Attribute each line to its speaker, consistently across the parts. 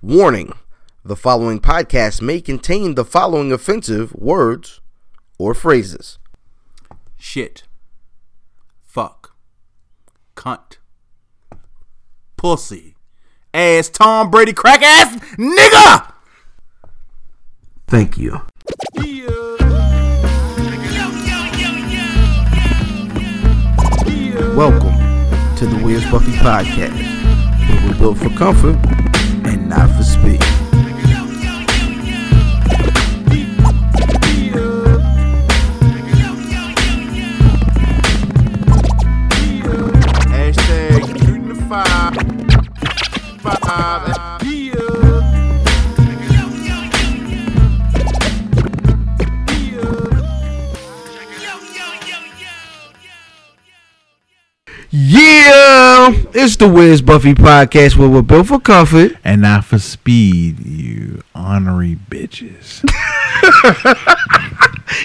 Speaker 1: Warning the following podcast may contain the following offensive words or phrases.
Speaker 2: shit, fuck, cunt, pussy, ass, Tom Brady, crack ass, nigga.
Speaker 1: Thank you. Welcome to the Where's Buffy podcast, where we're built for comfort and not for speed.
Speaker 2: Hashtag shooting the five. Five. Yeah.
Speaker 1: Yeah, it's the Where's Buffy podcast, where we're built for comfort.
Speaker 3: and not for speed, you honorary bitches,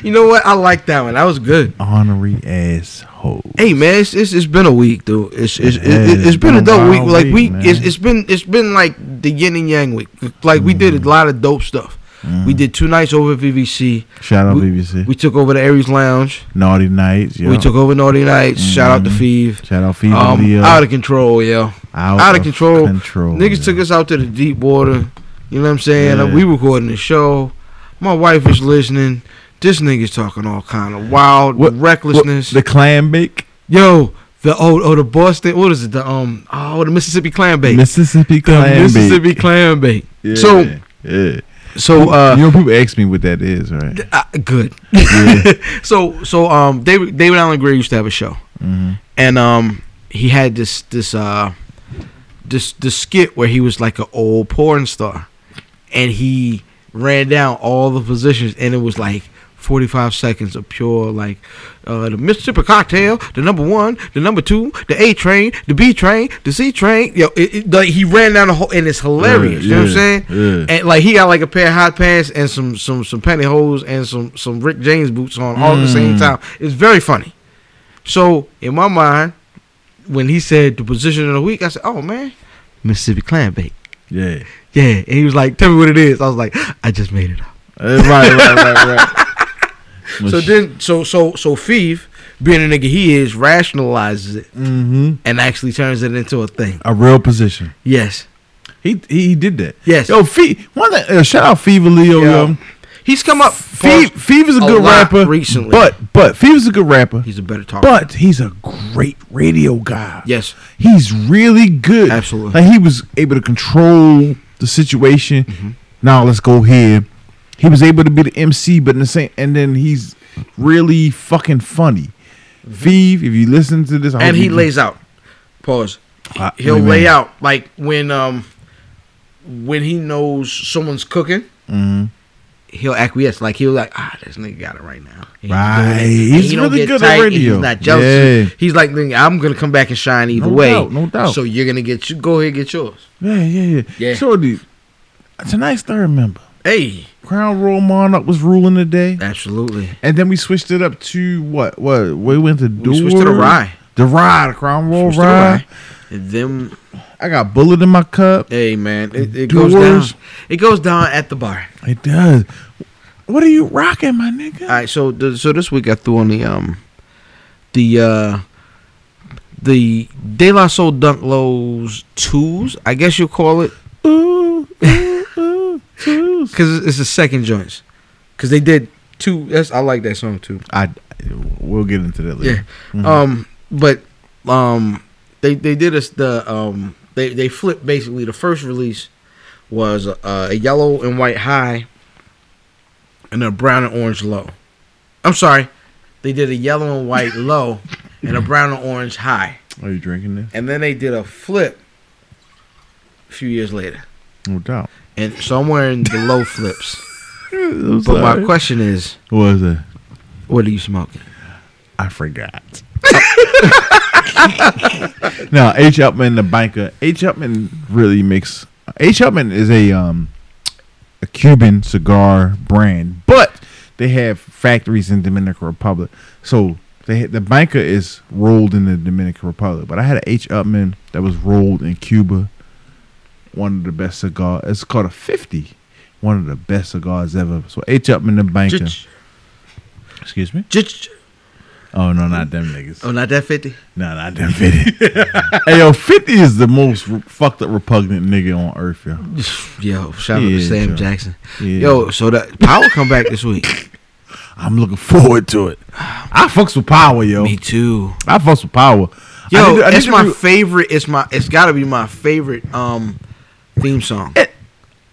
Speaker 1: You know what? I like that one. That was good.
Speaker 3: honorary assholes.
Speaker 1: Hey man, it's, it's it's been a week though. It's it's,
Speaker 3: Yeah,
Speaker 1: it's, it's been a dope week.
Speaker 3: wild
Speaker 1: Like
Speaker 3: week,
Speaker 1: we,
Speaker 3: man.
Speaker 1: it's, it's been it's been like the yin and yang week. Like we did a lot of dope stuff. We did two nights over at VVC.
Speaker 3: shout out
Speaker 1: we-
Speaker 3: BBC,
Speaker 1: We took over the Aries Lounge.
Speaker 3: naughty nights. Yo.
Speaker 1: We took over Naughty Nights. Shout out to Feeve.
Speaker 3: shout out Fever
Speaker 1: Um,
Speaker 3: Leo.
Speaker 1: Mm-hmm. out of control, yo.
Speaker 3: Out
Speaker 1: out of control.
Speaker 3: control,
Speaker 1: Niggas
Speaker 3: yo.
Speaker 1: took us out to the deep water. You know what I'm saying?
Speaker 3: Yeah.
Speaker 1: Uh, we recording the show. My wife is listening. This nigga's talking all kind of wild
Speaker 3: What-
Speaker 1: recklessness.
Speaker 3: the clam bake,
Speaker 1: Yo, the oh oh the Boston what is it? The um oh the Mississippi clam bake.
Speaker 3: Mississippi
Speaker 1: the
Speaker 3: clam
Speaker 1: Mississippi
Speaker 3: bake.
Speaker 1: clam bake.
Speaker 3: Yeah,
Speaker 1: So
Speaker 3: yeah.
Speaker 1: so uh
Speaker 3: you know people ask me what that is, right?
Speaker 1: uh, good.
Speaker 3: Yeah.
Speaker 1: So so um David David Allen Gray used to have a show.
Speaker 3: Mhm.
Speaker 1: And um he had this this uh this this skit where he was like an old porn star and he ran down all the positions and it was like 45 seconds of pure like uh, the Mississippi cocktail, the number one, the number two, the A train, the B train, the C train. Yo, it, it, like he ran down the whole and it's hilarious. you know what I'm
Speaker 3: yeah,
Speaker 1: saying?
Speaker 3: yeah.
Speaker 1: And like he got like a pair of hot pants and some some some pantyhose and some some Rick James boots on all at the same time. It's very funny. So in my mind, when he said the position of the week, I said, "Oh man, Mississippi clam bake."
Speaker 3: yeah.
Speaker 1: Yeah, and he was like, "Tell me what it is." I was like, "I just made it up."
Speaker 3: Uh, right, right, right, right.
Speaker 1: So then, so so so Fief, being a nigga he is, rationalizes it
Speaker 3: mm-hmm.
Speaker 1: and actually turns it into a thing.
Speaker 3: a real position.
Speaker 1: Yes,
Speaker 3: He he did that.
Speaker 1: yes.
Speaker 3: Yo, Fee, one that, uh, shout out Fever
Speaker 1: Yo.
Speaker 3: Leo. Yo.
Speaker 1: he's come up.
Speaker 3: Fee, Fever's a,
Speaker 1: a
Speaker 3: good
Speaker 1: lot
Speaker 3: rapper
Speaker 1: recently.
Speaker 3: but but Fever's a good rapper.
Speaker 1: he's a better talker.
Speaker 3: but he's a great radio guy.
Speaker 1: yes,
Speaker 3: he's really good.
Speaker 1: Absolutely.
Speaker 3: like he was able to control the situation. Now let's go here. He was able to be the MC, but in the same, and then he's really fucking funny. Feeve, if you listen to this, I hope
Speaker 1: and he
Speaker 3: you-
Speaker 1: lays out. Pause.
Speaker 3: I-
Speaker 1: He'll
Speaker 3: wait a
Speaker 1: lay
Speaker 3: minute.
Speaker 1: out like when um when he knows someone's cooking,
Speaker 3: Mhm.
Speaker 1: he'll acquiesce. Like he'll like ah, this nigga got it right now. And he's doing it.
Speaker 3: Right.
Speaker 1: And
Speaker 3: He's
Speaker 1: he don't
Speaker 3: really
Speaker 1: get
Speaker 3: good at
Speaker 1: tight and
Speaker 3: radio.
Speaker 1: He's not jealous.
Speaker 3: Yeah.
Speaker 1: He's like, nigga, I'm gonna come back and shine either
Speaker 3: No
Speaker 1: way.
Speaker 3: doubt, no doubt.
Speaker 1: So you're gonna get you. Go ahead, get yours.
Speaker 3: Yeah, yeah, yeah.
Speaker 1: Yeah.
Speaker 3: So dude, tonight's third member,
Speaker 1: Hey,
Speaker 3: Crown Royal Monarch, was ruling the day.
Speaker 1: absolutely.
Speaker 3: And then we switched it up to what? What? We went to do
Speaker 1: We switched to the rye.
Speaker 3: The rye, the Crown Royal
Speaker 1: Switched to the
Speaker 3: rye.
Speaker 1: rye. And then,
Speaker 3: I got bullet in my cup.
Speaker 1: hey man, it, it
Speaker 3: Doors.
Speaker 1: goes down. It goes down at the bar.
Speaker 3: It does. What are you rocking, my nigga?
Speaker 1: All right, so th- so this week I threw on the um the uh the De La Soul Dunk Lows twos, I guess you call it,
Speaker 3: ooh, ooh, ooh, ooh.
Speaker 1: because it's the second joints, because they did two. That's I like that song too.
Speaker 3: I. We'll get into that later. Mhm.
Speaker 1: Um, but um, they they did us the um they they flipped basically the first release was uh, a yellow and white high and a brown and orange low. I'm sorry, they did a yellow and white low and a brown and orange high,
Speaker 3: Are you drinking this?
Speaker 1: and then they did a flip a few years later,
Speaker 3: No doubt.
Speaker 1: and somewhere in the low flips.
Speaker 3: I'm
Speaker 1: But my
Speaker 3: sorry.
Speaker 1: question is,
Speaker 3: what was it?
Speaker 1: what are you smoking?
Speaker 3: I forgot. no, H Upman the biker. H Upman really makes H Upman is a um a Cuban cigar brand, but they have factories in Dominican Republic. So they the biker is rolled in the Dominican Republic, but I had an H Upman that was rolled in Cuba. one of the best cigar. It's called a fifty. One of the best cigars ever. So H Upman and Banker.
Speaker 1: Ch-
Speaker 3: Excuse me.
Speaker 1: ch- ch-
Speaker 3: Oh no, not them niggas.
Speaker 1: Oh, not that fifty.
Speaker 3: No, not them fifty. hey yo, fifty is the most re- fucked up repugnant nigga on earth, yo.
Speaker 1: Yo, shout out to
Speaker 3: Yeah,
Speaker 1: Sam
Speaker 3: sure.
Speaker 1: Jackson.
Speaker 3: Yeah.
Speaker 1: Yo, so that power come back this week.
Speaker 3: I'm looking forward to it. I fucks with power, yo.
Speaker 1: Me too.
Speaker 3: I fucks with power.
Speaker 1: Yo,
Speaker 3: I need to- I need
Speaker 1: it's
Speaker 3: to
Speaker 1: my
Speaker 3: re-
Speaker 1: favorite. It's my. It's got to be my favorite um theme song.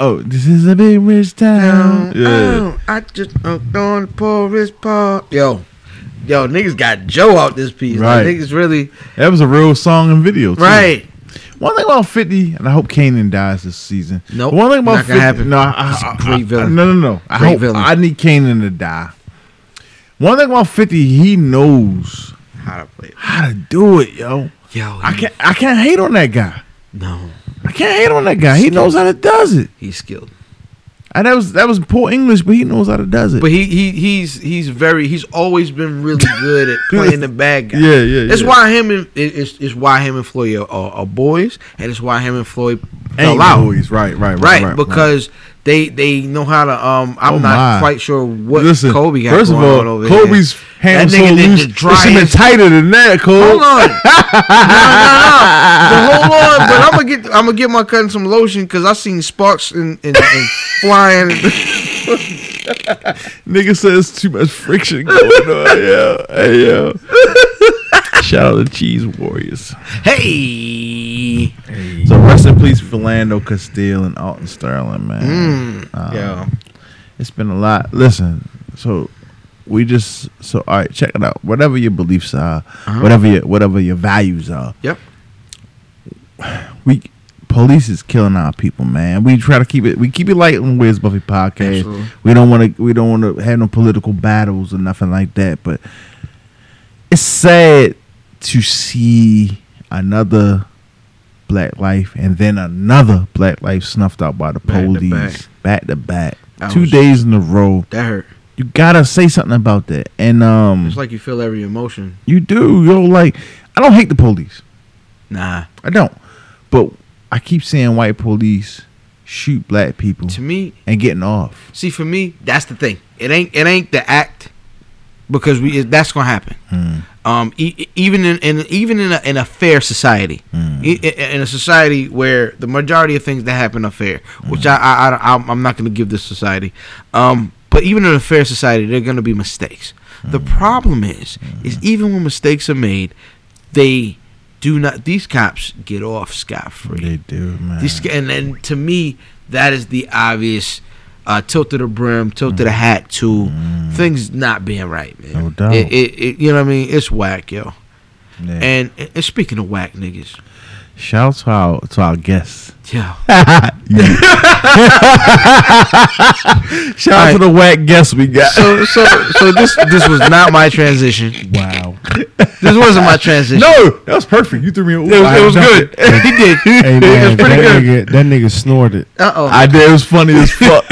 Speaker 3: oh, this is a big rich town. Yeah.
Speaker 1: Oh, I just I'm throwing the poorest part. Yo, yo, niggas got Joe out this piece. Like,
Speaker 3: Right.
Speaker 1: niggas really
Speaker 3: That was a real song and video. Too.
Speaker 1: right.
Speaker 3: One thing about Fifty, and I hope Kanan dies this season.
Speaker 1: Nope,
Speaker 3: One thing about
Speaker 1: not gonna happen.
Speaker 3: No, I,
Speaker 1: He's a
Speaker 3: I,
Speaker 1: great
Speaker 3: I- I-
Speaker 1: villain.
Speaker 3: no, no, no. I
Speaker 1: Great
Speaker 3: hope
Speaker 1: villain.
Speaker 3: I need Kanan to die. One thing about Fifty, he knows
Speaker 1: How to play? it.
Speaker 3: how to do it, yo.
Speaker 1: Yo,
Speaker 3: I can't. I can't hate on that guy.
Speaker 1: No,
Speaker 3: I can't hate on that guy. He knows how to does it.
Speaker 1: he's skilled,
Speaker 3: And that was that was poor English, but he knows how to does it.
Speaker 1: but he he he's he's very he's always been really good at playing the bad guy.
Speaker 3: yeah, yeah.
Speaker 1: It's
Speaker 3: yeah.
Speaker 1: why him and it- it's, it's why him and Floyd are, are, are boys, and it's why him and Floyd fell
Speaker 3: ain't
Speaker 1: out.
Speaker 3: always right, right, right,
Speaker 1: Right, because they they know how to. Um, I'm
Speaker 3: Oh,
Speaker 1: not
Speaker 3: my.
Speaker 1: quite sure what
Speaker 3: Listen,
Speaker 1: Kobe got
Speaker 3: first of
Speaker 1: going
Speaker 3: all,
Speaker 1: on over
Speaker 3: Kobe's hands
Speaker 1: That nigga
Speaker 3: so
Speaker 1: did
Speaker 3: loose.
Speaker 1: the
Speaker 3: It should been
Speaker 1: driest-
Speaker 3: tighter than that, Kobe.
Speaker 1: Hold on. no, no, no. So hold on, but I'm gonna get I'm gonna get my cousin some lotion because I seen sparks and and, and flying.
Speaker 3: Nigga says too much friction going on. Yeah, hey, yo. Shout out to Cheese Warriors.
Speaker 1: Hey,
Speaker 3: So rest in peace, Philando Castile and Alton Sterling, man.
Speaker 1: Mm,
Speaker 3: Uh,
Speaker 1: yo,
Speaker 3: It's been a lot. Listen, so we just so all right. Check it out. Whatever your beliefs are,
Speaker 1: Uh-huh.
Speaker 3: whatever your whatever your values are.
Speaker 1: Yep.
Speaker 3: We police is killing our people, man. We try to keep it. We keep it light on Wiz Buffy podcast.
Speaker 1: Absolutely.
Speaker 3: We don't want to. We don't want to have no political battles or nothing like that. But it's sad to see another black life and then another black life snuffed out by the
Speaker 1: Back to
Speaker 3: police back to back,
Speaker 1: That
Speaker 3: two
Speaker 1: was-
Speaker 3: days in a row.
Speaker 1: that hurt.
Speaker 3: You gotta say something about that. And um
Speaker 1: It's like you feel every emotion.
Speaker 3: you do, yo, like I don't hate the police.
Speaker 1: Nah,
Speaker 3: I don't. But I keep seeing white police shoot black people
Speaker 1: to me,
Speaker 3: and getting off.
Speaker 1: see, for me, that's the thing. It ain't it ain't the act because we it, that's gonna happen. Um, e- e- even in, in even in a, in a fair society, E- i- in a society where the majority of things that happen are fair, which I, I, I I'm- I'm not going to give this society. Um, but even in a fair society, there are going to be mistakes. The problem is, is even when mistakes are made, they do not. These cops get off scot free.
Speaker 3: They do, man.
Speaker 1: These, and and to me, that is the obvious uh, tilt to the brim, tilt to the hat to
Speaker 3: Mm,
Speaker 1: things not being right, man.
Speaker 3: Mm-hmm. No doubt.
Speaker 1: It, it, it, you know what I mean? It's whack, yo.
Speaker 3: Yeah.
Speaker 1: And, and speaking of whack niggas,
Speaker 3: Shout out to our, to our guests.
Speaker 1: yo,
Speaker 3: Shout out to the whack guests we got.
Speaker 1: so so so this this was not my transition.
Speaker 3: wow.
Speaker 1: This wasn't my transition.
Speaker 3: No, that was perfect. You threw me a
Speaker 1: it was, it was good. he did.
Speaker 4: Hey,
Speaker 1: it was
Speaker 4: man,
Speaker 1: pretty
Speaker 4: that,
Speaker 1: good.
Speaker 4: nigga, that nigga snorted.
Speaker 1: Uh oh.
Speaker 3: I did. It was funny as fuck.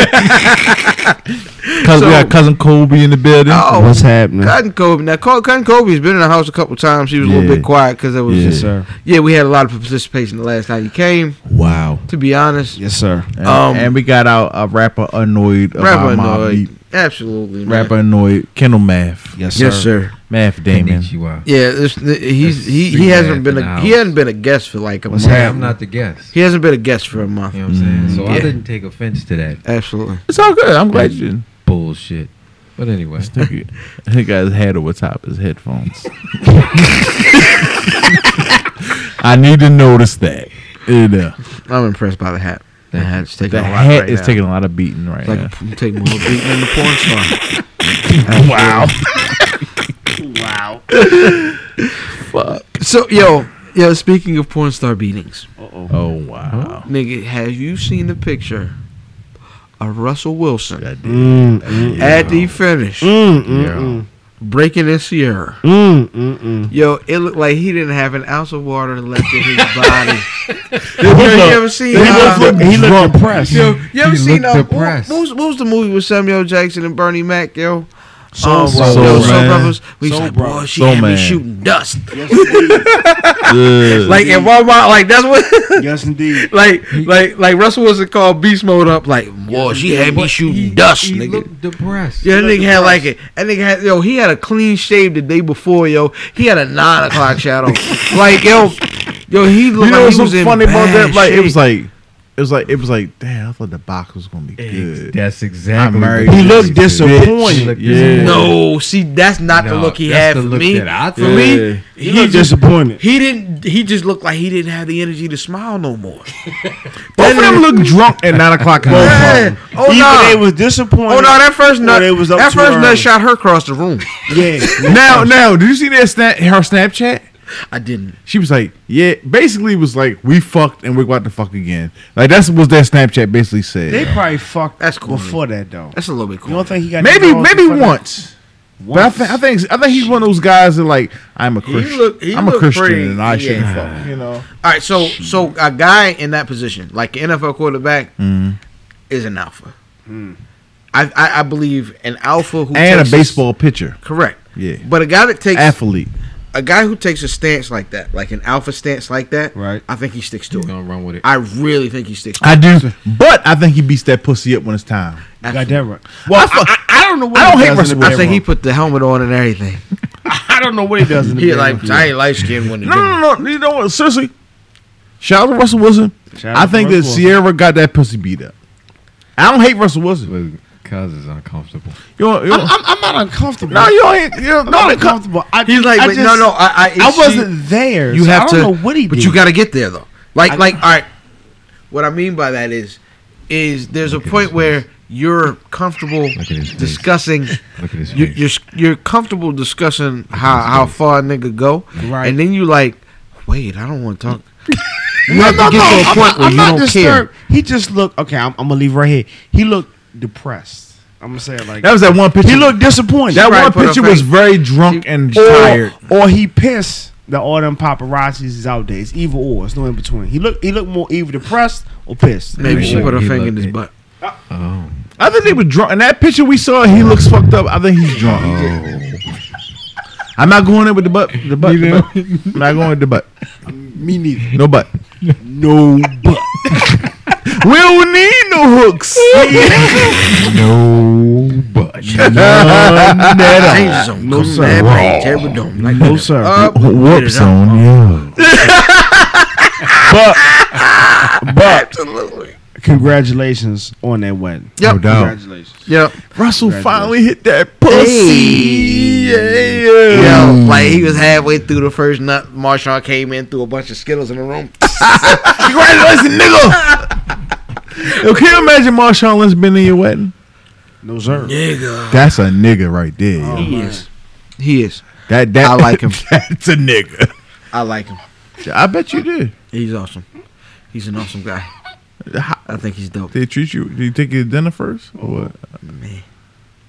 Speaker 3: Cause
Speaker 1: So-
Speaker 3: we got cousin Kobe in the building.
Speaker 1: Oh,
Speaker 4: What's happening?
Speaker 1: Cotton Kobe. Now, Co- Cotton Kobe's been in the house a couple times. She was a
Speaker 3: Yeah.
Speaker 1: little bit quiet because it was
Speaker 3: Yeah.
Speaker 4: Yes, sir.
Speaker 1: yeah. We had a lot of participation the last time you came.
Speaker 3: Wow.
Speaker 1: To be honest,
Speaker 4: Yes, sir.
Speaker 3: And,
Speaker 1: Um,
Speaker 3: and we got our, our rapper annoyed
Speaker 1: rapper
Speaker 3: about my
Speaker 1: annoyed.
Speaker 3: beat.
Speaker 1: Absolutely, man.
Speaker 3: Rapper annoyed Kendall Math.
Speaker 4: Yes, sir.
Speaker 1: Yes, sir.
Speaker 3: Math Damon.
Speaker 5: Konnichiwa.
Speaker 1: Yeah, this, th- he's
Speaker 5: That's
Speaker 1: he,
Speaker 5: three
Speaker 1: he
Speaker 5: and a
Speaker 1: hasn't
Speaker 5: half
Speaker 1: been
Speaker 5: an
Speaker 1: a
Speaker 5: hour.
Speaker 1: he hasn't been a guest for like a
Speaker 4: What's
Speaker 1: month.
Speaker 4: happening?
Speaker 5: I'm not the guest.
Speaker 1: He hasn't been a guest for a month.
Speaker 5: You know what I'm saying? So
Speaker 1: Yeah.
Speaker 5: I didn't take offense to that
Speaker 1: Absolutely.
Speaker 3: It's all good. I'm glad you didn't.
Speaker 5: bullshit. But anyway,
Speaker 3: Thank you. He got his head over top of his headphones. I need to notice that. It, uh,
Speaker 1: I'm impressed by the hat. The
Speaker 5: Thank you.
Speaker 1: hat's taking
Speaker 3: the
Speaker 1: a lot
Speaker 3: hat
Speaker 1: right
Speaker 3: is
Speaker 1: now.
Speaker 3: taking a lot of beating right
Speaker 1: It's like
Speaker 3: now.
Speaker 1: I'm taking more beating than the porn star.
Speaker 3: Wow.
Speaker 1: So yo yo, speaking of porn star beatings,
Speaker 3: Oh wow.
Speaker 1: nigga, have you seen the picture of Russell Wilson
Speaker 3: That did.
Speaker 4: Mm, mm,
Speaker 1: at the finish
Speaker 4: mm,
Speaker 3: Yeah.
Speaker 4: mm,
Speaker 1: breaking in Sierra?
Speaker 4: mm, mm, mm.
Speaker 1: Yo, it looked like he didn't have an ounce of water left in his body.
Speaker 3: He
Speaker 1: you
Speaker 3: looked-
Speaker 1: ever seen?
Speaker 3: he
Speaker 1: uh,
Speaker 3: looked- he looked
Speaker 4: drunk.
Speaker 3: depressed.
Speaker 1: Yo, you ever
Speaker 5: He
Speaker 1: seen
Speaker 5: looked
Speaker 1: uh, what,
Speaker 5: depressed.
Speaker 1: what was, what was the movie with Samuel Jackson and Bernie Mac? Yo, Soul, Brothers.
Speaker 3: Soul
Speaker 1: Yo, Soul
Speaker 3: Man.
Speaker 1: Brothers. We was
Speaker 4: Soul
Speaker 1: like,
Speaker 4: Brothers.
Speaker 1: boy, she
Speaker 3: Soul
Speaker 1: had me
Speaker 3: Man.
Speaker 1: shooting dust.
Speaker 3: Ugh.
Speaker 1: Like in Walmart, like that's what.
Speaker 4: yes, indeed.
Speaker 1: like, like, like Russell Wilson called Beast Mode up. Like, boy, Oh, she had me
Speaker 5: But
Speaker 1: shooting
Speaker 5: he-
Speaker 1: dust,
Speaker 5: he
Speaker 1: nigga.
Speaker 5: looked depressed.
Speaker 1: Yeah, that
Speaker 4: Like
Speaker 1: nigga
Speaker 4: the
Speaker 1: had
Speaker 4: price.
Speaker 1: like it. That nigga had yo. He had a clean shave the day before, yo. He had a nine o'clock shadow. like yo, yo, he
Speaker 3: You
Speaker 1: looked
Speaker 3: know
Speaker 1: like
Speaker 3: what's
Speaker 1: he
Speaker 3: so
Speaker 1: was in
Speaker 3: funny about
Speaker 1: bad
Speaker 3: that? Like it was
Speaker 1: shape.
Speaker 3: like it was like it was like damn. I thought the box was gonna be good.
Speaker 5: That's exactly.
Speaker 3: I'm married.
Speaker 5: what
Speaker 3: He
Speaker 4: looked
Speaker 5: did.
Speaker 4: disappointed.
Speaker 5: He looked
Speaker 3: Yeah.
Speaker 5: disappointed.
Speaker 1: no. See, that's not the
Speaker 5: No,
Speaker 1: look he had
Speaker 5: that's the
Speaker 1: for
Speaker 5: look
Speaker 1: me.
Speaker 5: that I
Speaker 1: for
Speaker 5: Yeah.
Speaker 1: me,
Speaker 4: he,
Speaker 1: looked-
Speaker 4: looked disappointed.
Speaker 1: he didn't. He just looked like he didn't have the energy to smile no more.
Speaker 3: Both of them look drunk at nine o'clock. in the morning.
Speaker 1: Yeah. Oh
Speaker 4: Either they
Speaker 1: no.
Speaker 4: was disappointed.
Speaker 1: Oh no, that first
Speaker 4: or
Speaker 1: nut,
Speaker 4: they was up
Speaker 1: that
Speaker 4: too
Speaker 1: first nut
Speaker 4: early.
Speaker 1: shot her across the room.
Speaker 4: yeah.
Speaker 3: Now, now, did you see that snap? Her Snapchat.
Speaker 1: I didn't.
Speaker 3: She was like, "Yeah." Basically, was like, "We fucked and we're about to fuck again." Like that's what that Snapchat basically said.
Speaker 4: They probably fucked
Speaker 1: That's cool.
Speaker 4: before that though.
Speaker 1: That's a little bit cool.
Speaker 4: You don't think he got
Speaker 3: maybe,
Speaker 4: involved
Speaker 3: maybe
Speaker 4: before that?
Speaker 3: once. But I think, I think, I think he's one of those guys that like, I'm a Christian.
Speaker 1: look- he
Speaker 3: I'm a
Speaker 1: look
Speaker 3: Christian,
Speaker 1: pretty-
Speaker 3: and I
Speaker 1: yeah.
Speaker 3: shouldn't fuck. You know.
Speaker 1: All right, so so a guy in that position, like an NFL quarterback, is an alpha.
Speaker 3: Hmm.
Speaker 1: I, I I believe an alpha who
Speaker 3: And a
Speaker 1: takes
Speaker 3: baseball pitcher,
Speaker 1: correct.
Speaker 3: Yeah.
Speaker 1: but a guy that takes
Speaker 3: athlete.
Speaker 1: a guy who takes a stance like that, like an alpha stance like that,
Speaker 4: Right.
Speaker 1: I think he sticks to
Speaker 5: He's
Speaker 1: it.
Speaker 5: gonna run with it.
Speaker 1: I really think he sticks. to
Speaker 3: I do, but I think he beats that pussy up when it's time.
Speaker 1: it.
Speaker 4: Got that right.
Speaker 3: Well,
Speaker 1: I, I, I don't know. What
Speaker 3: I don't
Speaker 1: he
Speaker 3: hate
Speaker 1: does in the
Speaker 3: Russell
Speaker 1: bedroom. I think he
Speaker 4: Wilson.
Speaker 1: put the helmet on and everything.
Speaker 4: I don't know what he does in the
Speaker 1: He
Speaker 4: bedroom.
Speaker 1: like I ain't light skinned when the
Speaker 3: No, no, no. You know what? Seriously. Shout out to Russell Wilson.
Speaker 4: Shout out
Speaker 3: I
Speaker 4: to
Speaker 3: think
Speaker 4: Russell
Speaker 3: that
Speaker 4: Wilson.
Speaker 3: Sierra got that pussy beat up. I don't hate Russell Wilson.
Speaker 5: But Cuz is uncomfortable.
Speaker 3: You know, you know,
Speaker 4: I'm, I'm not uncomfortable.
Speaker 3: no, you ain't. You know,
Speaker 4: I'm
Speaker 3: no,
Speaker 4: not
Speaker 3: they come-
Speaker 4: uncomfortable. I,
Speaker 1: He's like,
Speaker 4: I
Speaker 1: but
Speaker 4: just,
Speaker 1: no, no, I I,
Speaker 4: I
Speaker 1: she-
Speaker 4: wasn't there.
Speaker 1: You
Speaker 4: so
Speaker 1: have
Speaker 4: I
Speaker 1: to,
Speaker 4: don't know what he
Speaker 1: but
Speaker 4: did.
Speaker 1: you got to get there though. Like,
Speaker 4: I-
Speaker 1: like, all right. What I mean by that is, is there's a
Speaker 5: Look at
Speaker 1: point
Speaker 5: his
Speaker 1: where you're comfortable
Speaker 5: Look at his face.
Speaker 1: discussing.
Speaker 5: Look at his
Speaker 1: You,
Speaker 5: face.
Speaker 1: you're you're comfortable discussing how
Speaker 5: his
Speaker 1: how
Speaker 5: face.
Speaker 1: far a nigga go,
Speaker 4: Right.
Speaker 1: and then you like, wait, I don't want to talk. You have to get to a
Speaker 4: I'm
Speaker 1: point
Speaker 4: not-
Speaker 1: where
Speaker 4: I'm
Speaker 1: you
Speaker 4: not
Speaker 1: don't care.
Speaker 4: disturbed. He just looked okay. I'm, I'm gonna leave right here. He looked depressed. I'm gonna say it like
Speaker 3: That was that one picture.
Speaker 4: he looked disappointed.
Speaker 3: that
Speaker 1: probably
Speaker 3: one
Speaker 1: put her
Speaker 3: picture was
Speaker 1: face-
Speaker 3: very drunk and
Speaker 4: or,
Speaker 3: tired.
Speaker 4: or he pissed that all them paparazzis is out there. It's either or. It's no in between. He looked he looked more either depressed or pissed.
Speaker 1: Maybe
Speaker 5: He
Speaker 1: she put her
Speaker 5: looked-
Speaker 1: finger in
Speaker 5: he
Speaker 1: his
Speaker 5: looked-
Speaker 1: butt.
Speaker 5: oh.
Speaker 3: I think they were drunk. And that picture we saw, he looks fucked up. I think he's drunk. Oh. I'm not going in with the butt. The butt. The butt. I'm not going with the butt.
Speaker 4: Me neither.
Speaker 3: No butt.
Speaker 4: No, but
Speaker 3: we don't need no hooks.
Speaker 5: No, but
Speaker 1: Changes on no
Speaker 4: sir.
Speaker 1: terrible dome. Like
Speaker 4: no sir.
Speaker 1: Up, get it
Speaker 3: Whoops
Speaker 1: up.
Speaker 3: on you. but but
Speaker 1: Absolutely.
Speaker 4: Congratulations on that wedding.
Speaker 1: Yep.
Speaker 3: no doubt.
Speaker 4: Congratulations.
Speaker 1: Yep.
Speaker 3: Russell
Speaker 4: Congratulations.
Speaker 3: finally hit that pussy. Yeah.
Speaker 1: Yo, like he was halfway through the first nut. Marshawn came in, threw a bunch of skittles in the room.
Speaker 3: Congratulations, nigga. Yo, can you imagine Marshawn Lynch been in your wedding?
Speaker 4: No sir.
Speaker 1: Nigga,
Speaker 3: That's a nigga right there. yo.
Speaker 1: he is. He is.
Speaker 3: That that
Speaker 1: I like him.
Speaker 3: That's a nigga.
Speaker 1: I like him.
Speaker 3: I bet you did.
Speaker 1: He's awesome. He's an awesome guy. I think he's dope.
Speaker 3: They treat you. Do you take your dinner first? Or what?
Speaker 1: Man,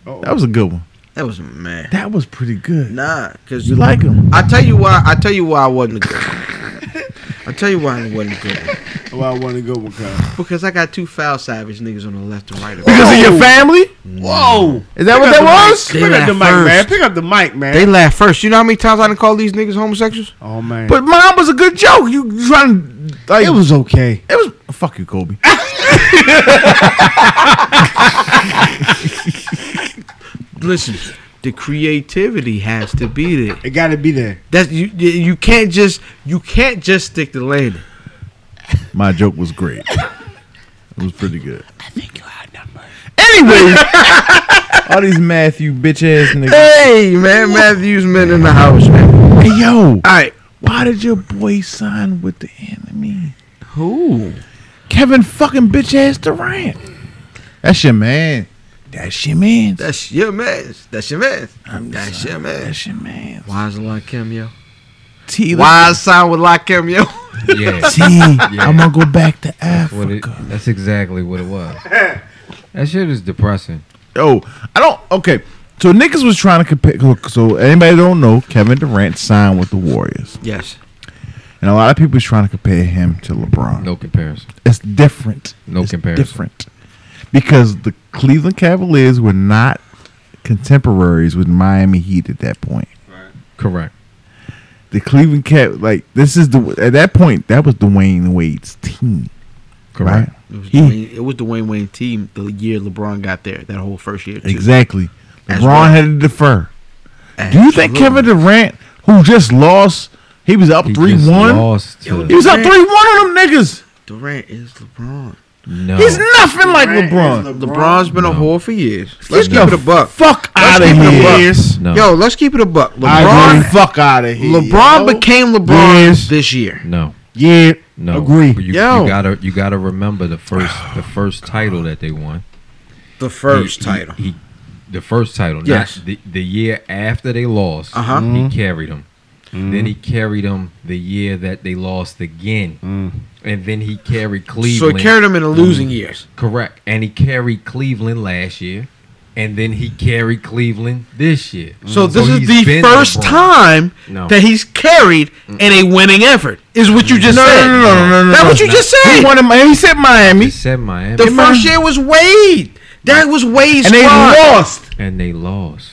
Speaker 3: That was a good one.
Speaker 1: that was man.
Speaker 3: That was pretty good.
Speaker 1: Nah, cause
Speaker 3: You like him?
Speaker 1: I tell you why. I tell you why I wasn't a good. One. I tell you why I wasn't a good. One.
Speaker 4: Well, Oh, I want to go with God.
Speaker 1: Because I got two foul savage niggas on the left and right. Of me.
Speaker 3: Because of your family?
Speaker 4: Whoa.
Speaker 3: Is that
Speaker 4: Pick
Speaker 3: what
Speaker 4: up
Speaker 3: that
Speaker 4: the mic.
Speaker 3: was?
Speaker 1: They
Speaker 4: Pick up
Speaker 1: laugh
Speaker 4: the mic, man.
Speaker 1: first.
Speaker 4: Pick up the mic, man.
Speaker 1: They laugh first. You know how many times I done call these niggas homosexuals?
Speaker 4: oh man.
Speaker 3: But mine was a good joke. You trying to like
Speaker 4: it was okay.
Speaker 3: it was fuck you, Kobe.
Speaker 1: Listen, the creativity has to be there.
Speaker 4: It got to be there.
Speaker 1: That's you. You you can't just you can't just stick the landing.
Speaker 3: My joke was great. It was pretty good.
Speaker 4: I think you had number.
Speaker 3: Anyways, all these Matthew bitch ass niggas.
Speaker 1: Hey man, Matthews men in the house, man.
Speaker 3: Hey yo,
Speaker 1: All right,
Speaker 3: why did your boy sign with the enemy?
Speaker 1: who?
Speaker 3: Kevin fucking bitch ass Durant. That's your man. That's your man.
Speaker 1: That's your man. That's your man. That's your man.
Speaker 3: That's your man.
Speaker 1: Why is it like cameo?
Speaker 3: T.
Speaker 1: Why is sound with like cameo?
Speaker 5: yeah.
Speaker 3: T. I'm gonna go back to
Speaker 5: What it,
Speaker 3: Africa.
Speaker 5: that's exactly what it was. That shit is depressing.
Speaker 3: Oh, I don't. Okay, so niggas was trying to compare. So anybody don't know, Kevin Durant signed with the Warriors,
Speaker 1: Yes.
Speaker 3: and a lot of people was trying to compare him to LeBron.
Speaker 5: No comparison.
Speaker 3: It's different.
Speaker 5: No
Speaker 3: It's
Speaker 5: comparison.
Speaker 3: Different because the Cleveland Cavaliers were not contemporaries with Miami Heat at that point.
Speaker 5: Correct.
Speaker 3: The Cleveland Cavs, like this is the at that point that was Dwayne Wade's team, right?
Speaker 5: Correct.
Speaker 1: It was,
Speaker 3: He-
Speaker 1: Dwayne, it was Dwayne Wayne team the year LeBron got there. That whole first year. too.
Speaker 3: Exactly.
Speaker 1: As
Speaker 3: LeBron
Speaker 1: well.
Speaker 3: had to defer. Do you think
Speaker 1: Absolutely.
Speaker 3: Kevin Durant, who just lost, he was up
Speaker 5: He
Speaker 3: three
Speaker 5: just
Speaker 3: one.
Speaker 5: Lost to,
Speaker 3: He was up
Speaker 1: Durant-
Speaker 3: three one on them niggas.
Speaker 1: Durant is LeBron?
Speaker 5: no.
Speaker 3: He's nothing like LeBron.
Speaker 1: LeBron's been a
Speaker 5: No.
Speaker 1: whole for years. Let's
Speaker 3: Get
Speaker 1: keep it
Speaker 3: the
Speaker 1: a buck.
Speaker 3: Fuck
Speaker 1: Let's
Speaker 3: out of
Speaker 1: keep it a buck.
Speaker 3: here.
Speaker 5: no.
Speaker 1: Yo, let's keep it a buck.
Speaker 3: I agree.
Speaker 1: LeBron,
Speaker 3: Fuck out of here.
Speaker 1: LeBron
Speaker 3: yo.
Speaker 1: became LeBron
Speaker 3: Yes.
Speaker 1: this year.
Speaker 5: no.
Speaker 3: yeah.
Speaker 5: No.
Speaker 3: Agree.
Speaker 5: You, you
Speaker 1: Yo.
Speaker 5: gotta you gotta remember the first the first title that they won.
Speaker 1: The first
Speaker 5: He- he-
Speaker 1: title.
Speaker 5: He, the first title. not
Speaker 1: Yes.
Speaker 5: the, the year after they lost,
Speaker 1: Uh-huh.
Speaker 3: Mm-hmm.
Speaker 1: Mm.
Speaker 5: he carried them. Then he carried them the year that they lost again, and then he
Speaker 1: Mm.
Speaker 5: carried
Speaker 1: So
Speaker 5: Cleveland.
Speaker 1: it carried him in the losing
Speaker 3: Mm.
Speaker 1: years.
Speaker 5: Correct. And he carried Cleveland last year. And then he carried Cleveland this year. Mm.
Speaker 1: So this is
Speaker 5: he's
Speaker 1: the
Speaker 5: been
Speaker 1: first
Speaker 5: LeBron.
Speaker 1: time
Speaker 5: No.
Speaker 1: that he's carried in a winning effort. Is what you just
Speaker 3: No,
Speaker 1: said.
Speaker 3: no, no, no, no, no.
Speaker 1: That's
Speaker 3: no.
Speaker 1: what you just
Speaker 3: He
Speaker 1: said.
Speaker 3: wanted. Mi- He said Miami,
Speaker 5: He said Miami.
Speaker 1: The
Speaker 3: Am
Speaker 1: first
Speaker 3: I-
Speaker 1: year was Wade. That was Wade's
Speaker 3: and they
Speaker 1: squad.
Speaker 3: lost.
Speaker 5: and they lost.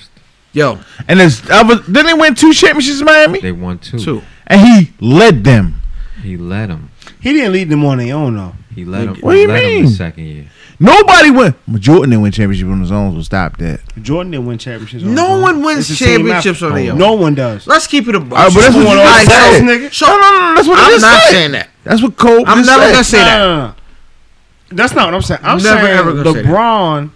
Speaker 1: Yo,
Speaker 3: And it's I was, then they win two championships in Miami,
Speaker 5: They won two.
Speaker 1: two.
Speaker 3: and he led them.
Speaker 5: He let him.
Speaker 4: He didn't lead them on their own though.
Speaker 5: He let him.
Speaker 3: What do you
Speaker 5: let him
Speaker 3: mean?
Speaker 5: the second year.
Speaker 3: Nobody went. Jordan didn't win championship on his own. So stop that.
Speaker 4: Jordan didn't win championships. on his
Speaker 1: No
Speaker 4: own.
Speaker 1: one wins
Speaker 4: It's the same
Speaker 1: championships on their
Speaker 4: effort.
Speaker 1: own.
Speaker 4: No one does.
Speaker 1: Let's keep it a buck.
Speaker 3: All right, but that's what you
Speaker 1: Alright,
Speaker 3: just
Speaker 1: so-
Speaker 3: said.
Speaker 1: so-
Speaker 3: no, no, no, that's what I
Speaker 1: I'm
Speaker 3: just
Speaker 1: not
Speaker 3: said.
Speaker 1: saying that.
Speaker 3: That's what Cole.
Speaker 1: I'm
Speaker 3: just
Speaker 1: never
Speaker 3: said.
Speaker 1: gonna say that.
Speaker 4: No, no, no. That's not what I'm saying. I'm
Speaker 1: Never,
Speaker 4: saying
Speaker 1: ever gonna say that.
Speaker 4: LeBron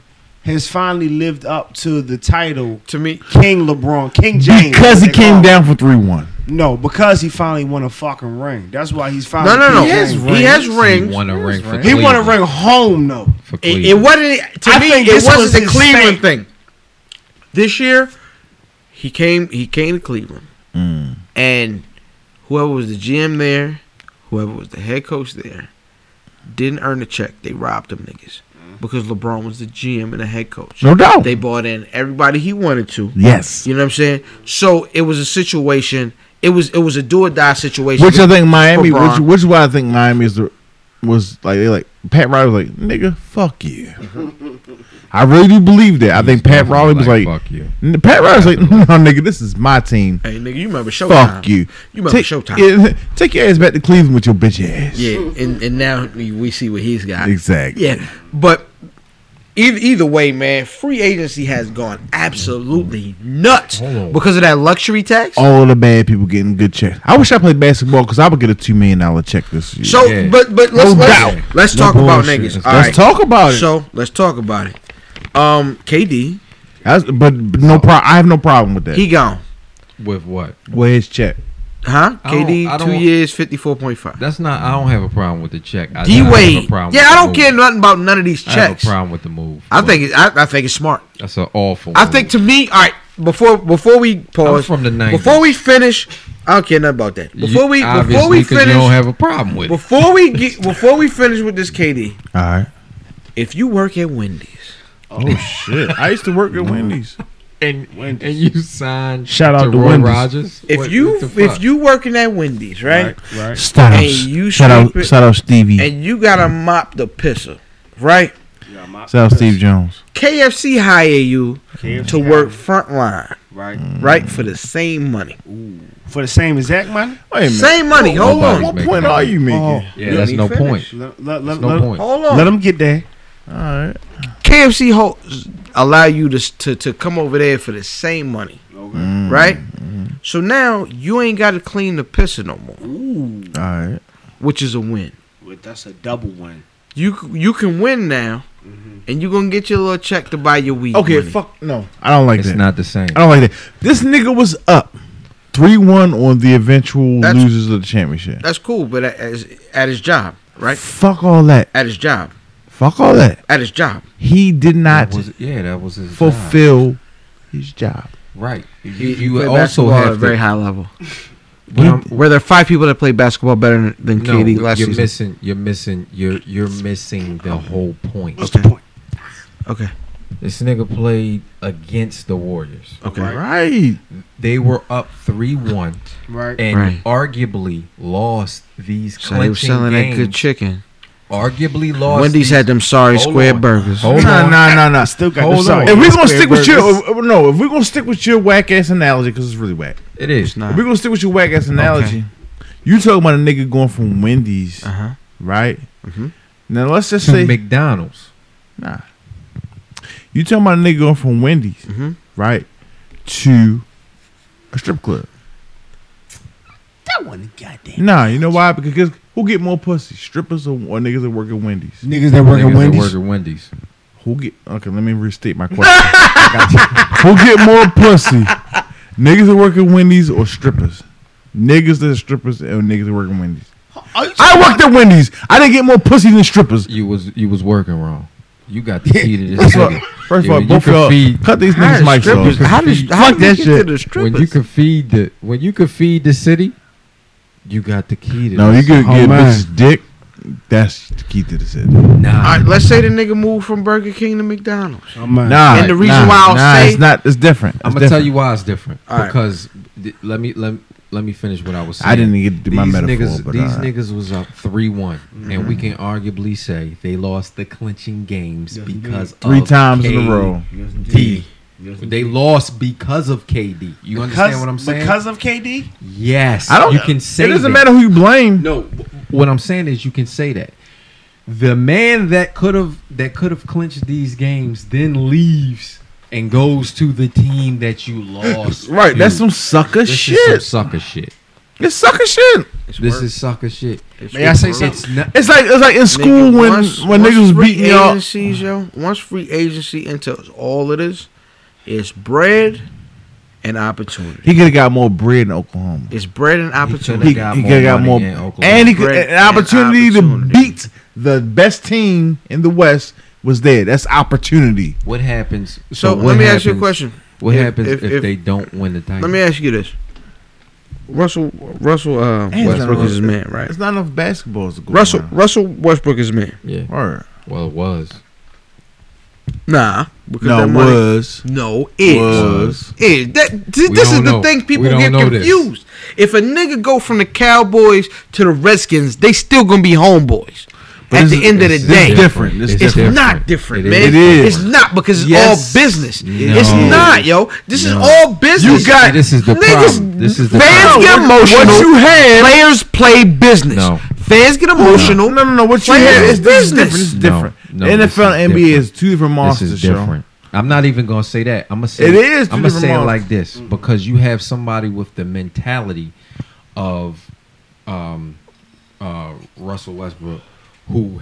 Speaker 4: has finally lived up to the title
Speaker 1: To me,
Speaker 4: King LeBron, King James.
Speaker 3: because he
Speaker 4: they call
Speaker 3: came
Speaker 4: him.
Speaker 3: down for three one.
Speaker 4: No, because he finally won a fucking ring. That's why he's finally.
Speaker 1: no, no, no.
Speaker 4: King
Speaker 1: He has
Speaker 4: James.
Speaker 1: rings. He,
Speaker 5: He won a ring for
Speaker 4: He won a
Speaker 5: Cleveland.
Speaker 4: ring home though.
Speaker 5: For
Speaker 1: It,
Speaker 5: Cleveland.
Speaker 1: it wasn't to
Speaker 4: I
Speaker 1: me.
Speaker 4: think
Speaker 1: It
Speaker 4: this
Speaker 1: wasn't
Speaker 4: was
Speaker 1: the
Speaker 4: his
Speaker 1: Cleveland
Speaker 4: thing.
Speaker 1: thing. This year, he came. He came to Cleveland, Mm. and whoever was the GM there, whoever was the head coach there, didn't earn a check. They robbed them niggas because LeBron was the GM and the head coach.
Speaker 3: No doubt.
Speaker 1: They bought in everybody he wanted to.
Speaker 3: yes.
Speaker 1: You know what I'm saying? So it was a situation. It was it was a do or die situation.
Speaker 3: Which I think Miami,
Speaker 1: LeBron.
Speaker 3: which, which is why I think Miami is the was like they like Pat Riley was like nigga, fuck you. I really do believe that. I think Pat Riley was like,
Speaker 5: "Fuck you."
Speaker 3: N- Pat Riley was like, no nigga, this is my team.
Speaker 1: hey nigga, you remember Showtime?
Speaker 3: Fuck you.
Speaker 1: You remember
Speaker 3: Take,
Speaker 1: Showtime?
Speaker 3: yeah, take your ass back to Cleveland with your bitch ass.
Speaker 1: Yeah, and, and now we we see what he's got.
Speaker 3: Exactly.
Speaker 1: Yeah, but either, either way, man, free agency has gone absolutely nuts
Speaker 5: Hold on. Oh,
Speaker 1: because of that luxury tax.
Speaker 3: All the bad people getting good checks. I wish I played basketball because I would get a two million dollar check this year.
Speaker 1: So,
Speaker 5: Yeah.
Speaker 1: but but let's
Speaker 3: No doubt.
Speaker 1: let's, let's
Speaker 3: No
Speaker 1: talk about
Speaker 3: bullshit.
Speaker 1: niggas.
Speaker 3: Let's
Speaker 1: All right.
Speaker 3: talk about it.
Speaker 1: So let's talk about it. Um, KD,
Speaker 3: That's- but, but no problem. I have no problem with that.
Speaker 1: he gone,
Speaker 5: With what?
Speaker 3: Where's check?
Speaker 1: huh?
Speaker 5: I don't- I
Speaker 1: KD, two
Speaker 5: don't-
Speaker 1: years, fifty four point five.
Speaker 5: That's not. I don't have a problem with the check. I,
Speaker 1: D
Speaker 5: I have a
Speaker 1: Wade,
Speaker 5: problem with
Speaker 1: yeah,
Speaker 5: the
Speaker 1: I don't
Speaker 5: move.
Speaker 1: care nothing about none of these
Speaker 5: I have
Speaker 1: checks.
Speaker 5: a problem with the move.
Speaker 1: I think it, I, I think it's smart.
Speaker 5: that's an awful.
Speaker 1: I
Speaker 5: move.
Speaker 1: think to me, all right. Before before we pause,
Speaker 5: from the 90s.
Speaker 1: before we finish, I don't care nothing about that.
Speaker 5: You-
Speaker 1: Before we before
Speaker 5: obviously,
Speaker 1: we
Speaker 5: 'cause you don't
Speaker 1: finish,
Speaker 5: have a problem with. it.
Speaker 1: before we get before we finish with this, KD.
Speaker 3: All right.
Speaker 1: If you work at Wendy's,
Speaker 3: Oh shit! I used to work at Wendy's.
Speaker 5: and and you signed
Speaker 4: Shout out
Speaker 5: to
Speaker 4: to
Speaker 5: Roy
Speaker 4: Wendy's.
Speaker 5: Rogers.
Speaker 1: if
Speaker 5: What-
Speaker 1: you
Speaker 5: what the
Speaker 1: if
Speaker 5: fuck?
Speaker 1: you working at Wendy's, right,
Speaker 4: Right.
Speaker 3: Shout out,
Speaker 1: And you
Speaker 3: shout out,
Speaker 1: stupid-
Speaker 3: shout out Stevie,
Speaker 1: and you gotta mop the pisser, right?
Speaker 3: shout out Steve Jones.
Speaker 1: KFC hire you
Speaker 4: KFC
Speaker 1: to
Speaker 4: hire
Speaker 1: work
Speaker 4: me.
Speaker 1: frontline,
Speaker 4: Right.
Speaker 1: right, for the same money,
Speaker 4: For the same exact money.
Speaker 3: Wait a
Speaker 1: same money. Hold
Speaker 5: Nobody's
Speaker 1: on,
Speaker 5: making
Speaker 3: What point
Speaker 5: that
Speaker 3: are
Speaker 5: money.
Speaker 3: you making?
Speaker 4: Oh.
Speaker 5: Yeah, that's
Speaker 1: Let
Speaker 5: no
Speaker 1: me
Speaker 5: point.
Speaker 1: finish.
Speaker 4: Let, let, let,
Speaker 5: That's no
Speaker 4: let,
Speaker 5: point.
Speaker 1: hold on.
Speaker 4: let him get there.
Speaker 3: All right.
Speaker 1: KFC ho- allow you to, to to come over there for the same money,
Speaker 5: Mm-hmm.
Speaker 1: right? So now you ain't got to clean the pisser no more,
Speaker 4: Ooh,
Speaker 3: All right.
Speaker 1: which is a win.
Speaker 4: well, that's a double win.
Speaker 1: You c- you can win now, and you gonna get your little check to buy your weed.
Speaker 3: Mm-hmm. Okay.
Speaker 1: money.
Speaker 3: Fuck no. I don't like
Speaker 5: it's
Speaker 3: that. Oh,
Speaker 5: not the same.
Speaker 3: I don't like that. This nigga was up three one on the eventual
Speaker 1: That's-
Speaker 3: losers of the championship.
Speaker 1: That's cool, but at, at his- at his job, right?
Speaker 3: Fuck all that.
Speaker 1: At his job,
Speaker 3: Fuck all that.
Speaker 1: at his job.
Speaker 3: He did
Speaker 5: That
Speaker 3: not
Speaker 5: was, yeah, that was his job.
Speaker 3: fulfill his job.
Speaker 5: Right. You,
Speaker 1: He- he
Speaker 5: you
Speaker 1: played
Speaker 5: also
Speaker 1: basketball at a
Speaker 5: have
Speaker 1: very
Speaker 5: to.
Speaker 1: high level.
Speaker 5: But I'm-
Speaker 1: Were there five people that played basketball better than- than
Speaker 5: no,
Speaker 1: KD last
Speaker 5: you're
Speaker 1: season?
Speaker 5: missing. You're missing. You're you're missing the whole point.
Speaker 1: Okay. Okay.
Speaker 5: This nigga played against the Warriors.
Speaker 1: Okay.
Speaker 3: Right.
Speaker 5: They were up three one
Speaker 4: Right.
Speaker 5: and
Speaker 1: Right.
Speaker 5: arguably lost these
Speaker 1: So they were
Speaker 5: clinching
Speaker 1: selling that
Speaker 5: games
Speaker 1: good chicken.
Speaker 5: arguably lost.
Speaker 1: Wendy's
Speaker 5: the-
Speaker 1: had them sorry
Speaker 5: Hold
Speaker 1: square
Speaker 5: on.
Speaker 1: burgers.
Speaker 5: Hold
Speaker 3: Nah,
Speaker 5: on.
Speaker 3: nah, nah, nah.
Speaker 4: Still got the
Speaker 5: Hold on.
Speaker 4: salt.
Speaker 3: If we're gonna
Speaker 4: Square
Speaker 3: stick with
Speaker 4: burgers.
Speaker 3: your uh, no, if we're gonna stick with your whack ass analogy, because it's really whack.
Speaker 5: It is.
Speaker 1: It's not.
Speaker 3: If we're gonna stick with your whack ass analogy, you talking about a nigga going from Wendy's,
Speaker 1: Uh
Speaker 5: Uh-huh.
Speaker 1: huh.
Speaker 3: right?
Speaker 5: Mm-hmm.
Speaker 1: Mhm.
Speaker 3: Now let's just
Speaker 5: To
Speaker 3: say
Speaker 5: McDonald's.
Speaker 3: Nah. You talking about a nigga going from Wendy's,
Speaker 1: Mm-hmm.
Speaker 3: right, to a strip club?
Speaker 4: That one, goddamn.
Speaker 3: Nah, you know why? Because guess- who get more pussy, strippers or, or niggas that work at Wendy's?
Speaker 4: Niggas that work
Speaker 5: Niggas
Speaker 4: at
Speaker 5: that
Speaker 4: Wendy's.
Speaker 5: Work at Wendy's.
Speaker 3: Who get? Okay, let me restate my question. who get more pussy, niggas that work at Wendy's or strippers? Niggas that are strippers or niggas that work at Wendy's.
Speaker 4: Are you-
Speaker 3: I worked at Wendy's. I didn't get more pussy than strippers.
Speaker 5: You was you was working wrong. You got the key to this
Speaker 3: First of
Speaker 5: nigga.
Speaker 3: all- first of all,
Speaker 5: You
Speaker 3: both
Speaker 5: could
Speaker 3: of y'all
Speaker 5: feed-
Speaker 3: cut these niggas' mics
Speaker 1: strippers,
Speaker 3: off.
Speaker 1: how did how
Speaker 3: Fuck
Speaker 1: did
Speaker 3: that
Speaker 1: we get to
Speaker 3: shit.
Speaker 1: the
Speaker 5: When you
Speaker 1: strippers?
Speaker 5: could feed the when you could feed the city, you got the key to
Speaker 3: No, you
Speaker 5: this.
Speaker 3: could
Speaker 4: Oh,
Speaker 3: get
Speaker 4: man.
Speaker 3: bitches dick. That's the key to
Speaker 5: Oh,
Speaker 3: this.
Speaker 1: All
Speaker 5: Nah.
Speaker 1: right, let's say the nigga moved from Burger King to McDonald's.
Speaker 4: Oh, man.
Speaker 3: Nah,
Speaker 1: And the reason
Speaker 3: nah,
Speaker 1: why I'll
Speaker 3: nah,
Speaker 1: say-
Speaker 3: it's not. It's different.
Speaker 5: I'm
Speaker 3: It's
Speaker 5: gonna tell
Speaker 3: different.
Speaker 5: you why it's different.
Speaker 1: All right.
Speaker 5: Because th- let me let me, let me finish what I was saying.
Speaker 3: I didn't get to do
Speaker 5: these
Speaker 3: my metaphor,
Speaker 5: niggas,
Speaker 3: but uh,
Speaker 5: these
Speaker 3: all right.
Speaker 5: niggas was up three one, and
Speaker 4: Mm-hmm.
Speaker 5: we can arguably say they lost the clinching games
Speaker 4: Yes,
Speaker 5: because
Speaker 3: three
Speaker 5: of
Speaker 3: times in
Speaker 5: KD.
Speaker 3: a row.
Speaker 4: Yes,
Speaker 5: D.
Speaker 4: indeed. Yes,
Speaker 5: They
Speaker 4: indeed.
Speaker 5: lost because of KD. You understand what I'm saying?
Speaker 4: Because of KD?
Speaker 5: yes,
Speaker 3: I don't.
Speaker 5: You can say
Speaker 3: it doesn't
Speaker 5: that.
Speaker 3: matter who you blame.
Speaker 5: No, wh- what I'm saying is you can say that. The man that could have that could have clinched these games then leaves and goes to the team that you lost.
Speaker 3: Right,
Speaker 5: to.
Speaker 3: that's some sucker
Speaker 5: This is
Speaker 3: shit.
Speaker 5: some sucker shit.
Speaker 3: it's sucker shit.
Speaker 5: This
Speaker 1: work.
Speaker 5: is sucker shit.
Speaker 1: It's
Speaker 4: May I say
Speaker 1: work.
Speaker 4: something?
Speaker 5: It's not.
Speaker 3: It's like it's like in school
Speaker 1: Nigga,
Speaker 3: when
Speaker 1: once-
Speaker 3: when
Speaker 1: once
Speaker 3: niggas was
Speaker 1: free
Speaker 3: beating y'all.
Speaker 1: agencies, yo. Once free agency enters, all it is is bread and opportunity.
Speaker 3: He could have got more bread in Oklahoma.
Speaker 1: It's bread and opportunity.
Speaker 3: He,
Speaker 5: They got
Speaker 3: he
Speaker 5: more
Speaker 3: could have got
Speaker 5: money
Speaker 3: more,
Speaker 5: in Oklahoma.
Speaker 3: and he could,
Speaker 1: Bread
Speaker 3: an opportunity,
Speaker 1: and opportunity.
Speaker 3: to beat the best team in the West was there. That's opportunity.
Speaker 5: What happens?
Speaker 1: So
Speaker 5: what
Speaker 1: let me ask you a
Speaker 5: happens-
Speaker 1: question.
Speaker 5: What
Speaker 1: If-
Speaker 5: happens
Speaker 1: if-
Speaker 5: if,
Speaker 1: if-
Speaker 5: they don't win the title?
Speaker 1: Let me ask you this. Russell Russell uh,
Speaker 3: Man,
Speaker 1: Westbrook
Speaker 3: it's
Speaker 1: is his
Speaker 3: not-
Speaker 1: man, right?
Speaker 3: It's not enough basketballs to go
Speaker 1: Russell
Speaker 3: around.
Speaker 1: Russell Westbrook is his man.
Speaker 5: yeah.
Speaker 3: Word.
Speaker 5: Well, it was.
Speaker 1: Nah, because
Speaker 3: No,
Speaker 1: that money.
Speaker 3: was
Speaker 1: No, is.
Speaker 3: was
Speaker 1: Is that th-
Speaker 5: We
Speaker 1: this is
Speaker 5: don't
Speaker 1: the
Speaker 5: know.
Speaker 1: thing people
Speaker 5: We don't
Speaker 1: get
Speaker 5: know this.
Speaker 1: confused. If a nigga go from the Cowboys to the Redskins, they still gonna be homeboys. At
Speaker 3: it's-
Speaker 1: the end of the
Speaker 3: it's
Speaker 1: day,
Speaker 3: different. It's
Speaker 1: it's not different,
Speaker 5: It
Speaker 1: man.
Speaker 5: is
Speaker 3: It is.
Speaker 1: It's not because it's
Speaker 3: Yes.
Speaker 1: all business.
Speaker 5: No.
Speaker 1: It's not, yo. This
Speaker 5: No.
Speaker 1: is all business.
Speaker 3: You got-
Speaker 5: This is the
Speaker 1: Niggas-
Speaker 5: problem. This is the
Speaker 1: fans
Speaker 5: problem.
Speaker 1: get emotional.
Speaker 3: What you have
Speaker 1: Players play business.
Speaker 5: No.
Speaker 1: Fans get emotional.
Speaker 3: No, no, no. What you
Speaker 1: Playing
Speaker 3: have
Speaker 1: is
Speaker 3: is this is
Speaker 1: business.
Speaker 3: different. This is
Speaker 5: No,
Speaker 3: different.
Speaker 5: no,
Speaker 3: The
Speaker 5: this
Speaker 3: NFL
Speaker 5: is
Speaker 3: and NBA
Speaker 5: different.
Speaker 3: is two different
Speaker 5: This
Speaker 3: monsters.
Speaker 5: is
Speaker 3: yo.
Speaker 5: different. I'm not even gonna say that. I'm gonna say
Speaker 3: It is two
Speaker 5: I'm gonna
Speaker 3: different
Speaker 5: say it
Speaker 3: models.
Speaker 5: like this because you have somebody with the mentality of um, uh, Russell Westbrook, who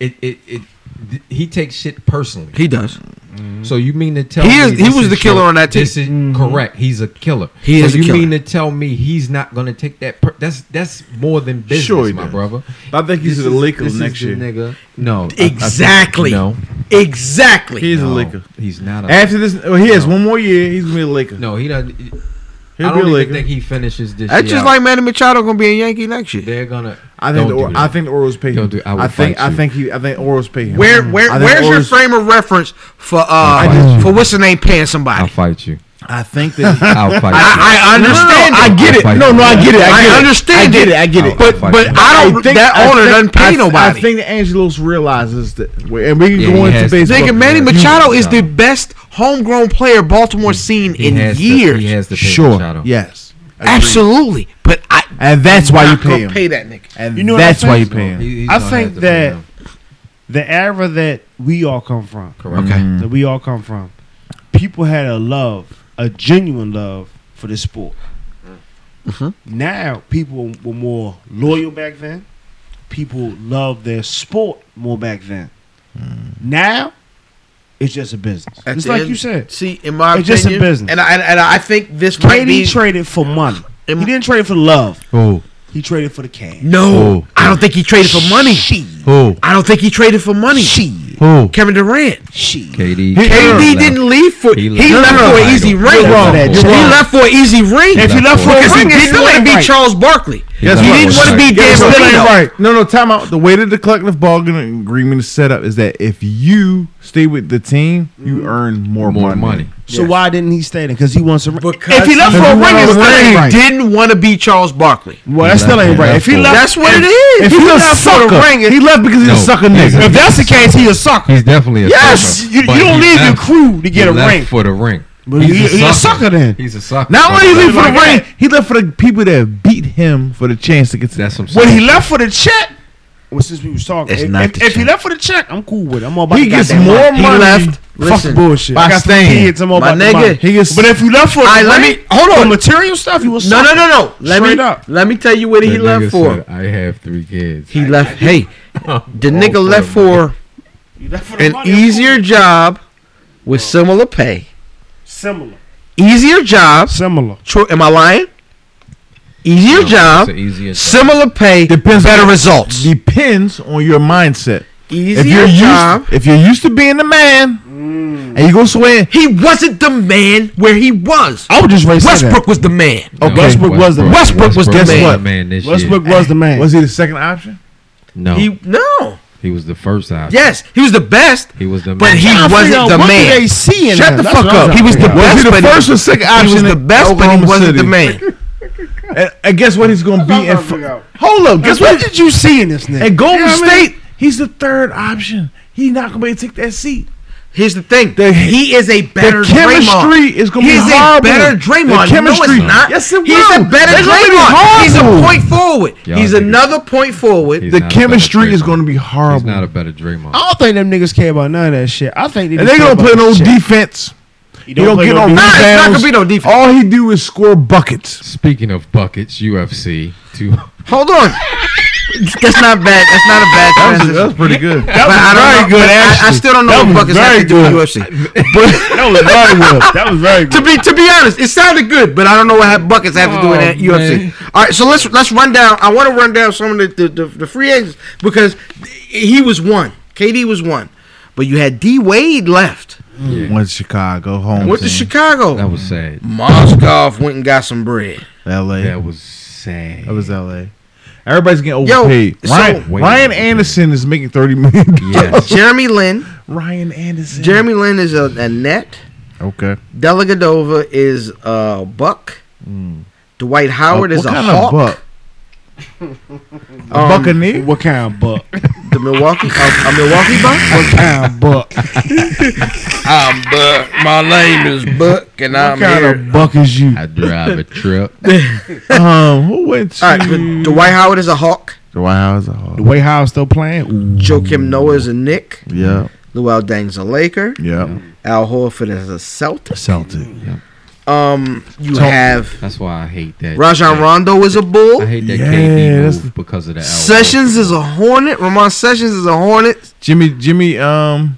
Speaker 5: it it, it th- he takes shit personally.
Speaker 1: He does.
Speaker 5: So you mean to tell
Speaker 1: He
Speaker 5: me
Speaker 1: is- he
Speaker 5: this
Speaker 1: was the killer
Speaker 5: your-
Speaker 1: on that team. Mm-hmm.
Speaker 5: This is correct. He's a killer.
Speaker 1: He
Speaker 5: so
Speaker 1: is a
Speaker 5: you
Speaker 1: killer.
Speaker 5: mean to tell me he's not going to take that? Per- that's that's more than business,
Speaker 3: Sure he
Speaker 5: my
Speaker 3: does.
Speaker 5: brother.
Speaker 3: I think he's
Speaker 5: This
Speaker 3: the
Speaker 5: is-
Speaker 3: Lakers
Speaker 5: this
Speaker 3: next
Speaker 5: is the
Speaker 3: year.
Speaker 5: Nigga. No, I- I think-
Speaker 1: Exactly.
Speaker 5: no,
Speaker 1: Exactly.
Speaker 3: He's a
Speaker 5: no,
Speaker 3: Laker.
Speaker 5: He's not a.
Speaker 3: After this, well, he has
Speaker 5: No.
Speaker 3: one more year. He's gonna be a Laker.
Speaker 5: no, he doesn't.
Speaker 3: He'll
Speaker 5: I
Speaker 3: be
Speaker 5: don't
Speaker 3: a
Speaker 5: even
Speaker 3: Laker.
Speaker 5: think he finishes this.
Speaker 1: That's
Speaker 5: year
Speaker 1: just
Speaker 5: out.
Speaker 1: like Manny Machado gonna be a Yankee next year.
Speaker 5: they're gonna.
Speaker 3: I think. The,
Speaker 5: don't do
Speaker 3: Or-
Speaker 5: that.
Speaker 3: I think the Orioles pay him.
Speaker 5: Don't do it. I would
Speaker 3: think.
Speaker 5: fight
Speaker 3: I
Speaker 5: you.
Speaker 3: think he. I think Orioles pay him.
Speaker 1: Where, where,
Speaker 3: I think
Speaker 1: where's your
Speaker 3: Orioles-
Speaker 1: frame of reference for
Speaker 5: I
Speaker 1: uh
Speaker 5: do.
Speaker 1: for what's the name paying somebody?
Speaker 5: I'll fight you.
Speaker 3: I think that.
Speaker 5: I'll fight you.
Speaker 1: I, I understand.
Speaker 3: I
Speaker 1: it.
Speaker 3: get it.
Speaker 5: I'll fight
Speaker 3: No,
Speaker 5: you.
Speaker 3: no, I get it. I,
Speaker 1: I
Speaker 3: get
Speaker 1: understand
Speaker 3: it. I get
Speaker 1: it.
Speaker 3: it. I get it.
Speaker 5: I'll
Speaker 3: But
Speaker 5: fight you.
Speaker 1: But I don't. that
Speaker 3: I
Speaker 1: owner
Speaker 3: think-
Speaker 1: doesn't pay
Speaker 3: I,
Speaker 1: nobody.
Speaker 3: I think that Angelos realizes that, and we can
Speaker 5: Yeah,
Speaker 3: go
Speaker 5: he
Speaker 3: into
Speaker 5: has to.
Speaker 3: baseball.
Speaker 1: Nigga, Manny
Speaker 5: Yeah.
Speaker 1: Machado is the
Speaker 5: Yeah.
Speaker 1: best homegrown player Baltimore seen
Speaker 5: He
Speaker 1: in
Speaker 5: has to-
Speaker 1: years.
Speaker 5: he has to pay
Speaker 3: Sure.
Speaker 5: Machado.
Speaker 3: Yes.
Speaker 1: Absolutely, but I.
Speaker 3: And that's why you
Speaker 1: not gonna
Speaker 3: pay him.
Speaker 1: pay that nigga.
Speaker 3: And
Speaker 4: You know what
Speaker 3: that's
Speaker 4: I
Speaker 3: why you
Speaker 4: think?
Speaker 3: pay him.
Speaker 5: He- he's
Speaker 4: I
Speaker 5: gonna
Speaker 4: think
Speaker 5: have to play
Speaker 4: that-
Speaker 5: now.
Speaker 4: The era that we all come from,
Speaker 5: Correct.
Speaker 4: that we all come from, people had a love, a genuine love for the sport.
Speaker 5: Mm-hmm.
Speaker 1: Mhm.
Speaker 4: Now people were more loyal back then. People loved their sport more back then.
Speaker 5: Mm.
Speaker 4: Now it's just a business.
Speaker 1: At
Speaker 4: it's
Speaker 1: the
Speaker 4: like
Speaker 1: end-
Speaker 4: you said.
Speaker 1: See, in my
Speaker 4: It's
Speaker 1: opinion,
Speaker 4: just a business.
Speaker 1: and I, and, and I think this might
Speaker 4: Brady
Speaker 1: be
Speaker 4: traded for money.
Speaker 1: Am-
Speaker 4: he didn't trade for love.
Speaker 3: Oh,
Speaker 4: He traded for the cash.
Speaker 1: no.
Speaker 3: Oh.
Speaker 1: I don't think he traded for money.
Speaker 4: She.
Speaker 3: oh,
Speaker 1: I don't think he traded for money.
Speaker 4: She.
Speaker 3: oh.
Speaker 1: Kevin Durant.
Speaker 4: She.
Speaker 5: KD.
Speaker 3: He-
Speaker 1: KD
Speaker 5: left.
Speaker 1: didn't leave for he
Speaker 5: He
Speaker 1: left,
Speaker 5: left. No, no,
Speaker 1: for
Speaker 5: no,
Speaker 1: an easy
Speaker 5: you're
Speaker 1: ring.
Speaker 4: wrong.
Speaker 1: He
Speaker 4: You're wrong.
Speaker 1: left for an easy ring.
Speaker 4: If you left
Speaker 5: left
Speaker 4: for
Speaker 5: for
Speaker 4: a
Speaker 1: Because he
Speaker 4: ring, it's
Speaker 1: didn't
Speaker 4: still
Speaker 1: want to
Speaker 4: ain't
Speaker 1: be
Speaker 4: right.
Speaker 1: Charles Barkley.
Speaker 3: Guess what?
Speaker 5: not gonna
Speaker 1: didn't wanna
Speaker 5: start.
Speaker 1: be
Speaker 3: Guess
Speaker 1: Dan
Speaker 3: what?
Speaker 1: Filino.
Speaker 3: Right. No, no, time out. The way that the collective bargaining agreement is set up is that if you stay with the team, you earn more,
Speaker 5: more
Speaker 3: money.
Speaker 5: money.
Speaker 4: So why didn't he stay there? Because he wants some.
Speaker 1: If he left for a ring, it's
Speaker 3: Right.
Speaker 1: because he didn't want to be Charles Barkley.
Speaker 4: well, that still ain't right. If he left,
Speaker 1: That's what it is.
Speaker 3: If
Speaker 1: He
Speaker 3: he's a
Speaker 1: left for
Speaker 3: sucker,
Speaker 1: the ring.
Speaker 3: he left because he's
Speaker 5: No,
Speaker 3: a sucker
Speaker 5: he's
Speaker 3: nigga.
Speaker 5: a-
Speaker 4: if that's the case, he a sucker.
Speaker 5: He's definitely a
Speaker 4: Yes,
Speaker 5: sucker,
Speaker 4: you, you
Speaker 5: but
Speaker 4: don't
Speaker 5: he
Speaker 4: leave your
Speaker 5: left-
Speaker 4: crew to get
Speaker 5: he
Speaker 4: a
Speaker 5: left
Speaker 4: ring.
Speaker 5: for the ring.
Speaker 4: But he- he's a sucker then.
Speaker 5: He's a sucker.
Speaker 3: Not only did he leave for
Speaker 4: Like
Speaker 3: the
Speaker 4: that.
Speaker 3: ring, he left for the people that beat him for the chance to get to
Speaker 5: That's what I'm
Speaker 4: When
Speaker 5: saying.
Speaker 4: he left for the check, well, since we was talking,
Speaker 1: It's
Speaker 4: if,
Speaker 1: not
Speaker 4: if-
Speaker 1: the
Speaker 4: if he
Speaker 1: check.
Speaker 4: left for the check, I'm cool with it. I'm all about
Speaker 3: He
Speaker 4: the
Speaker 3: gets
Speaker 4: goddamn
Speaker 3: more
Speaker 4: money.
Speaker 3: money.
Speaker 1: He left.
Speaker 4: Fuck
Speaker 1: Listen,
Speaker 4: bullshit.
Speaker 3: by
Speaker 4: I got some
Speaker 3: staying.
Speaker 4: kids. I'm all
Speaker 1: My
Speaker 4: about the
Speaker 1: nigga,
Speaker 4: money.
Speaker 3: He gets
Speaker 4: But if you left for the
Speaker 1: Alright, let
Speaker 4: ring,
Speaker 1: me- hold on.
Speaker 4: for material stuff, you was
Speaker 1: No, no, no, no. Let
Speaker 4: Straight
Speaker 1: me
Speaker 4: up.
Speaker 1: let me tell you what he
Speaker 5: The
Speaker 1: left
Speaker 5: nigga
Speaker 1: for.
Speaker 5: said, I have three kids.
Speaker 1: he left. Hey, the nigga left for
Speaker 4: You left for the
Speaker 1: an
Speaker 4: money, I'm cool.
Speaker 1: easier job with similar pay.
Speaker 4: similar,
Speaker 1: Easier jobs.
Speaker 4: similar.
Speaker 1: Tro- am I lying? Easier job,
Speaker 5: Easier
Speaker 1: similar pay,
Speaker 3: Depends
Speaker 1: better
Speaker 3: on-
Speaker 1: results.
Speaker 3: depends on your mindset. If
Speaker 1: Easier
Speaker 3: you're
Speaker 1: job.
Speaker 3: used, if you're used to being the man, and you go swing,
Speaker 1: He wasn't the man where he was.
Speaker 3: Oh,
Speaker 4: I would just race
Speaker 1: Westbrook was the man.
Speaker 5: Okay.
Speaker 4: Westbrook was the-
Speaker 1: Westbrook was the man.
Speaker 5: man this
Speaker 4: Westbrook
Speaker 5: year.
Speaker 4: was the man.
Speaker 3: was he the second option?
Speaker 5: No, he,
Speaker 1: He no.
Speaker 5: was the first option.
Speaker 1: Yes, he was the best.
Speaker 5: he was the
Speaker 1: But
Speaker 5: man.
Speaker 1: he
Speaker 4: Trying to
Speaker 1: wasn't
Speaker 4: figure out
Speaker 1: the
Speaker 4: what
Speaker 1: man.
Speaker 4: Do they see in
Speaker 1: Shut
Speaker 4: him?
Speaker 1: the
Speaker 4: That's
Speaker 1: fuck
Speaker 4: what I'm
Speaker 1: up.
Speaker 4: trying
Speaker 1: He
Speaker 4: to
Speaker 1: was the
Speaker 4: figure out.
Speaker 1: best.
Speaker 3: Was he the
Speaker 1: but
Speaker 3: first or second option?
Speaker 1: He was the
Speaker 3: in
Speaker 1: best, but he
Speaker 3: Oklahoma
Speaker 1: wasn't
Speaker 3: City?
Speaker 1: the man.
Speaker 3: And, and guess what? He's gonna be in.
Speaker 4: I'm trying to figure out.
Speaker 3: Fr- Hold up. Guess
Speaker 4: Guess what
Speaker 3: what?
Speaker 4: did you see in this nigga?
Speaker 3: At Golden
Speaker 1: Yeah, I mean-
Speaker 3: State, he's the third option. He's not gonna be able to take that seat.
Speaker 1: Here's the thing.
Speaker 3: The-
Speaker 1: he is a better
Speaker 3: The chemistry
Speaker 1: Draymond.
Speaker 3: is gonna
Speaker 1: He's
Speaker 3: be
Speaker 1: a
Speaker 3: horrible.
Speaker 1: better Draymond.
Speaker 3: The chemistry,
Speaker 1: No, it's not.
Speaker 3: Yes, it
Speaker 1: He's
Speaker 3: will.
Speaker 1: a better
Speaker 3: They're gonna be
Speaker 1: Draymond. He's a
Speaker 3: horrible.
Speaker 1: point forward.
Speaker 5: Y'all
Speaker 1: He's
Speaker 5: niggas-
Speaker 1: another point forward.
Speaker 5: He's
Speaker 3: The
Speaker 5: not a better
Speaker 3: chemistry is
Speaker 5: Draymond.
Speaker 3: gonna be
Speaker 5: He's
Speaker 3: horrible.
Speaker 5: not a better Draymond.
Speaker 4: I don't think them niggas care about none of that shit. I think they
Speaker 3: and
Speaker 4: just
Speaker 3: they're
Speaker 4: care
Speaker 3: gonna
Speaker 4: about
Speaker 3: play no
Speaker 4: the shit.
Speaker 3: defense.
Speaker 4: He
Speaker 3: He don't get no
Speaker 4: no
Speaker 1: Nah, it's
Speaker 3: rebounds.
Speaker 1: not gonna be no defense.
Speaker 3: All he do is score buckets.
Speaker 5: Speaking of buckets, UFC two.
Speaker 1: Hold on. That's not bad. That's not a bad transition.
Speaker 3: pretty good.
Speaker 1: But I don't know,
Speaker 3: good,
Speaker 1: but I, I
Speaker 3: actually.
Speaker 1: still don't know what
Speaker 3: That was
Speaker 1: buckets have
Speaker 3: very
Speaker 1: to do with
Speaker 3: good.
Speaker 1: UFC.
Speaker 4: That was very good. That was very
Speaker 1: To be to be honest, it sounded good, but I don't know what have buckets have to do with
Speaker 5: Oh,
Speaker 1: that UFC.
Speaker 5: man.
Speaker 1: All right, so let's let's run down. I want to run down some of the the, the the free agents because he was one, KD was one, but you had D Wade left,
Speaker 5: yeah,
Speaker 3: Went to Chicago, home.
Speaker 1: went to
Speaker 3: team,
Speaker 5: that
Speaker 1: Chicago.
Speaker 5: was sad.
Speaker 1: Mozgov went and got some bread.
Speaker 3: LA.
Speaker 5: That was sad.
Speaker 3: That was LA. Everybody's getting
Speaker 1: Yo,
Speaker 3: overpaid.
Speaker 1: so-
Speaker 3: Ryan,
Speaker 5: Way
Speaker 3: Ryan
Speaker 5: overpaid.
Speaker 3: Anderson is making thirty million.
Speaker 5: yes.
Speaker 1: Jeremy Lin.
Speaker 3: Ryan Anderson.
Speaker 1: Jeremy Lin is a, a net.
Speaker 3: Okay.
Speaker 1: Delagadova is a buck. Dwight Howard
Speaker 3: Uh,
Speaker 1: is a hawk.
Speaker 3: buck? a Buccaneer.
Speaker 4: What kind of buck?
Speaker 1: The Milwaukee, a, a Milwaukee buck.
Speaker 4: What kind of buck?
Speaker 1: I'm Buck. My name is Buck, and I'm
Speaker 4: What kind
Speaker 1: here.
Speaker 4: of buck is you?
Speaker 5: I drive a truck.
Speaker 3: um, who went to?
Speaker 1: All right, but Dwight Howard is a Hawk.
Speaker 3: Dwight Howard's a hawk.
Speaker 4: The way Howard's still playing. Ooh.
Speaker 1: Joakim Noah is a Nick.
Speaker 3: Yeah,
Speaker 1: Luau Dang's a Laker.
Speaker 3: yeah.
Speaker 1: Al Horford is a Celtic.
Speaker 3: Celtic.
Speaker 1: Um, you
Speaker 3: Celtic.
Speaker 1: have
Speaker 5: That's why I hate that.
Speaker 1: Rajon
Speaker 5: that-
Speaker 1: Rondo is a
Speaker 5: I
Speaker 1: Bull.
Speaker 5: hate that
Speaker 3: Yeah,
Speaker 5: KD
Speaker 3: that's-
Speaker 5: move because of that.
Speaker 1: Sessions is a Hornet. Ramon Sessions is a Hornet.
Speaker 3: Jimmy, Jimmy, um,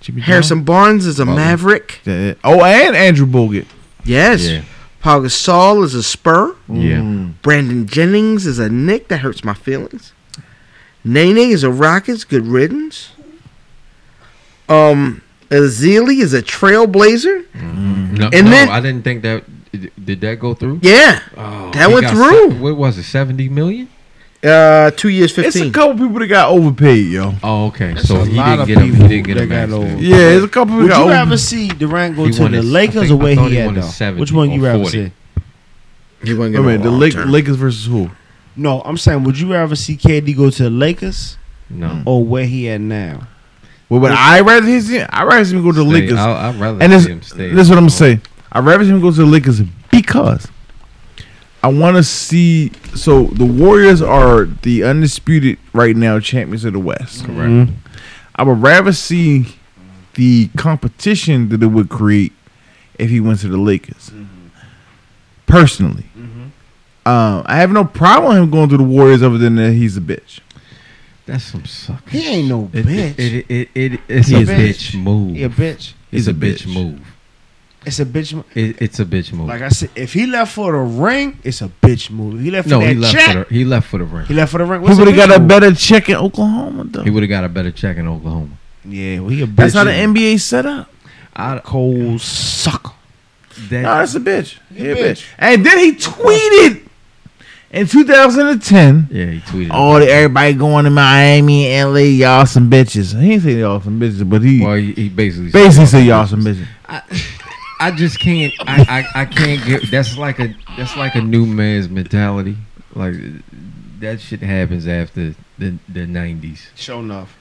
Speaker 3: Jimmy
Speaker 1: Harrison Barnes is a
Speaker 5: Butler.
Speaker 1: Maverick.
Speaker 3: Jones? Oh, and Andrew Bogut.
Speaker 1: Yes.
Speaker 5: Yeah.
Speaker 1: Paul Gasol is a Spur.
Speaker 3: Mm.
Speaker 5: Yeah.
Speaker 1: Brandon Jennings is a Nick. That hurts my feelings. Nene is a Rockets. Good riddance. Um, Azili is a Trailblazer.
Speaker 5: No,
Speaker 1: And
Speaker 5: no,
Speaker 1: then-
Speaker 5: I didn't think that. Did that go through?
Speaker 1: Yeah,
Speaker 5: Oh,
Speaker 1: That
Speaker 5: he
Speaker 1: went
Speaker 5: got
Speaker 1: through.
Speaker 5: se- what was it? Seventy million?
Speaker 1: uh, two years,
Speaker 3: It's a
Speaker 1: fifteen.
Speaker 3: couple people that got overpaid, yo.
Speaker 5: Oh, okay. so
Speaker 4: a
Speaker 5: he
Speaker 4: lot
Speaker 5: didn't
Speaker 4: of
Speaker 5: get a, he
Speaker 4: people
Speaker 5: didn't get a
Speaker 4: that
Speaker 5: max.
Speaker 4: got
Speaker 5: deal.
Speaker 4: old.
Speaker 3: Yeah, there's a couple people
Speaker 4: Would
Speaker 3: that
Speaker 4: you
Speaker 3: got
Speaker 4: rather
Speaker 3: overpaid.
Speaker 4: see Durant go
Speaker 5: He
Speaker 4: to
Speaker 5: wanted-
Speaker 4: the
Speaker 5: I
Speaker 4: Lakers
Speaker 5: think-
Speaker 4: or
Speaker 5: I
Speaker 4: where
Speaker 5: thought
Speaker 4: he,
Speaker 5: he
Speaker 4: at
Speaker 5: wanted
Speaker 4: though?
Speaker 5: 70
Speaker 4: Which one
Speaker 5: or
Speaker 4: you rather
Speaker 5: 40.
Speaker 4: see?
Speaker 1: He wasn't
Speaker 3: Wait a
Speaker 1: gonna
Speaker 3: minute,
Speaker 1: go
Speaker 3: the
Speaker 1: long
Speaker 3: Lake,
Speaker 1: term.
Speaker 3: Lakers versus who?
Speaker 4: No, I'm saying, would you rather see KD go to the Lakers
Speaker 5: No.
Speaker 4: or where he at now?
Speaker 3: Well, would I rather his? I rather him go to the
Speaker 5: Stay.
Speaker 3: Lakers.
Speaker 5: I, would rather
Speaker 3: And this,
Speaker 5: see him stay.
Speaker 3: this is what I'm gonna say. I rather him go to the Lakers because I want to see. So the Warriors are the undisputed right now champions of the West.
Speaker 5: Correct.
Speaker 3: I would rather see the competition that it would create if he went to the Lakers. Personally, um, I have no problem with him going to the Warriors other than that he's a bitch.
Speaker 5: That's some sucker.
Speaker 4: He ain't no
Speaker 5: It-
Speaker 4: bitch.
Speaker 5: It, it, it, it, it's
Speaker 3: He
Speaker 5: a
Speaker 3: is a
Speaker 5: bitch, move.
Speaker 4: He a bitch.
Speaker 5: It's
Speaker 3: He's
Speaker 5: a
Speaker 3: a
Speaker 5: bitch,
Speaker 3: bitch.
Speaker 5: move.
Speaker 4: It's a bitch. mo-
Speaker 5: It, it's a bitch move.
Speaker 4: Like I said, if he left for the ring, it's a bitch move. He left for
Speaker 5: no,
Speaker 4: that
Speaker 5: he left
Speaker 4: check.
Speaker 5: for the he left for the ring.
Speaker 4: he left for the ring.
Speaker 3: he
Speaker 4: What's
Speaker 3: would have got
Speaker 4: bitch
Speaker 3: a
Speaker 4: move?
Speaker 3: better check in Oklahoma though.
Speaker 5: He would have got a better check in Oklahoma.
Speaker 4: Yeah, well, he a bitch.
Speaker 3: That's how the
Speaker 4: move.
Speaker 3: NBA set up.
Speaker 5: I,
Speaker 4: cold sucker.
Speaker 5: that,
Speaker 3: No, that's a bitch. He a
Speaker 4: bitch.
Speaker 3: bitch. And then he tweeted. in 2010,
Speaker 5: Yeah, he tweeted.
Speaker 3: all the, everybody going to Miami and LA, y'all some bitches. He ain't say y'all some bitches, but he
Speaker 5: Well, he, he basically said-
Speaker 3: basically said y'all some bitches.
Speaker 5: I just can't. I, I I can't get. That's like a that's like a new man's mentality. Like that shit happens after the the nineties.
Speaker 4: Show enough.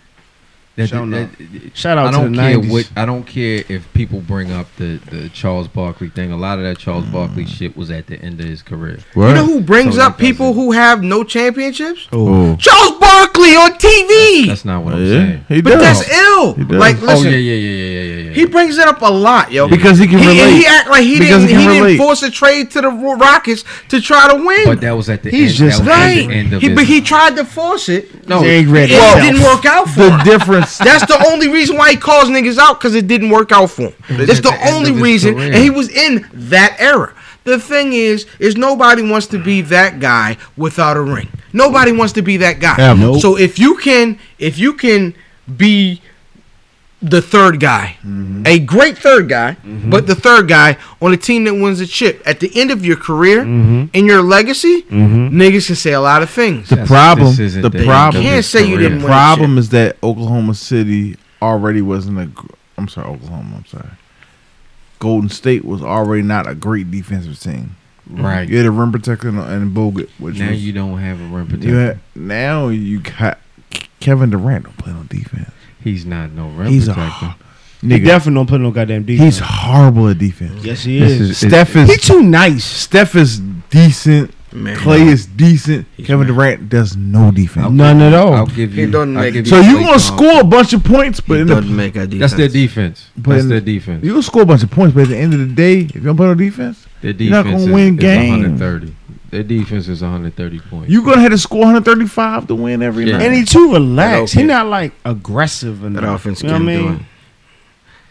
Speaker 5: That,
Speaker 4: Sure
Speaker 5: that-
Speaker 4: Shout
Speaker 5: I
Speaker 4: out to
Speaker 5: don't
Speaker 4: the
Speaker 5: care
Speaker 4: 90s.
Speaker 5: what. I don't care if people bring up the the Charles Barkley thing. A lot of that
Speaker 4: Mm.
Speaker 5: Charles Barkley shit was at the end of his career.
Speaker 1: You know who brings
Speaker 5: So
Speaker 1: up
Speaker 5: that
Speaker 1: people
Speaker 5: doesn't-
Speaker 1: who have no championships?
Speaker 3: Oh.
Speaker 1: Charles Barkley on TV.
Speaker 5: That's not what I'm
Speaker 3: Yeah,
Speaker 5: saying.
Speaker 3: he
Speaker 1: but
Speaker 3: does.
Speaker 1: that's ill.
Speaker 3: He does.
Speaker 1: Like, listen,
Speaker 5: oh yeah, yeah, yeah, yeah, yeah, yeah.
Speaker 1: he brings it up a lot, yo.
Speaker 3: because he can
Speaker 1: he,
Speaker 3: relate.
Speaker 1: he act like he
Speaker 3: Because
Speaker 1: didn't. He,
Speaker 3: he can relate.
Speaker 1: didn't force a trade to the Ro- Rockets to try to win.
Speaker 5: but that was at the
Speaker 3: He's
Speaker 5: end.
Speaker 3: just
Speaker 5: that was at
Speaker 1: right.
Speaker 5: the end of
Speaker 1: He-
Speaker 5: his.
Speaker 1: but he tried to force it.
Speaker 5: no,
Speaker 3: He ain't ready.
Speaker 1: It
Speaker 3: Well,
Speaker 1: didn't work out for
Speaker 3: the
Speaker 1: him.
Speaker 3: difference.
Speaker 1: That's the only reason why he calls niggas out because it didn't work out for him.
Speaker 5: was
Speaker 1: That's
Speaker 5: at
Speaker 1: the,
Speaker 5: the end
Speaker 1: only
Speaker 5: of his
Speaker 1: reason,
Speaker 5: career.
Speaker 1: and he was in that era. The thing is, is nobody wants to be that guy without a ring. Nobody wants to be that guy.
Speaker 3: Yeah, nope.
Speaker 1: So if you can, if you can be the third guy, a great third guy, but the third guy on a team that wins a chip at the end of your career and your legacy, niggas can say a lot of things.
Speaker 3: The
Speaker 5: That's-
Speaker 3: problem.
Speaker 5: this isn't
Speaker 3: The
Speaker 5: end
Speaker 3: problem.
Speaker 5: of
Speaker 1: You can't
Speaker 5: his
Speaker 1: say you
Speaker 5: career.
Speaker 1: didn't win.
Speaker 3: problem is that Oklahoma City already wasn't a. gr- I'm sorry, Oklahoma. I'm sorry. Golden State was already not a great defensive team.
Speaker 5: Right.
Speaker 3: You had a rim protector and, and Bogut, which
Speaker 5: Now
Speaker 3: was,
Speaker 5: you don't have a rim protector.
Speaker 3: you had, now you got Kevin Durant don't play on defense.
Speaker 5: He's not no rim
Speaker 3: He's a
Speaker 5: protector.
Speaker 4: He
Speaker 3: nigga.
Speaker 4: definitely don't put no goddamn defense.
Speaker 3: He's horrible at defense.
Speaker 4: yes, he
Speaker 5: This
Speaker 4: is.
Speaker 5: is-
Speaker 3: Steph
Speaker 4: He
Speaker 3: is
Speaker 4: too nice.
Speaker 3: Steph is decent.
Speaker 1: Man.
Speaker 3: Clay is decent. Kevin
Speaker 1: mad.
Speaker 3: Durant does no defense.
Speaker 4: None at all.
Speaker 5: I'll give you.
Speaker 1: It doesn't
Speaker 5: I'll
Speaker 1: make
Speaker 5: give
Speaker 1: a
Speaker 3: So
Speaker 5: you
Speaker 3: you
Speaker 5: Klay
Speaker 3: gonna
Speaker 5: Thompson.
Speaker 3: score a bunch of points, but
Speaker 1: It
Speaker 3: in the
Speaker 1: doesn't make a defense.
Speaker 5: That's their defense.
Speaker 3: But
Speaker 5: That's
Speaker 3: in-
Speaker 5: their defense.
Speaker 3: You gonna score a bunch of points, but at the end of the day, if you don't play no defense,
Speaker 5: Their
Speaker 3: You're not
Speaker 5: defense
Speaker 3: gonna
Speaker 5: is,
Speaker 3: win
Speaker 5: is
Speaker 3: games.
Speaker 5: 130. Their defense is 130 points.
Speaker 3: you gonna have to score 135 to win every
Speaker 5: Yeah.
Speaker 3: night.
Speaker 4: And he too relaxed.
Speaker 1: That
Speaker 4: He
Speaker 1: offense-
Speaker 4: not like aggressive enough.
Speaker 1: That offense
Speaker 4: you know
Speaker 1: can
Speaker 4: what I
Speaker 1: do
Speaker 4: mean?
Speaker 1: it.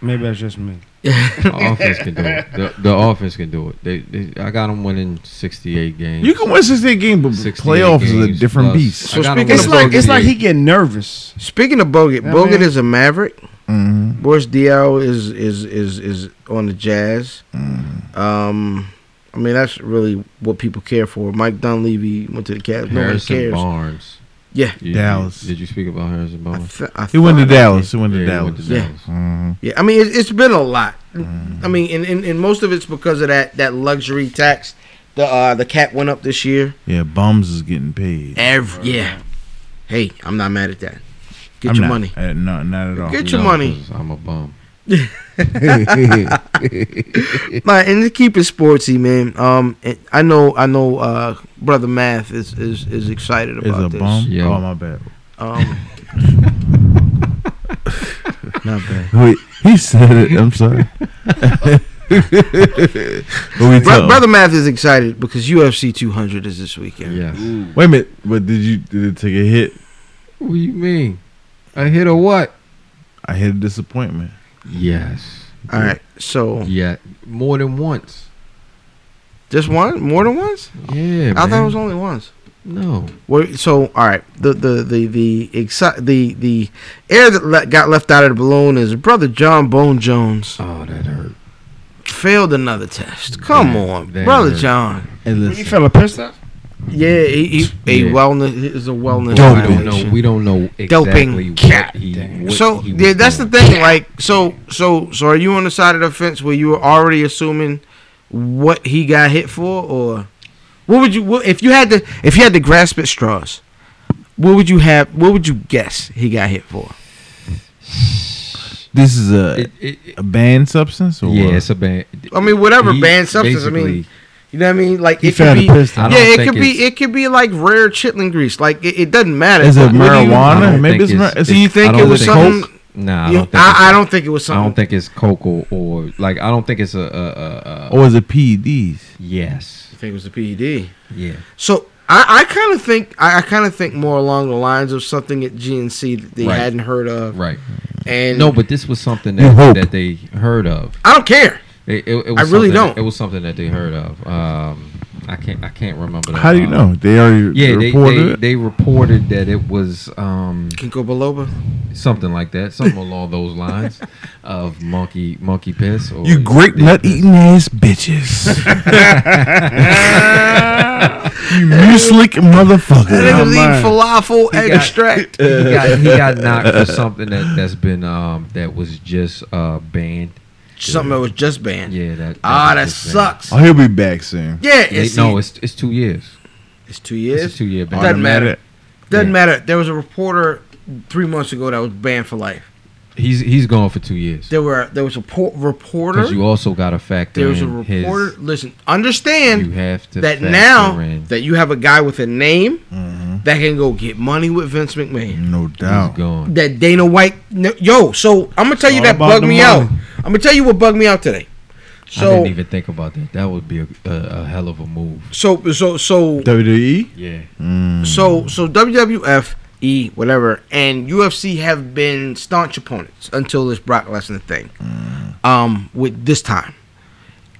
Speaker 4: Maybe that's just me.
Speaker 5: the offense can do it. The, the offense can do it. They, they, I got them winning 68 games.
Speaker 3: you can win 68 games, but
Speaker 5: 68
Speaker 3: playoffs is a
Speaker 5: games
Speaker 3: different
Speaker 5: plus-
Speaker 3: beast.
Speaker 5: I
Speaker 1: So
Speaker 5: got 'em
Speaker 1: speaking
Speaker 4: It's
Speaker 5: winning
Speaker 4: like it's like he
Speaker 5: 68.
Speaker 4: get nervous.
Speaker 1: Speaking of Bogut,
Speaker 4: Yeah,
Speaker 1: Bogut
Speaker 4: man.
Speaker 1: is a Maverick.
Speaker 3: Mhm.
Speaker 1: Boris Diaw is is is is on the Jazz.
Speaker 4: Mm-hmm.
Speaker 1: Um, I mean that's really what people care for. Mike Dunleavy went to the Cavs. No one
Speaker 5: Harrison
Speaker 1: cares.
Speaker 5: Barnes.
Speaker 1: Yeah.
Speaker 5: You- you-
Speaker 3: Dallas.
Speaker 5: Did you speak about Harrison
Speaker 1: I
Speaker 5: Barnes?
Speaker 1: th- I
Speaker 3: He went to
Speaker 1: thought I did.
Speaker 3: Dallas. He went to
Speaker 5: Yeah, he went
Speaker 3: Dallas.
Speaker 5: to
Speaker 1: Yeah.
Speaker 5: Dallas.
Speaker 3: Mhm.
Speaker 1: Yeah, I mean it, it's been a lot.
Speaker 4: Mm-hmm.
Speaker 1: I mean, and, and, and most of it's because of that that luxury tax. The uh, the cap went up this year.
Speaker 3: Yeah, bums is getting paid.
Speaker 1: Every yeah. Hey, I'm not mad at that. Get
Speaker 3: I'm
Speaker 1: your
Speaker 3: not-
Speaker 1: money.
Speaker 3: uh, no, not at all.
Speaker 1: Get your
Speaker 5: No,
Speaker 1: money.
Speaker 5: 'cause I'm a bum.
Speaker 1: Nah, and to keep it sportsy, man. Um, and I know, I know. Uh, brother Math is is is excited
Speaker 3: Is
Speaker 1: about
Speaker 3: a
Speaker 1: this.
Speaker 3: bum.
Speaker 5: Yeah.
Speaker 3: Oh my bad.
Speaker 1: Um, not bad.
Speaker 3: Wait, he said it. I'm sorry. Who we
Speaker 1: Bro-
Speaker 3: tell?
Speaker 1: brother Math is excited because UFC 200 is this weekend.
Speaker 5: Yes.
Speaker 3: Wait a minute. But did you did it take a hit?
Speaker 5: What do you mean? I hit a what?
Speaker 3: I hit a disappointment.
Speaker 5: Yes.
Speaker 1: All right. So
Speaker 5: Yeah. More than once.
Speaker 1: just one, more than once.
Speaker 5: Yeah.
Speaker 1: I thought
Speaker 5: man.
Speaker 1: it was only once.
Speaker 5: No.
Speaker 1: Wait, so all right, the the the the exci- the the air that le- got left out of the balloon is brother John Bone Jones
Speaker 5: Oh, that hurt.
Speaker 1: failed another test. Come
Speaker 5: That-
Speaker 1: on,
Speaker 5: that
Speaker 1: brother
Speaker 5: hurt.
Speaker 1: John.
Speaker 3: And
Speaker 4: You feel a pissed off?
Speaker 1: Yeah, he, he a
Speaker 5: Yeah.
Speaker 1: wellness is a wellness
Speaker 5: We
Speaker 1: violation.
Speaker 5: don't know. We don't know exactly
Speaker 1: Doping.
Speaker 5: what he. what
Speaker 1: so
Speaker 5: he
Speaker 1: yeah,
Speaker 5: was
Speaker 1: that's
Speaker 5: doing.
Speaker 1: the thing. Like, so so so, are you on the side of the fence where you were already assuming what he got hit for, or what would you what, if you had to if you had to grasp at straws? What would you have? What would you guess he got hit for?
Speaker 3: This is a
Speaker 5: It- it- it-
Speaker 3: a banned substance or
Speaker 5: yeah,
Speaker 3: what?
Speaker 5: it's a ban.
Speaker 1: I mean, whatever
Speaker 5: He
Speaker 1: banned substance, I mean,
Speaker 5: basically-
Speaker 1: You know what I mean? Like
Speaker 4: He
Speaker 1: it could
Speaker 4: found a
Speaker 1: be,
Speaker 4: pistol.
Speaker 5: I
Speaker 1: yeah,
Speaker 5: don't
Speaker 1: it
Speaker 5: think
Speaker 1: could be,
Speaker 5: it's-
Speaker 1: it could be like rare chitlin grease. Like it, it doesn't matter.
Speaker 3: Is it
Speaker 1: What do you-
Speaker 5: I
Speaker 3: marijuana?
Speaker 5: don't
Speaker 3: Maybe
Speaker 5: think
Speaker 3: it's, mar-
Speaker 5: it's-
Speaker 3: is
Speaker 1: Do you
Speaker 3: it-
Speaker 1: think
Speaker 5: I
Speaker 1: it
Speaker 5: don't
Speaker 1: was
Speaker 5: think
Speaker 1: something?
Speaker 5: Nah, I
Speaker 1: I,
Speaker 5: don't think. it's-
Speaker 1: I, don't think it was
Speaker 5: I
Speaker 1: something.
Speaker 5: don't think it's coke or, or like I don't think it's a, a,
Speaker 1: Oh.
Speaker 5: a, a
Speaker 3: or is it E PEDs?
Speaker 5: yes,
Speaker 1: I think it was a E PED.
Speaker 5: yeah.
Speaker 1: So I, I kind of think I, I kind of think more along the lines of something at GNC that they
Speaker 5: Right.
Speaker 1: hadn't heard of,
Speaker 5: Right.
Speaker 1: and
Speaker 5: No, but this was something
Speaker 3: You
Speaker 5: that,
Speaker 3: hope.
Speaker 5: that they heard of.
Speaker 1: I don't care.
Speaker 5: It, it, it was
Speaker 1: I really
Speaker 5: something-
Speaker 1: don't.
Speaker 5: It was something that they heard of. Um, I I can't. I can't remember. The,
Speaker 3: How do you
Speaker 5: uh,
Speaker 3: know? They already
Speaker 5: Yeah, they,
Speaker 3: reported
Speaker 5: they,
Speaker 3: it?
Speaker 5: they reported that it was um,
Speaker 1: Kinko Biloba.
Speaker 5: something like that, something along those lines of monkey monkey piss. Or
Speaker 3: you great
Speaker 5: dick
Speaker 3: nut
Speaker 5: piss.
Speaker 3: eating ass bitches. you mueslic motherfucker.
Speaker 1: Niggas
Speaker 4: mine.
Speaker 1: eat falafel
Speaker 5: He
Speaker 1: and
Speaker 5: got-
Speaker 1: extract.
Speaker 5: he got, he got knocked for something that, that's been um, that was just uh, banned.
Speaker 1: Something that was just banned.
Speaker 5: Yeah, that.
Speaker 1: Ah,
Speaker 5: was
Speaker 1: that
Speaker 5: just banned.
Speaker 1: sucks.
Speaker 3: Oh, he'll be back soon.
Speaker 1: Yeah,
Speaker 5: They,
Speaker 1: it's,
Speaker 5: no, it's it's two years.
Speaker 1: it's two
Speaker 5: It's
Speaker 1: years.
Speaker 5: a two year ban.
Speaker 1: Doesn't matter. Doesn't
Speaker 5: yeah.
Speaker 1: matter. There was a reporter three months ago that was banned for life.
Speaker 5: He's he's gone for two years.
Speaker 1: There were there was a por- reporter.
Speaker 5: Because you also got to factor
Speaker 1: There was a
Speaker 5: in his-
Speaker 1: reporter. Listen,
Speaker 5: you
Speaker 1: understand
Speaker 5: have to
Speaker 1: that
Speaker 5: factor
Speaker 1: now
Speaker 5: in
Speaker 1: that you have a guy with a name that can go get money with Vince McMahon.
Speaker 3: Mm-hmm. No
Speaker 5: he's
Speaker 3: doubt.
Speaker 5: gone.
Speaker 1: That Dana White. no- yo, so I'm gonna tell you
Speaker 4: all
Speaker 1: that
Speaker 4: about
Speaker 1: bugged
Speaker 4: the
Speaker 1: me
Speaker 4: money.
Speaker 1: out. I'm gonna tell you what bugged me out today.
Speaker 5: I
Speaker 1: So
Speaker 5: didn't even think about that. That would be a, a, a hell of a move.
Speaker 1: so so so
Speaker 3: WWE?
Speaker 5: Yeah.
Speaker 3: Mm-hmm.
Speaker 1: So so WWF E whatever and UFC have been staunch opponents until this Brock Lesnar thing,
Speaker 5: Mm.
Speaker 1: um, with this time,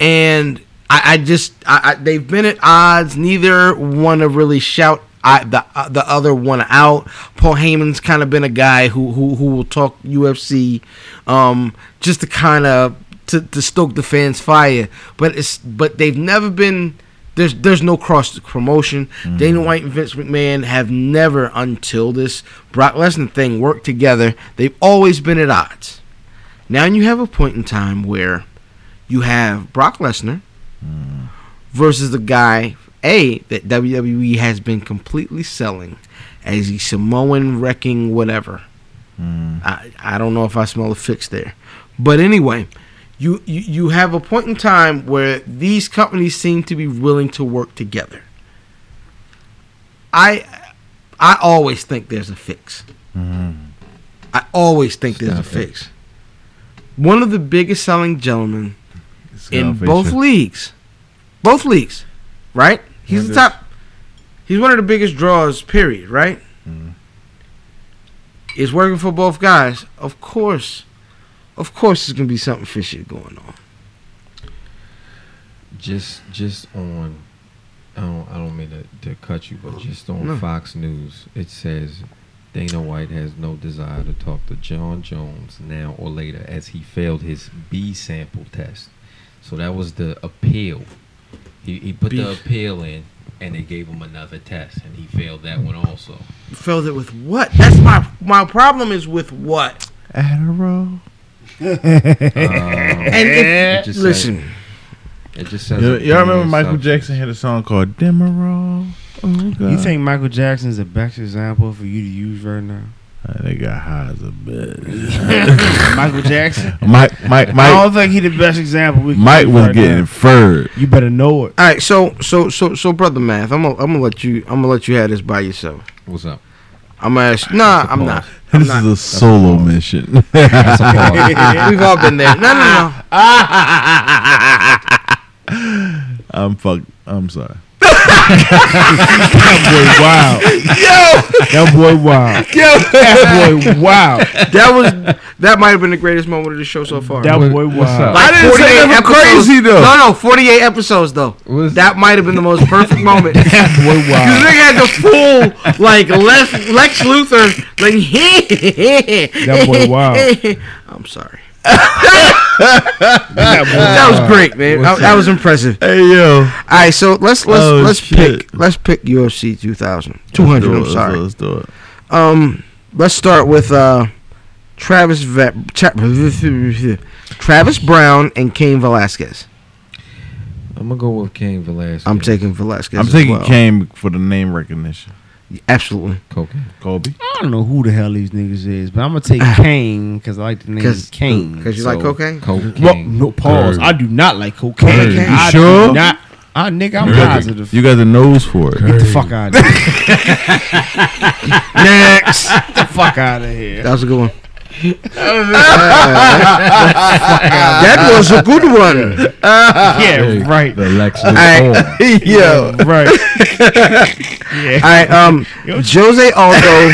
Speaker 1: and I, I just I, I, they've been at odds. Neither want to really shout I, the uh, the other one out. Paul Heyman's kind of been a guy who who who will talk UFC, um, just to kind of to, to stoke the fans' fire. But it's but they've never been there's there's no cross promotion. Dana White and Vince McMahon have never until this Brock Lesnar thing worked together. They've always been at odds. Now you have a point in time where you have Brock Lesnar versus the guy A that WWE has been completely selling as the Samoan wrecking whatever. I I don't know if I smell a fix there, but anyway, you, you you have a point in time where these companies seem to be willing to work together. I I always think there's a fix. I always think there's a
Speaker 5: Stop it.
Speaker 1: fix. One of the biggest selling gentlemen in
Speaker 3: Salvation.
Speaker 1: both leagues. Both leagues, right? He's the
Speaker 3: Wonders.
Speaker 1: top. He's one of the biggest draws, period, right?
Speaker 5: Mm.
Speaker 1: It's working for both guys. Of course. Of course there's going to be something fishy going on.
Speaker 5: Just just on I don't I don't mean to, to cut you, but just on
Speaker 1: No.
Speaker 5: Fox News it says Dana White has no desire to talk to John Jones now or later as he failed his B sample test. So that was the appeal. He he put the
Speaker 1: B.
Speaker 5: appeal in and they gave him another test and he failed that one also.
Speaker 1: You filled it with what? That's my my problem is with what?
Speaker 3: Adderall.
Speaker 5: Um,
Speaker 1: And if,
Speaker 5: It just
Speaker 1: listen,
Speaker 5: says- it just says
Speaker 3: You,
Speaker 5: a
Speaker 3: y'all remember
Speaker 5: banned
Speaker 3: Michael
Speaker 5: substance.
Speaker 3: Jackson had a song called Demerol? Oh, God.
Speaker 4: You think Michael Jackson's the best example for you to use right now?
Speaker 3: That nigga Uh, high as a bitch.
Speaker 4: Michael Jackson.
Speaker 3: Mike, Mike,
Speaker 4: I
Speaker 3: Mike,
Speaker 4: don't think he the best example we. can
Speaker 3: Mike
Speaker 4: use
Speaker 3: was
Speaker 4: right
Speaker 3: getting
Speaker 4: now.
Speaker 3: furred.
Speaker 4: You better know it.
Speaker 1: all right, so so so so brother math, I'm gonna I'm gonna let you I'm gonna let you have this by yourself.
Speaker 5: What's up?
Speaker 1: I'm gonna ask Nah, I'm not. I'm
Speaker 3: This
Speaker 1: not.
Speaker 3: is a solo mission.
Speaker 5: That's a pause.
Speaker 1: We've all been there. No, no, no.
Speaker 3: I'm fuck. I'm sorry. that boy, wow.
Speaker 4: That boy, wow. that boy, wow.
Speaker 1: that was that might have been the greatest moment of the show so far.
Speaker 4: That
Speaker 5: What-
Speaker 4: boy,
Speaker 5: what's
Speaker 4: wow.
Speaker 5: up?
Speaker 3: I didn't say nothing crazy, though.
Speaker 1: No, no, forty-eight episodes though.
Speaker 5: What's-
Speaker 1: that might have been the most perfect moment. Because
Speaker 4: Boy,
Speaker 1: they
Speaker 4: wow.
Speaker 1: had the full like Lex, Lex Luthor like that
Speaker 4: boy wild.
Speaker 1: I'm sorry.
Speaker 4: That boy,
Speaker 1: That was
Speaker 4: wow.
Speaker 1: great, man. That,
Speaker 5: What's
Speaker 1: that
Speaker 5: up?
Speaker 1: was impressive.
Speaker 3: Hey yo,
Speaker 1: All right, so let's let's
Speaker 3: Oh,
Speaker 1: let's
Speaker 3: shit.
Speaker 1: pick let's pick UFC 2000 200. I'm
Speaker 3: Let's do it,
Speaker 1: sorry.
Speaker 3: Let's do it.
Speaker 1: Um, let's start with uh, Travis Vet, Tra- Travis Brown and Kane Velasquez.
Speaker 5: I'm gonna go with Cain Velasquez.
Speaker 1: I'm taking Velasquez.
Speaker 3: I'm
Speaker 1: as
Speaker 3: taking
Speaker 1: well.
Speaker 3: Kane for the name recognition.
Speaker 1: Absolutely.
Speaker 5: cocaine.
Speaker 3: Kobe.
Speaker 4: I don't know who the hell these niggas is, but I'm gonna take Kane because I like the name
Speaker 1: Because
Speaker 4: Kane.
Speaker 1: you like
Speaker 4: so-
Speaker 1: cocaine?
Speaker 5: Cocaine.
Speaker 4: Well, no pause. I do not like cocaine.
Speaker 1: Hey, you
Speaker 4: I
Speaker 3: sure?
Speaker 4: do not. I nigga, I'm positive.
Speaker 3: You got the nose for
Speaker 4: Get
Speaker 3: it.
Speaker 4: the fuck out of here.
Speaker 1: Next.
Speaker 4: Get the fuck out of here.
Speaker 1: That was a good one. that was a good one.
Speaker 4: Yeah, right.
Speaker 5: The Lex
Speaker 1: Alright.
Speaker 5: Luthor.
Speaker 3: yo,
Speaker 4: Right.
Speaker 1: All right, um, Jose Aldo.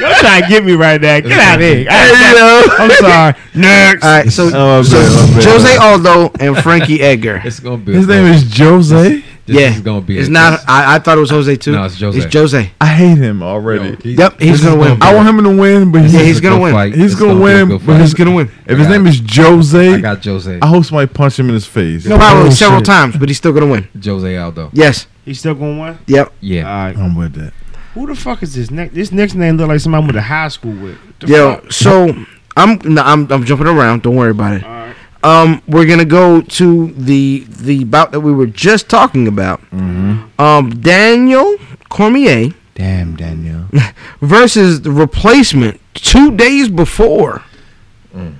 Speaker 4: Y'all trying to get me right now. Get out of here. I'm sorry. Next.
Speaker 1: All right, so,
Speaker 3: Oh, my
Speaker 1: so
Speaker 3: bad, my bad.
Speaker 1: Jose Aldo and Frankie Edgar.
Speaker 5: It's gonna be.
Speaker 3: his name is Jose.
Speaker 5: This
Speaker 1: yeah,
Speaker 5: is gonna be.
Speaker 1: It's
Speaker 5: a-
Speaker 1: not. I, I thought it was Jose too.
Speaker 5: No, it's Jose.
Speaker 1: It's Jose.
Speaker 3: I hate him already.
Speaker 5: Yo, he's-
Speaker 1: Yep, he's
Speaker 5: this is
Speaker 1: gonna win.
Speaker 5: be
Speaker 3: I want him to win, but he's,
Speaker 1: Yeah,
Speaker 5: a
Speaker 1: he's gonna
Speaker 5: good
Speaker 1: win.
Speaker 5: fight.
Speaker 3: He's
Speaker 5: It's
Speaker 3: gonna
Speaker 5: be a
Speaker 3: win,
Speaker 5: good
Speaker 3: but he's
Speaker 5: fight.
Speaker 1: gonna win.
Speaker 3: if his
Speaker 5: I got-
Speaker 3: name is
Speaker 5: I
Speaker 3: Jose,
Speaker 5: got Jose.
Speaker 3: I hope somebody punch him in his face.
Speaker 4: No.
Speaker 1: Probably
Speaker 4: Oh,
Speaker 1: several
Speaker 4: shit.
Speaker 1: times, but he's still gonna win.
Speaker 5: Jose Aldo.
Speaker 1: Yes.
Speaker 4: He's still going to win?
Speaker 1: Yep.
Speaker 4: All
Speaker 5: Yeah.
Speaker 4: right.
Speaker 3: I'm with that.
Speaker 4: Who the fuck is this? Nick? This next name look like somebody I went to high school with. The
Speaker 1: Yo.
Speaker 4: fuck?
Speaker 1: So I'm. No, I'm. I'm jumping around. Don't worry about it.
Speaker 4: All right.
Speaker 1: Um, we're gonna go to the the bout that we were just talking about. Um, Daniel Cormier
Speaker 3: Damn, Daniel.
Speaker 1: versus the replacement two days before. Mm.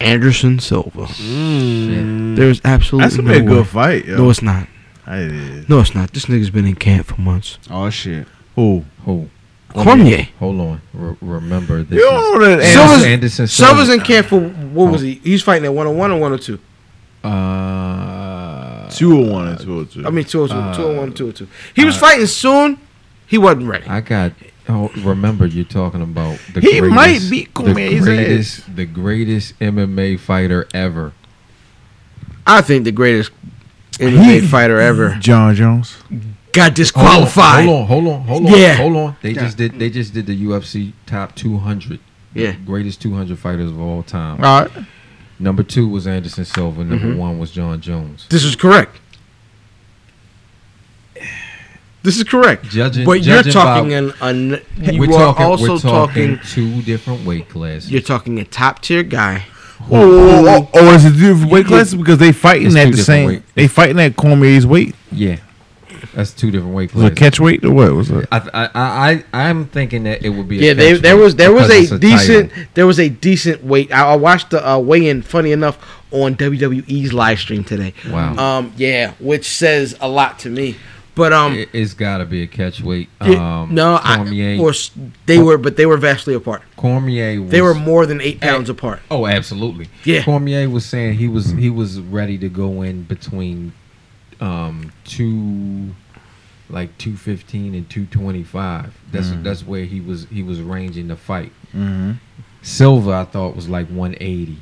Speaker 1: Anderson Silva. There's absolutely
Speaker 3: That's gonna be a
Speaker 1: no
Speaker 3: good
Speaker 1: way.
Speaker 3: fight. Yo.
Speaker 1: No, it's not.
Speaker 3: I did.
Speaker 1: No, it's not. This nigga's been in camp for months.
Speaker 4: Oh, shit.
Speaker 3: Who?
Speaker 5: Who?
Speaker 1: Cormier.
Speaker 5: Hold on. Re- remember this.
Speaker 3: You don't know that
Speaker 1: So
Speaker 3: Anderson-
Speaker 1: is-
Speaker 5: Anderson
Speaker 1: Silva's in camp for what was he? He's fighting at 101 or 102.
Speaker 5: Uh,
Speaker 3: two or one or two or two.
Speaker 1: I mean 202,
Speaker 5: Uh,
Speaker 1: 201, 202. He was fighting soon. He wasn't ready.
Speaker 5: I got. Oh, remember you're talking about the
Speaker 3: He
Speaker 5: greatest,
Speaker 3: might beat
Speaker 5: the
Speaker 3: Cormier's ass.
Speaker 5: greatest, the greatest MMA fighter ever.
Speaker 1: I think the greatest MMA
Speaker 3: He-
Speaker 1: fighter ever
Speaker 3: John Jones.
Speaker 1: got disqualified.
Speaker 5: Hold on, hold on, hold on, hold on.
Speaker 1: Yeah.
Speaker 5: Hold on. They just did. They just did the UFC top 200.
Speaker 1: Yeah.
Speaker 5: Greatest 200 fighters of all time.
Speaker 3: All right.
Speaker 5: Number two was Anderson Silva. Number
Speaker 1: Mm-hmm.
Speaker 5: one was John Jones.
Speaker 1: This is correct. This is correct.
Speaker 5: Judging,
Speaker 1: But you're
Speaker 5: judging
Speaker 1: talking
Speaker 5: by-
Speaker 1: in an you
Speaker 5: we're
Speaker 1: are
Speaker 5: talking,
Speaker 1: also
Speaker 5: we're
Speaker 1: talking,
Speaker 5: talking, two different weight classes.
Speaker 1: you're talking a top tier guy.
Speaker 3: Or oh, oh, oh, is it different weight classes because they
Speaker 5: It's
Speaker 3: fighting
Speaker 5: two
Speaker 3: at the
Speaker 5: different
Speaker 3: same?
Speaker 5: weight.
Speaker 3: They fighting at Cormier's weight.
Speaker 5: Yeah, that's two different weight
Speaker 3: Was it
Speaker 5: classes.
Speaker 3: catch weight or what was it?
Speaker 5: I, I, I, I- I'm thinking that it would be. A
Speaker 1: Yeah,
Speaker 5: catch
Speaker 1: they, there
Speaker 5: weight
Speaker 1: was there was
Speaker 5: because it's
Speaker 1: a decent
Speaker 5: title.
Speaker 1: there was a decent weight. I, I watched the uh, weigh in. Funny enough, on WWE's live stream today.
Speaker 5: Wow.
Speaker 1: Um, yeah, which says a lot to me. But um,
Speaker 5: It, has got to be a catch weight.
Speaker 1: it-
Speaker 5: Um,
Speaker 1: no,
Speaker 5: Cormier.
Speaker 1: I, or s- they were, but they were vastly apart.
Speaker 5: Cormier. Was,
Speaker 1: They were more than eight pounds apart.
Speaker 5: Oh, absolutely.
Speaker 1: Yeah.
Speaker 5: Cormier was saying he was he was ready to go in between um two like 215 and 225. That's that's where he was he was ranging the fight.
Speaker 3: Mm-hmm.
Speaker 5: Silva I thought was like 180.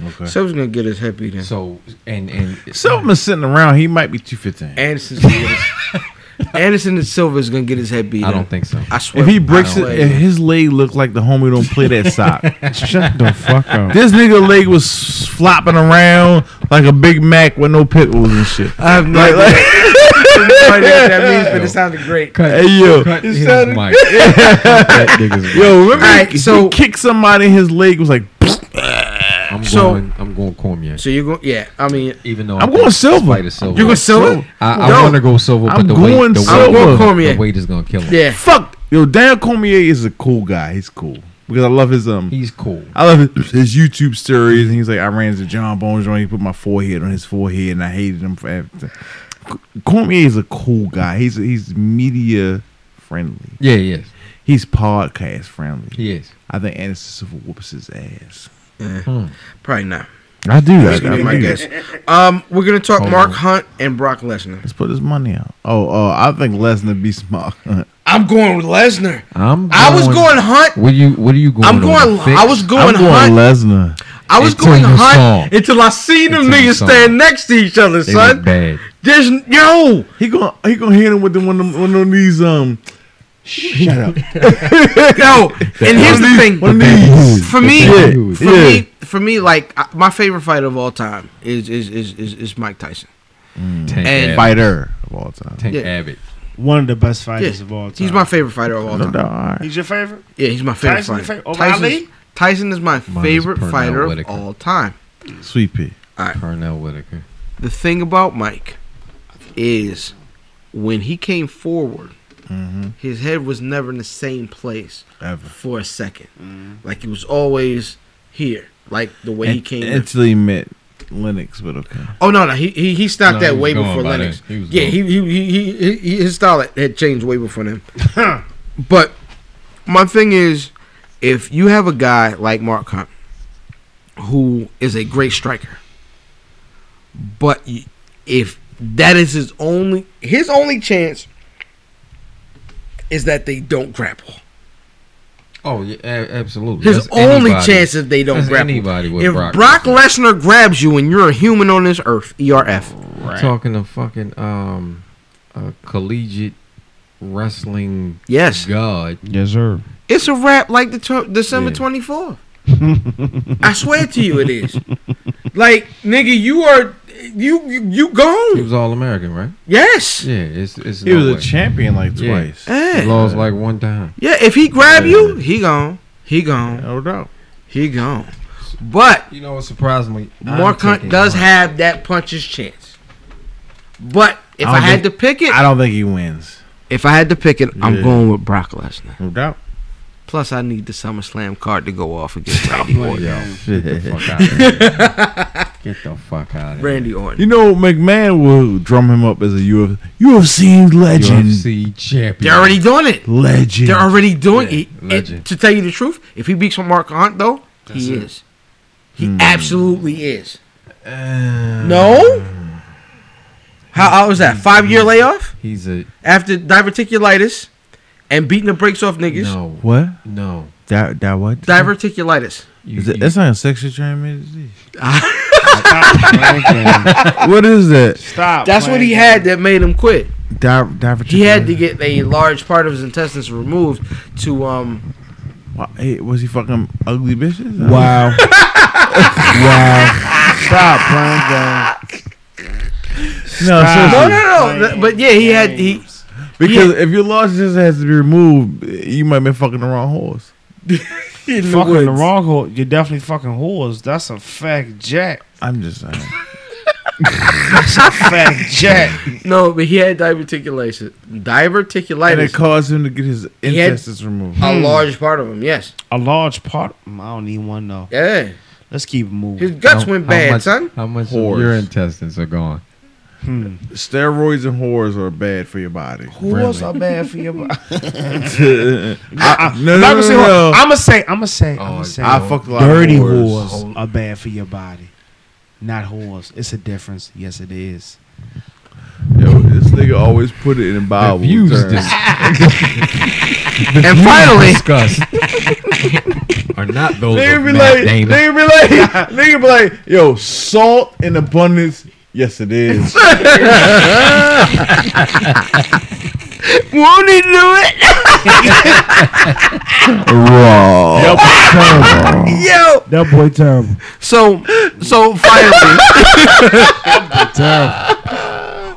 Speaker 3: Okay. So,
Speaker 1: So I was gonna get his head beat in.
Speaker 5: So and and
Speaker 3: Silverman's sitting around. He might be two fifteen.
Speaker 1: Anderson's gonna get his- Anderson and Silva is gonna get his head beat.
Speaker 5: I
Speaker 1: in.
Speaker 5: don't think so.
Speaker 1: I swear.
Speaker 3: If he
Speaker 1: I
Speaker 3: breaks it,
Speaker 1: swear.
Speaker 3: if his leg look like the homie don't play that sock. Shut the fuck up. This nigga leg was flopping around like a Big Mac with no pickles and shit.
Speaker 1: I have no idea what that means, but it sounded great.
Speaker 3: Hey yo,
Speaker 5: Cut his
Speaker 3: sounded-
Speaker 5: mic. That nigga's mic.
Speaker 3: yo, remember
Speaker 1: Alright,
Speaker 3: he, so
Speaker 1: so-
Speaker 3: he kicked somebody. His leg was like.
Speaker 5: I'm
Speaker 1: So-
Speaker 5: going I'm going Cormier.
Speaker 1: So you're going, yeah. I mean,
Speaker 5: Even though
Speaker 3: I'm going Silva.
Speaker 5: Silva.
Speaker 1: you're going Silva.
Speaker 5: I, I
Speaker 1: No.
Speaker 5: want to go Silva, but
Speaker 3: I'm
Speaker 5: the
Speaker 3: going
Speaker 5: weight the
Speaker 3: Silva. I'm
Speaker 5: weight,
Speaker 3: going
Speaker 1: Cormier.
Speaker 5: the weight is going to kill him.
Speaker 1: Yeah.
Speaker 3: Fuck yo, Daniel Cormier is a cool guy. He's cool because I love his um.
Speaker 5: He's cool.
Speaker 3: I love his, his YouTube stories, and he's like, I ran into John Bones joint. He put my forehead on his forehead, and I hated him for everything. C- Cormier is a cool guy. He's he's media friendly.
Speaker 5: Yeah, yes.
Speaker 3: He's podcast friendly.
Speaker 5: He is.
Speaker 3: I think Anderson Silva whoops his ass.
Speaker 1: Probably not.
Speaker 3: I do that.
Speaker 1: That's gonna
Speaker 3: I
Speaker 1: be my
Speaker 3: do
Speaker 1: guess.
Speaker 3: that.
Speaker 1: Um, we're gonna talk
Speaker 5: Hold
Speaker 1: Mark
Speaker 5: on.
Speaker 1: Hunt and Brock Lesnar.
Speaker 3: Let's put his money out. Oh, oh, I think Lesnar beats Mark Hunt.
Speaker 1: I'm going with Lesnar.
Speaker 5: I'm
Speaker 1: I was going Hunt.
Speaker 5: What you what are you going?
Speaker 1: I'm
Speaker 5: on,
Speaker 1: going.
Speaker 5: a fix?
Speaker 1: I was
Speaker 3: I'm
Speaker 1: going
Speaker 3: going
Speaker 1: Hunt.
Speaker 3: Lesnar.
Speaker 1: I was
Speaker 5: until
Speaker 1: going
Speaker 5: you saw.
Speaker 1: Hunt until I seen them
Speaker 5: Until you
Speaker 1: niggas
Speaker 5: saw.
Speaker 1: stand next to each other,
Speaker 5: They look
Speaker 1: son.
Speaker 5: bad.
Speaker 1: There's n- yo.
Speaker 3: He gonna he gonna hit him with the one of, them- one of these um. Shut up.
Speaker 1: Yo, and here's the thing.
Speaker 3: One of these.
Speaker 1: For me,
Speaker 3: Yeah,
Speaker 1: for
Speaker 3: yeah.
Speaker 1: me, for me, like I- my favorite fighter of all time is is is is, is Mike Tyson.
Speaker 5: Tank
Speaker 1: And-
Speaker 5: Abbott.
Speaker 3: Fighter of all time.
Speaker 5: Tank
Speaker 1: Yeah.
Speaker 5: Abbott.
Speaker 4: One of the best fighters
Speaker 1: Yeah,
Speaker 4: of all time.
Speaker 1: He's my favorite fighter of all
Speaker 3: No
Speaker 1: time.
Speaker 3: doubt. All right.
Speaker 4: He's your favorite?
Speaker 1: Yeah, he's my favorite
Speaker 4: Tyson, your
Speaker 1: fighter.
Speaker 4: favorite- over
Speaker 1: Tyson,
Speaker 4: Ali?
Speaker 1: Tyson is my
Speaker 5: Mine is
Speaker 1: favorite
Speaker 5: Pernell
Speaker 1: fighter of
Speaker 5: Whitaker.
Speaker 1: all time.
Speaker 3: Sweet pea.
Speaker 5: Parnell Whitaker.
Speaker 1: The thing about Mike is when he came forward, his head was never in the same place
Speaker 3: Mm-hmm. Ever.
Speaker 1: for a 2nd Like it was always here, like the way he
Speaker 3: It-
Speaker 1: came.
Speaker 3: Until he met Linux, but okay.
Speaker 1: oh no, no, he he, he stopped
Speaker 5: No,
Speaker 1: that
Speaker 5: he was
Speaker 1: way
Speaker 5: going
Speaker 1: before
Speaker 5: by
Speaker 1: Lennox.
Speaker 5: then. He was
Speaker 1: yeah,
Speaker 5: going.
Speaker 1: he, he, he he he his style had changed way before then. but my thing is, if you have a guy like Mark Hunt, who is a great striker, but y- if that is his only his only chance is that they don't grapple.
Speaker 5: Oh yeah, a- absolutely.
Speaker 1: His
Speaker 5: That's
Speaker 1: only
Speaker 5: anybody.
Speaker 1: chance if they don't
Speaker 5: That's
Speaker 1: grapple.
Speaker 5: anybody with
Speaker 1: If
Speaker 5: Brock
Speaker 1: Brock, Lesnar grabs you and you're a human on this earth, E ERF,
Speaker 3: Right.
Speaker 5: talking to fucking um, a collegiate wrestling
Speaker 1: Yes.
Speaker 5: god.
Speaker 4: Yes, sir.
Speaker 1: It's a wrap like the tw- December
Speaker 5: Yeah.
Speaker 1: 24th. I swear to you it is. Like, nigga, you are you you, you
Speaker 5: He
Speaker 1: gone.
Speaker 5: was all American, right?
Speaker 1: Yes.
Speaker 5: Yeah, it's it's.
Speaker 3: He
Speaker 5: no
Speaker 3: was
Speaker 5: way.
Speaker 3: a champion like
Speaker 5: Yeah.
Speaker 3: twice.
Speaker 5: He
Speaker 1: Yeah.
Speaker 5: lost like one time.
Speaker 1: Yeah, if he grab you, he gone. He gone.
Speaker 3: No doubt.
Speaker 1: He gone. But
Speaker 5: You know, what surprised me. I'm
Speaker 1: Mark Hunt
Speaker 5: taking
Speaker 1: does
Speaker 5: Hunt.
Speaker 1: have that puncher's chance. But if
Speaker 3: I
Speaker 1: I,
Speaker 3: don't
Speaker 1: had
Speaker 3: think-
Speaker 1: to pick it,
Speaker 3: I don't think he wins.
Speaker 1: if I had to pick it, I'm
Speaker 3: Yeah.
Speaker 1: going with Brock Lesnar.
Speaker 3: No doubt.
Speaker 1: Plus, I need the SummerSlam card to go off against Randy Orton.
Speaker 5: Yo, get the fuck out of here. Get the fuck out of
Speaker 1: Randy
Speaker 3: You
Speaker 1: Orton.
Speaker 3: know, McMahon will drum him up as a Uf- UFC
Speaker 5: here.
Speaker 3: legend.
Speaker 5: UFC champion.
Speaker 1: They're already doing it.
Speaker 3: Legend.
Speaker 1: They're already doing
Speaker 5: Yeah,
Speaker 1: it. it.
Speaker 5: legend.
Speaker 1: To tell you the truth, if he beats Mark Hunt, though, he is. He
Speaker 5: Hmm.
Speaker 1: absolutely is.
Speaker 5: Uh,
Speaker 1: no? How, how was that? Five year layoff
Speaker 5: He's a
Speaker 1: after diverticulitis and beating the brakes off niggas?
Speaker 5: no.
Speaker 3: what?
Speaker 5: No.
Speaker 3: That that what?
Speaker 1: Diverticulitis.
Speaker 5: You,
Speaker 3: Is it,
Speaker 5: you-
Speaker 3: that's not a sexually transmitted disease.
Speaker 4: Stop.
Speaker 3: what is that?
Speaker 4: Stop
Speaker 1: That's what he
Speaker 4: playing
Speaker 1: had that made him quit.
Speaker 3: Di- diverticulitis.
Speaker 1: He had to get a large part of his intestines removed to um
Speaker 3: Why- hey, was he fucking ugly bitches?
Speaker 2: Wow. wow.
Speaker 4: Stop playing
Speaker 3: No,
Speaker 4: Stop.
Speaker 1: No no
Speaker 3: seriously.
Speaker 1: no th- but yeah he had he
Speaker 4: games.
Speaker 3: Because if your large just has to be removed, you might be fucking the wrong horse.
Speaker 1: in
Speaker 4: fucking the
Speaker 1: woods.
Speaker 4: wrong whore. You're definitely fucking whores. That's a fact, Jack.
Speaker 3: I'm just saying.
Speaker 4: Fact, Jack.
Speaker 1: No, but he had diverticulitis.
Speaker 3: and it
Speaker 1: Diverticulitis.
Speaker 3: caused him to get his
Speaker 1: had-
Speaker 3: intestines removed.
Speaker 5: Hmm.
Speaker 1: a large part of him, yes.
Speaker 4: A large part. Mm, I don't even want to know.
Speaker 1: Yeah.
Speaker 4: Let's keep it
Speaker 1: His
Speaker 4: moving.
Speaker 1: guts
Speaker 5: how-
Speaker 1: went
Speaker 5: how
Speaker 1: bad,
Speaker 5: much-
Speaker 1: son.
Speaker 5: How much of
Speaker 3: Whores.
Speaker 5: your intestines are gone?
Speaker 4: Hmm.
Speaker 3: Steroids and whores are bad for your body.
Speaker 4: Whores are bad for your body.
Speaker 3: I, no,
Speaker 4: I'm
Speaker 3: no,
Speaker 4: gonna
Speaker 3: no,
Speaker 4: say,
Speaker 3: no,
Speaker 4: I'm gonna say, I'm gonna say,
Speaker 5: Oh,
Speaker 4: I'm gonna say,
Speaker 3: I fucked a lot
Speaker 4: dirty
Speaker 3: of whores.
Speaker 4: whores are bad for your body, not whores. It's a difference. Yes, it is.
Speaker 3: Yo, this nigga always put it in a Bible.
Speaker 5: Views
Speaker 3: terms.
Speaker 5: dis-
Speaker 1: And finally,
Speaker 5: discussed are not those
Speaker 3: Nigga
Speaker 5: of
Speaker 3: be
Speaker 5: Matt
Speaker 3: like,
Speaker 5: Damon.
Speaker 3: nigga be like, nigga be like, yo, salt in abundance. Yes, it is.
Speaker 1: won't he do it?
Speaker 3: Raw.
Speaker 1: Yo.
Speaker 2: That boy terrible.
Speaker 1: So so finally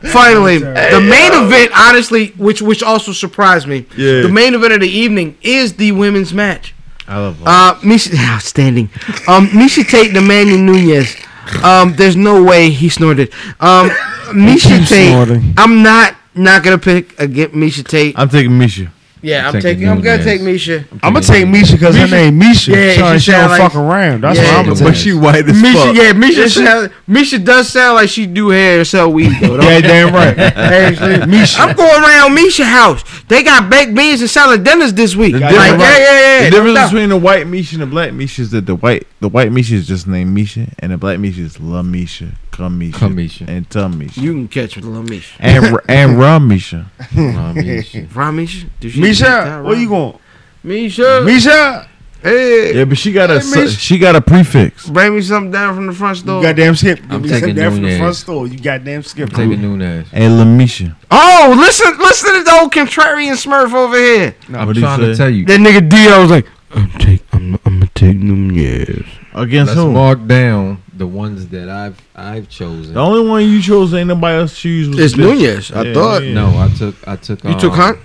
Speaker 1: Finally, the main event, honestly, which which also surprised me,
Speaker 3: Yeah.
Speaker 1: the main event of the evening is the women's match.
Speaker 3: I love
Speaker 1: Uh, Misha, outstanding. Um, Misha Tate, Nemanja Nunez. Um, there's no way he snorted. Um, Misha
Speaker 2: keeps
Speaker 1: Tate.
Speaker 2: snorting.
Speaker 1: I'm not not gonna pick against Misha Tate.
Speaker 3: I'm taking Misha.
Speaker 1: yeah, I'm
Speaker 5: taking
Speaker 1: taking. I'm gonna
Speaker 5: Nunes.
Speaker 1: take Misha.
Speaker 4: I'm gonna take Misha because her name Misha.
Speaker 1: Yeah,
Speaker 4: so
Speaker 1: she
Speaker 4: she don't
Speaker 1: sound like-
Speaker 4: fuck around. That's
Speaker 1: Yeah.
Speaker 4: what I'm gonna
Speaker 3: But
Speaker 4: take.
Speaker 3: she white as
Speaker 1: Misha,
Speaker 3: fuck.
Speaker 1: yeah, Misha. Sound, Misha does sound like she do hair and sell weed. Though, don't-
Speaker 4: Yeah, damn right.
Speaker 1: Actually, I'm going around Misha house. They got baked beans and salad dinners this week.
Speaker 3: The
Speaker 1: Like, yeah,
Speaker 3: difference-
Speaker 1: yeah, yeah.
Speaker 3: the
Speaker 1: no
Speaker 3: difference
Speaker 1: doubt.
Speaker 3: between the white Misha and the black Misha is that the white the white Misha is just named Misha and the black Misha is La Misha, Come Misha,
Speaker 5: Come Misha.
Speaker 3: and Tum Misha,
Speaker 1: you can catch with little Misha.
Speaker 3: and and Rum Misha.
Speaker 5: Nah, Misha.
Speaker 1: Ron Misha, do she
Speaker 4: Misha, where you going?
Speaker 1: Misha,
Speaker 4: Misha,
Speaker 1: hey,
Speaker 3: Yeah, but she got a
Speaker 4: Hey, Misha.
Speaker 3: su- she got a prefix.
Speaker 1: bring me something down from the front
Speaker 4: you
Speaker 1: store.
Speaker 4: goddamn skip.
Speaker 5: I'm
Speaker 4: You
Speaker 5: taking
Speaker 4: said that from the
Speaker 5: Nunez.
Speaker 4: front store. You goddamn skip.
Speaker 5: I'm taking Nunes.
Speaker 3: And La Misha.
Speaker 1: Oh, listen, listen to the old contrarian Smurf over here.
Speaker 5: I'm
Speaker 3: What'd he
Speaker 5: trying to
Speaker 3: say?
Speaker 5: tell you.
Speaker 1: That nigga Dio was like, I'm take, I'm, I'm gonna take them yes.
Speaker 3: Against
Speaker 5: Let's
Speaker 3: whom?
Speaker 5: mark down the ones that I've I've chosen.
Speaker 3: The only one you chose ain't nobody else choose was
Speaker 1: It's
Speaker 3: the bitch.
Speaker 1: Nunez. I
Speaker 3: Yeah,
Speaker 1: thought
Speaker 3: yeah.
Speaker 5: No, I took I took.
Speaker 1: you took
Speaker 5: um,
Speaker 1: Hunt.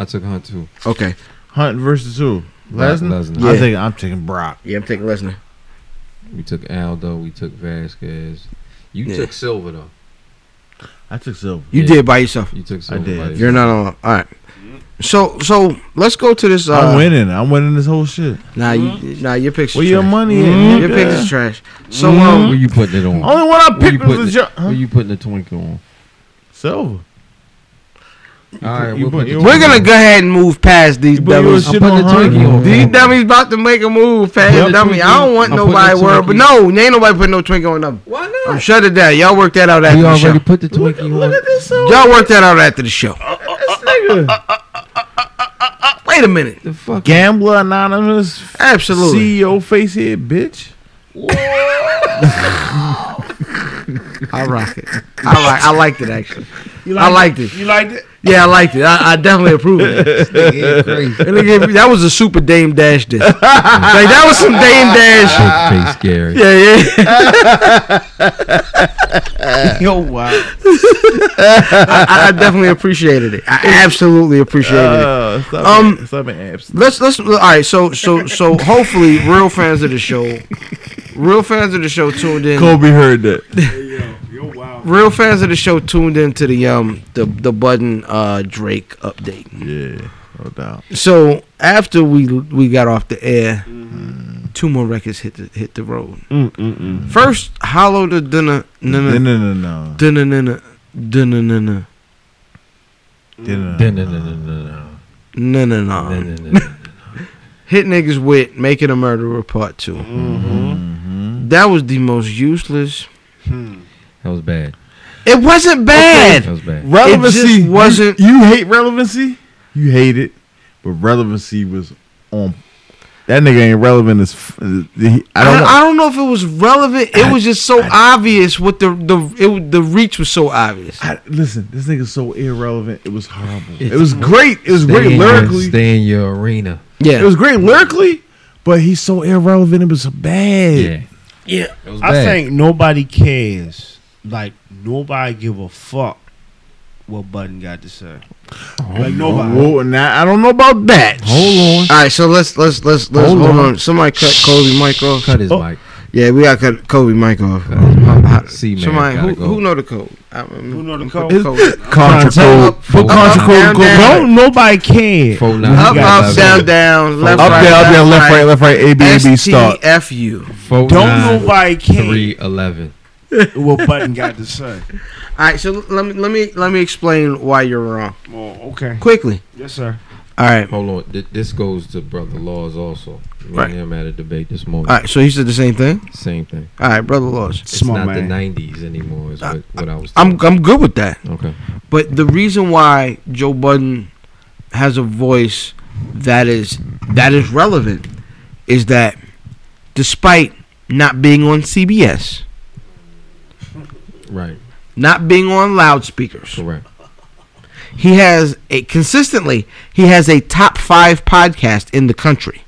Speaker 5: I took Hunt too.
Speaker 1: Okay,
Speaker 3: Hunt versus who? Lesnar.
Speaker 5: Lesnar.
Speaker 1: Yeah.
Speaker 3: I'm taking I'm taking Brock.
Speaker 1: yeah, I'm taking Lesnar.
Speaker 5: We took Aldo. We took Vasquez. You
Speaker 1: Yeah.
Speaker 5: took Silva though.
Speaker 3: I took Silver.
Speaker 1: You
Speaker 5: Yeah.
Speaker 1: did by yourself.
Speaker 5: You took Silva.
Speaker 3: did.
Speaker 5: by
Speaker 1: You're not on. All right. So, so let's go to this. Uh,
Speaker 3: I'm winning. I'm winning this whole shit.
Speaker 1: Nah, you,
Speaker 5: Mm-hmm.
Speaker 1: nah, your picture's
Speaker 3: Where your
Speaker 1: trash. Mm-hmm.
Speaker 3: money at?
Speaker 1: Your
Speaker 3: nigga?
Speaker 1: picture's trash. So,
Speaker 5: yourself. Who
Speaker 1: um,
Speaker 5: you putting it on?
Speaker 3: Only one I
Speaker 5: Who you
Speaker 3: picked
Speaker 5: putting
Speaker 3: was the
Speaker 5: it,
Speaker 3: jo-
Speaker 5: who
Speaker 3: huh?
Speaker 5: you putting the twinkle on?
Speaker 3: Silver.
Speaker 5: All right,
Speaker 3: you
Speaker 5: we'll
Speaker 3: put-
Speaker 5: put the
Speaker 3: you
Speaker 5: Twinkie
Speaker 1: we're gonna
Speaker 5: on.
Speaker 1: go ahead and move past these
Speaker 3: You put your
Speaker 1: dummies.
Speaker 5: I'm
Speaker 3: shit
Speaker 5: putting
Speaker 3: on
Speaker 5: the
Speaker 3: Hunt.
Speaker 5: Twinkie on.
Speaker 1: These dummies about to make a move, past
Speaker 5: Yep.
Speaker 1: dummy. I don't want
Speaker 5: I'm putting
Speaker 1: nobody
Speaker 5: the
Speaker 1: worried, but
Speaker 5: Twinkie.
Speaker 1: no, ain't nobody putting no twinkle on them.
Speaker 5: Why
Speaker 1: I'm
Speaker 5: not?
Speaker 1: shut it down. Y'all work that out after
Speaker 5: We
Speaker 1: the
Speaker 5: already
Speaker 1: show.
Speaker 5: put the
Speaker 3: Look,
Speaker 5: Twinkie
Speaker 3: look
Speaker 5: on.
Speaker 3: at this Silver.
Speaker 1: Y'all work that out after the show.
Speaker 3: This nigga.
Speaker 1: Wait a minute.
Speaker 5: The fuck?
Speaker 3: Gambler Anonymous. E
Speaker 1: Absolutely.
Speaker 3: CEO facehead bitch.
Speaker 1: I rock it. I like. I liked it actually.
Speaker 4: You
Speaker 1: I liked it.
Speaker 4: You liked it?
Speaker 1: Yeah, I liked it. I, I definitely approve of it.
Speaker 5: Yeah, crazy.
Speaker 1: And they gave me- that was a super Dame Dash dish. like that was some Dame Dash. shit.
Speaker 5: Face Gary.
Speaker 1: Yeah, yeah.
Speaker 2: Yo, wow.
Speaker 1: I, I- I definitely appreciated it. I absolutely appreciated it.
Speaker 3: Uh, stop
Speaker 1: Um,
Speaker 3: it. Stop it, abs.
Speaker 1: Let's let's all right. So so so hopefully, real fans of the show, real fans of the show tuned in.
Speaker 3: Kobe heard that.
Speaker 4: Yo, yo, wow.
Speaker 1: Real fans of the show tuned in to the um the the button uh Drake update.
Speaker 3: Yeah, no doubt.
Speaker 1: So after we we got off the air, two more records hit the hit the road.
Speaker 4: Mm-mm-mm.
Speaker 1: First, Hollow the Dunna
Speaker 3: No,
Speaker 1: Dunna
Speaker 3: no, no, no.
Speaker 1: Dunna Dunna Dunna Dunna
Speaker 3: Dinner.
Speaker 5: Dun, dun, dun, dun, dun, dun.
Speaker 1: Dunna Dunna
Speaker 5: Dun, dun, dun, dun.
Speaker 1: Hit niggas with Making a Murderer Part Two.
Speaker 3: Mm. Mm-hmm.
Speaker 1: That was the most useless.
Speaker 5: That was bad.
Speaker 1: It wasn't bad.
Speaker 5: That was bad.
Speaker 3: Relevancy
Speaker 1: just
Speaker 3: you-
Speaker 1: wasn't-
Speaker 3: You, hate relevancy. You hate it, but relevancy was on. That nigga ain't relevant as. F-
Speaker 1: I
Speaker 3: he, I don't.
Speaker 1: don't,
Speaker 3: know.
Speaker 1: I don't know if it was relevant. It
Speaker 3: I-
Speaker 1: was just so obvious. What the the it, wa- the reach was so obvious.
Speaker 3: I- listen, this nigga's so irrelevant. It was horrible.
Speaker 5: It's-
Speaker 3: it was great. It was
Speaker 5: Stay
Speaker 3: great
Speaker 5: in your-
Speaker 3: lyrically.
Speaker 5: Stay in your arena.
Speaker 1: Yeah,
Speaker 3: It was great lyrically, but he's so irrelevant. It was bad.
Speaker 5: Yeah.
Speaker 4: Yeah.
Speaker 5: It was
Speaker 4: I
Speaker 5: bad.
Speaker 4: think nobody cares. Like nobody give a fuck what Button got to say. like nobody.
Speaker 3: Whoa, now I don't know about that.
Speaker 5: Hold on.
Speaker 1: All right, so let's let's let's let's hold,
Speaker 5: Hold
Speaker 1: on.
Speaker 5: on.
Speaker 1: Somebody cut Kobe mic off.
Speaker 5: Cut his
Speaker 4: Oh.
Speaker 5: mic.
Speaker 1: Yeah, we gotta cut Kobe mic off.
Speaker 3: Uh,
Speaker 5: Cut.
Speaker 1: How- how-
Speaker 5: See, man,
Speaker 1: somebody
Speaker 5: gotta
Speaker 1: who,
Speaker 5: go.
Speaker 1: who know the code? I,
Speaker 4: Who know the
Speaker 1: Up,
Speaker 4: code?
Speaker 3: Contra
Speaker 1: Up,
Speaker 3: code.
Speaker 1: up,
Speaker 3: But
Speaker 5: Up,
Speaker 3: contra
Speaker 5: up,
Speaker 3: code.
Speaker 1: down,
Speaker 3: go-
Speaker 1: down.
Speaker 3: go-
Speaker 4: Don't nobody care.
Speaker 5: Four nine.
Speaker 1: up,
Speaker 5: You
Speaker 1: up,
Speaker 5: got
Speaker 1: down,
Speaker 5: that.
Speaker 1: down, left,
Speaker 3: Up
Speaker 1: right,
Speaker 3: there, up there, left, right, left, right, A, B, A, B, start.
Speaker 1: STFU.
Speaker 5: Four
Speaker 4: Don't
Speaker 5: nine,
Speaker 4: nobody care
Speaker 5: Three eleven.
Speaker 4: what Button got to say.
Speaker 1: All right, so let me let me let me explain why you're wrong
Speaker 4: Well, Oh, okay.
Speaker 1: quickly.
Speaker 4: Yes, sir.
Speaker 1: All right, all
Speaker 5: Hold on. Th- This goes to Brother Laws also. Me
Speaker 1: Right.
Speaker 5: and him had a debate this morning.
Speaker 1: right. So he said the same thing.
Speaker 5: Same thing.
Speaker 1: All right, brother Laws.
Speaker 5: It's
Speaker 4: Smart
Speaker 5: not the
Speaker 4: man.
Speaker 5: nineties anymore. Is what, what I was.
Speaker 1: I'm I'm good with that.
Speaker 5: okay.
Speaker 1: But the reason why Joe Budden has a voice that is that is relevant is that despite not being on CBS,
Speaker 5: Right.
Speaker 1: not being on loudspeakers,
Speaker 5: Correct.
Speaker 1: he has a consistently he has a top five podcast in the country.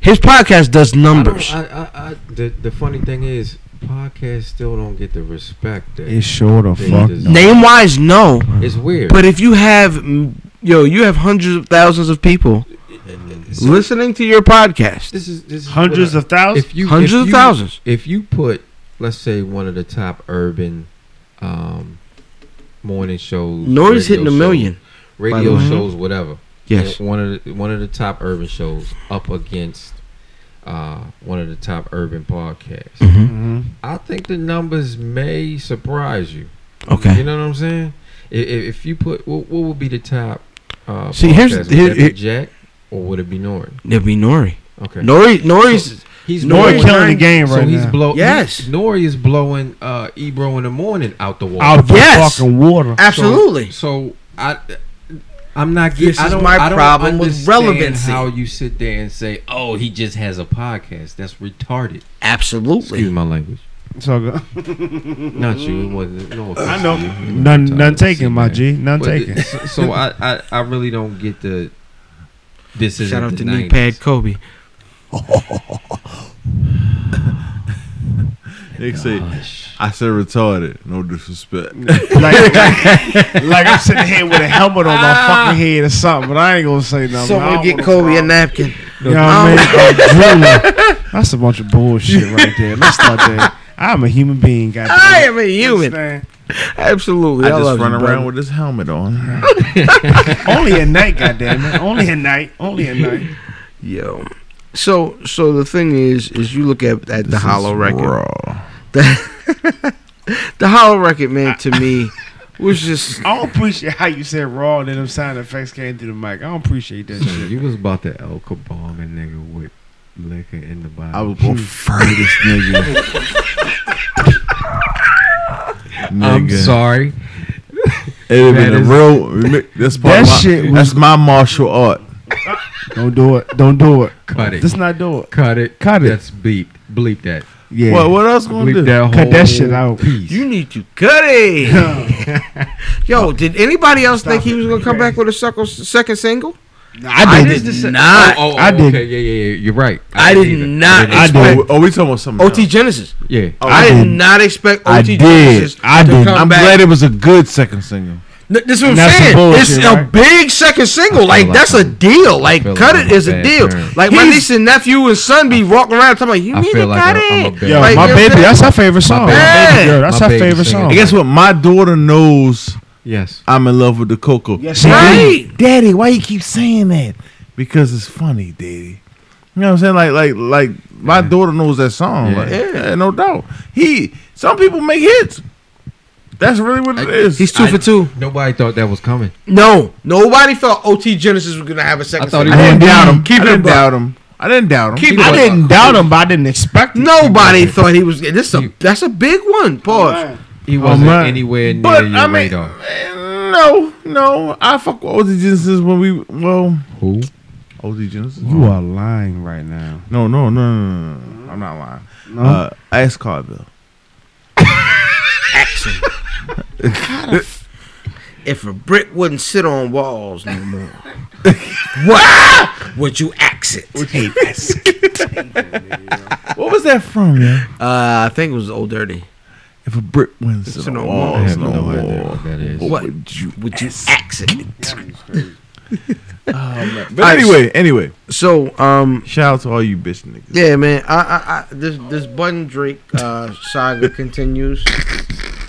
Speaker 1: His podcast does numbers.
Speaker 5: I, don't- I, I, I, the the funny thing is, podcasts still don't get the respect that
Speaker 4: It's sure the
Speaker 5: they
Speaker 4: fuck.
Speaker 5: deserve.
Speaker 1: Name wise, no.
Speaker 5: It's weird.
Speaker 1: But if you have mm, yo, you have hundreds of thousands of people
Speaker 5: So,
Speaker 1: listening to your podcast.
Speaker 5: this is this is
Speaker 4: Hundreds
Speaker 5: what I-
Speaker 4: of thousands.
Speaker 5: if you
Speaker 1: Hundreds
Speaker 5: if
Speaker 1: of
Speaker 5: you-
Speaker 1: thousands.
Speaker 5: If you put, let's say, one of the top urban um, morning shows,
Speaker 1: Nori's
Speaker 5: radio
Speaker 1: hitting a
Speaker 5: shows,
Speaker 1: million.
Speaker 5: radio
Speaker 1: way.
Speaker 5: shows, whatever.
Speaker 1: Yes.
Speaker 5: And one of the, one of the top urban shows up against uh, one of the top urban podcasts.
Speaker 1: Mm-hmm.
Speaker 4: Mhm.
Speaker 5: I think the numbers may surprise you.
Speaker 1: Okay.
Speaker 5: You know what I'm saying? I- i- If, if you put what, what would be the top? Uh,
Speaker 1: See, here's-
Speaker 5: podcast? Would
Speaker 1: here-
Speaker 5: that be
Speaker 1: here-
Speaker 5: Jack, or would it be Norton?
Speaker 1: It'd be Nori.
Speaker 5: Okay,
Speaker 1: Nori, Nori's
Speaker 5: he's
Speaker 4: Nori
Speaker 5: blowing-
Speaker 4: killing the game
Speaker 5: So
Speaker 4: right
Speaker 5: he's
Speaker 4: now.
Speaker 5: blowing.
Speaker 1: Yes.
Speaker 5: Nori is blowing uh, Ebro in the morning out the water.
Speaker 4: Out the
Speaker 1: Yes.
Speaker 4: fucking water.
Speaker 1: absolutely.
Speaker 5: So I, I'm not.
Speaker 1: This
Speaker 5: Get, I
Speaker 1: is
Speaker 5: don't,
Speaker 1: my
Speaker 5: I don't
Speaker 1: problem with
Speaker 5: understand
Speaker 1: relevancy.
Speaker 5: How you sit there and say, "Oh, he just has a podcast." That's retarded. Excuse
Speaker 1: absolutely.
Speaker 5: my language.
Speaker 4: It's all good.
Speaker 5: Not you. It wasn't. No. offense
Speaker 4: I know.
Speaker 5: to you.
Speaker 4: None,
Speaker 5: Retarded.
Speaker 4: none
Speaker 5: See,
Speaker 4: taken, my
Speaker 5: man.
Speaker 4: G. None
Speaker 5: But
Speaker 4: taken.
Speaker 5: th- So, so I, I, I really don't get the. This is
Speaker 1: Shout out to
Speaker 5: the
Speaker 1: Knee
Speaker 5: 90s.
Speaker 1: Pad Kobe.
Speaker 3: They say,
Speaker 5: Gosh.
Speaker 3: I said retarded. No disrespect.
Speaker 4: like, like I'm sitting here with a helmet on my fucking head or something, but I ain't gonna say nothing. I
Speaker 1: Someone
Speaker 4: don't
Speaker 1: get
Speaker 4: wanna
Speaker 1: Kobe a
Speaker 4: problem.
Speaker 1: napkin.
Speaker 4: You know what I mean? I'm drooling. That's a bunch of bullshit right there. Let's start there. I'm a human being, goddamn.
Speaker 1: I am a
Speaker 4: You
Speaker 1: human.
Speaker 4: understand?
Speaker 1: Absolutely.
Speaker 3: I
Speaker 1: I, love
Speaker 3: just
Speaker 1: you,
Speaker 3: run
Speaker 1: brother.
Speaker 3: around with this helmet on.
Speaker 4: Only at night, goddamn it. Only at night. Only at night.
Speaker 1: yo. So, so the thing is, is you look at at the
Speaker 3: This
Speaker 1: Hollow
Speaker 3: is
Speaker 1: record.
Speaker 3: raw.
Speaker 1: The Hollow record, man, to me was just
Speaker 4: I don't appreciate how you said raw and then them sound effects came through the mic. I don't appreciate that
Speaker 5: So
Speaker 4: shit.
Speaker 5: you was about to El Kabong a nigga with liquor in the bottle.
Speaker 3: I will prefer this nigga.
Speaker 5: I'm
Speaker 3: Nigga.
Speaker 5: sorry.
Speaker 3: It'd
Speaker 5: That
Speaker 3: been a
Speaker 5: is-
Speaker 3: real. That's part
Speaker 4: That
Speaker 3: of my,
Speaker 4: shit was-
Speaker 3: That's my martial art.
Speaker 4: Don't do it. Don't do it.
Speaker 5: Cut it.
Speaker 4: Let's not do it.
Speaker 5: Cut it.
Speaker 4: Cut it.
Speaker 5: That's beeped. Bleep that.
Speaker 3: Yeah. What what else gonna do?
Speaker 5: Bleep that,
Speaker 6: Cut that
Speaker 5: whole
Speaker 6: shit out.
Speaker 5: piece.
Speaker 1: You need to cut it. Yo, did anybody else think he was gonna come back with a suckle, second single?
Speaker 6: I
Speaker 1: did
Speaker 6: did
Speaker 1: this-
Speaker 6: this.
Speaker 1: not.
Speaker 5: Oh, oh,
Speaker 6: I
Speaker 5: oh,
Speaker 6: did.
Speaker 5: Okay, yeah, yeah, yeah. You're right.
Speaker 1: I did
Speaker 5: either.
Speaker 1: not
Speaker 5: I didn't. Oh.
Speaker 3: Oh, oh, we talking about something.
Speaker 1: OT
Speaker 3: else.
Speaker 1: Genesis.
Speaker 5: Yeah.
Speaker 1: I, did
Speaker 3: didn't-
Speaker 1: not expect
Speaker 3: I
Speaker 1: OT
Speaker 3: did.
Speaker 1: Genesis.
Speaker 3: I
Speaker 1: to
Speaker 3: did.
Speaker 1: come
Speaker 3: I'm
Speaker 1: back.
Speaker 3: glad it was a good second single.
Speaker 1: Th- This is what
Speaker 6: And
Speaker 1: I'm
Speaker 6: that's some
Speaker 1: saying.
Speaker 6: bullshit,
Speaker 1: it's a
Speaker 6: right?
Speaker 1: big second single.
Speaker 5: feel
Speaker 1: Like,
Speaker 5: like
Speaker 1: that's a
Speaker 5: I'm-
Speaker 1: deal. Like
Speaker 5: feel
Speaker 1: cut
Speaker 5: like
Speaker 1: it
Speaker 5: I'm
Speaker 1: is
Speaker 5: a
Speaker 1: a
Speaker 5: bad
Speaker 1: deal.
Speaker 5: parent.
Speaker 1: Like my niece and nephew and son be walking around talking about you
Speaker 5: I
Speaker 1: need
Speaker 5: feel
Speaker 1: to
Speaker 5: like
Speaker 1: cut
Speaker 5: I'm, I'm a
Speaker 1: it.
Speaker 5: bad
Speaker 6: Yo,
Speaker 1: Like,
Speaker 6: my
Speaker 1: you know
Speaker 6: baby.
Speaker 1: what I'm
Speaker 6: That's her favorite song.
Speaker 1: My
Speaker 6: My
Speaker 1: baby.
Speaker 6: baby girl. That's
Speaker 5: My
Speaker 6: her
Speaker 5: baby
Speaker 6: favorite
Speaker 5: singing.
Speaker 6: song.
Speaker 3: And guess what? My daughter knows
Speaker 5: Yes.
Speaker 3: I'm in love with the cocoa.
Speaker 4: Yes,
Speaker 1: Right.
Speaker 3: Daddy, why you keep saying that? Because it's funny, daddy. You know what I'm saying? Like, like, like my daughter knows that song.
Speaker 5: Yeah.
Speaker 3: Like, Yeah. no doubt. He. Some people make hits. That's really what it
Speaker 5: I-
Speaker 3: is.
Speaker 1: He's two
Speaker 5: I-
Speaker 1: for two.
Speaker 5: Nobody thought that was coming.
Speaker 1: No, nobody thought OT Genesis was gonna have a second.
Speaker 5: I thought he
Speaker 1: single.
Speaker 3: I didn't
Speaker 6: Well,
Speaker 3: doubt
Speaker 6: dude,
Speaker 3: him. Keep I didn't doubt him. I didn't doubt him.
Speaker 1: Keep
Speaker 6: I
Speaker 1: it.
Speaker 6: didn't doubt him, but I didn't expect it.
Speaker 1: Nobody thought he was. This is a,
Speaker 5: You-
Speaker 1: that's a big one. Pause.
Speaker 4: Man.
Speaker 5: He wasn't
Speaker 6: man.
Speaker 5: anywhere near
Speaker 3: but
Speaker 5: your
Speaker 3: I mean,
Speaker 5: radar.
Speaker 3: no, no. I fuck with OG Genesis when we well
Speaker 5: Who?
Speaker 3: OG Genesis.
Speaker 6: You are lying right now.
Speaker 3: No, no, no, no, no, no. I'm not lying.
Speaker 6: No.
Speaker 3: Uh, ask Carville.
Speaker 1: If a brick wouldn't sit on walls no more, what would you axe it?
Speaker 3: What was that from, man?
Speaker 1: Uh, I think it was Old Dirty.
Speaker 3: If a brick wins,
Speaker 1: It's
Speaker 3: it's no
Speaker 1: an
Speaker 3: wall.
Speaker 5: I
Speaker 1: award.
Speaker 3: It's
Speaker 5: have
Speaker 3: no
Speaker 5: no idea
Speaker 3: wall.
Speaker 5: what that is.
Speaker 1: Oh, What
Speaker 3: would you?
Speaker 1: would you axe it?
Speaker 3: But anyway, anyway,
Speaker 1: So, um,
Speaker 3: shout out to all you bitch niggas.
Speaker 1: yeah, man, I, I, I this this Bun Drake uh, saga continues.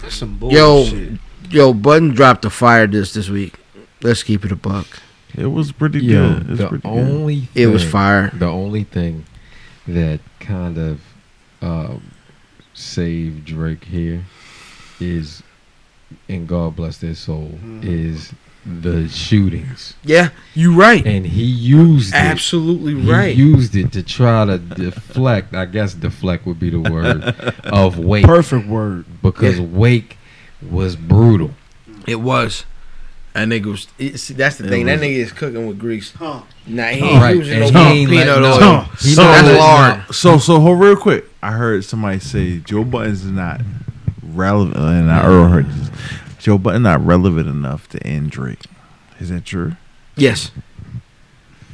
Speaker 4: That's some
Speaker 1: Yo,
Speaker 4: bullshit.
Speaker 1: yo, Button dropped a fire this this week. Let's keep it a buck.
Speaker 3: It was pretty
Speaker 5: Yo,
Speaker 3: good. It was
Speaker 5: the
Speaker 3: pretty good.
Speaker 5: only
Speaker 1: It was
Speaker 5: thing-
Speaker 1: fire.
Speaker 5: The only thing that kind of uh, saved Drake here is, and God bless their soul,
Speaker 1: Mm.
Speaker 5: is the shootings,
Speaker 1: Yeah, you right.
Speaker 5: and he used it.
Speaker 1: Absolutely
Speaker 5: He
Speaker 1: right.
Speaker 5: used it to try to deflect. I guess deflect would be the word of Wake
Speaker 6: Perfect word.
Speaker 5: because
Speaker 1: Yeah.
Speaker 5: Wake was brutal.
Speaker 1: It was. That nigga was. It, see, that's the
Speaker 5: It
Speaker 1: thing.
Speaker 5: was-
Speaker 1: That nigga is cooking with grease.
Speaker 4: Huh.
Speaker 1: Nah, he
Speaker 5: All
Speaker 1: ain't
Speaker 5: right,
Speaker 1: using
Speaker 5: and
Speaker 1: no
Speaker 5: he ain't
Speaker 1: peanut
Speaker 5: letting
Speaker 1: oil.
Speaker 5: up. He
Speaker 3: So-
Speaker 5: not
Speaker 1: That's
Speaker 5: letting
Speaker 1: lard.
Speaker 5: up.
Speaker 3: So, so hold real quick. I heard somebody say Joe Button's not relevant, uh, and I already heard this. Joe Button not relevant enough to end Drake. Is that true?
Speaker 1: Yes,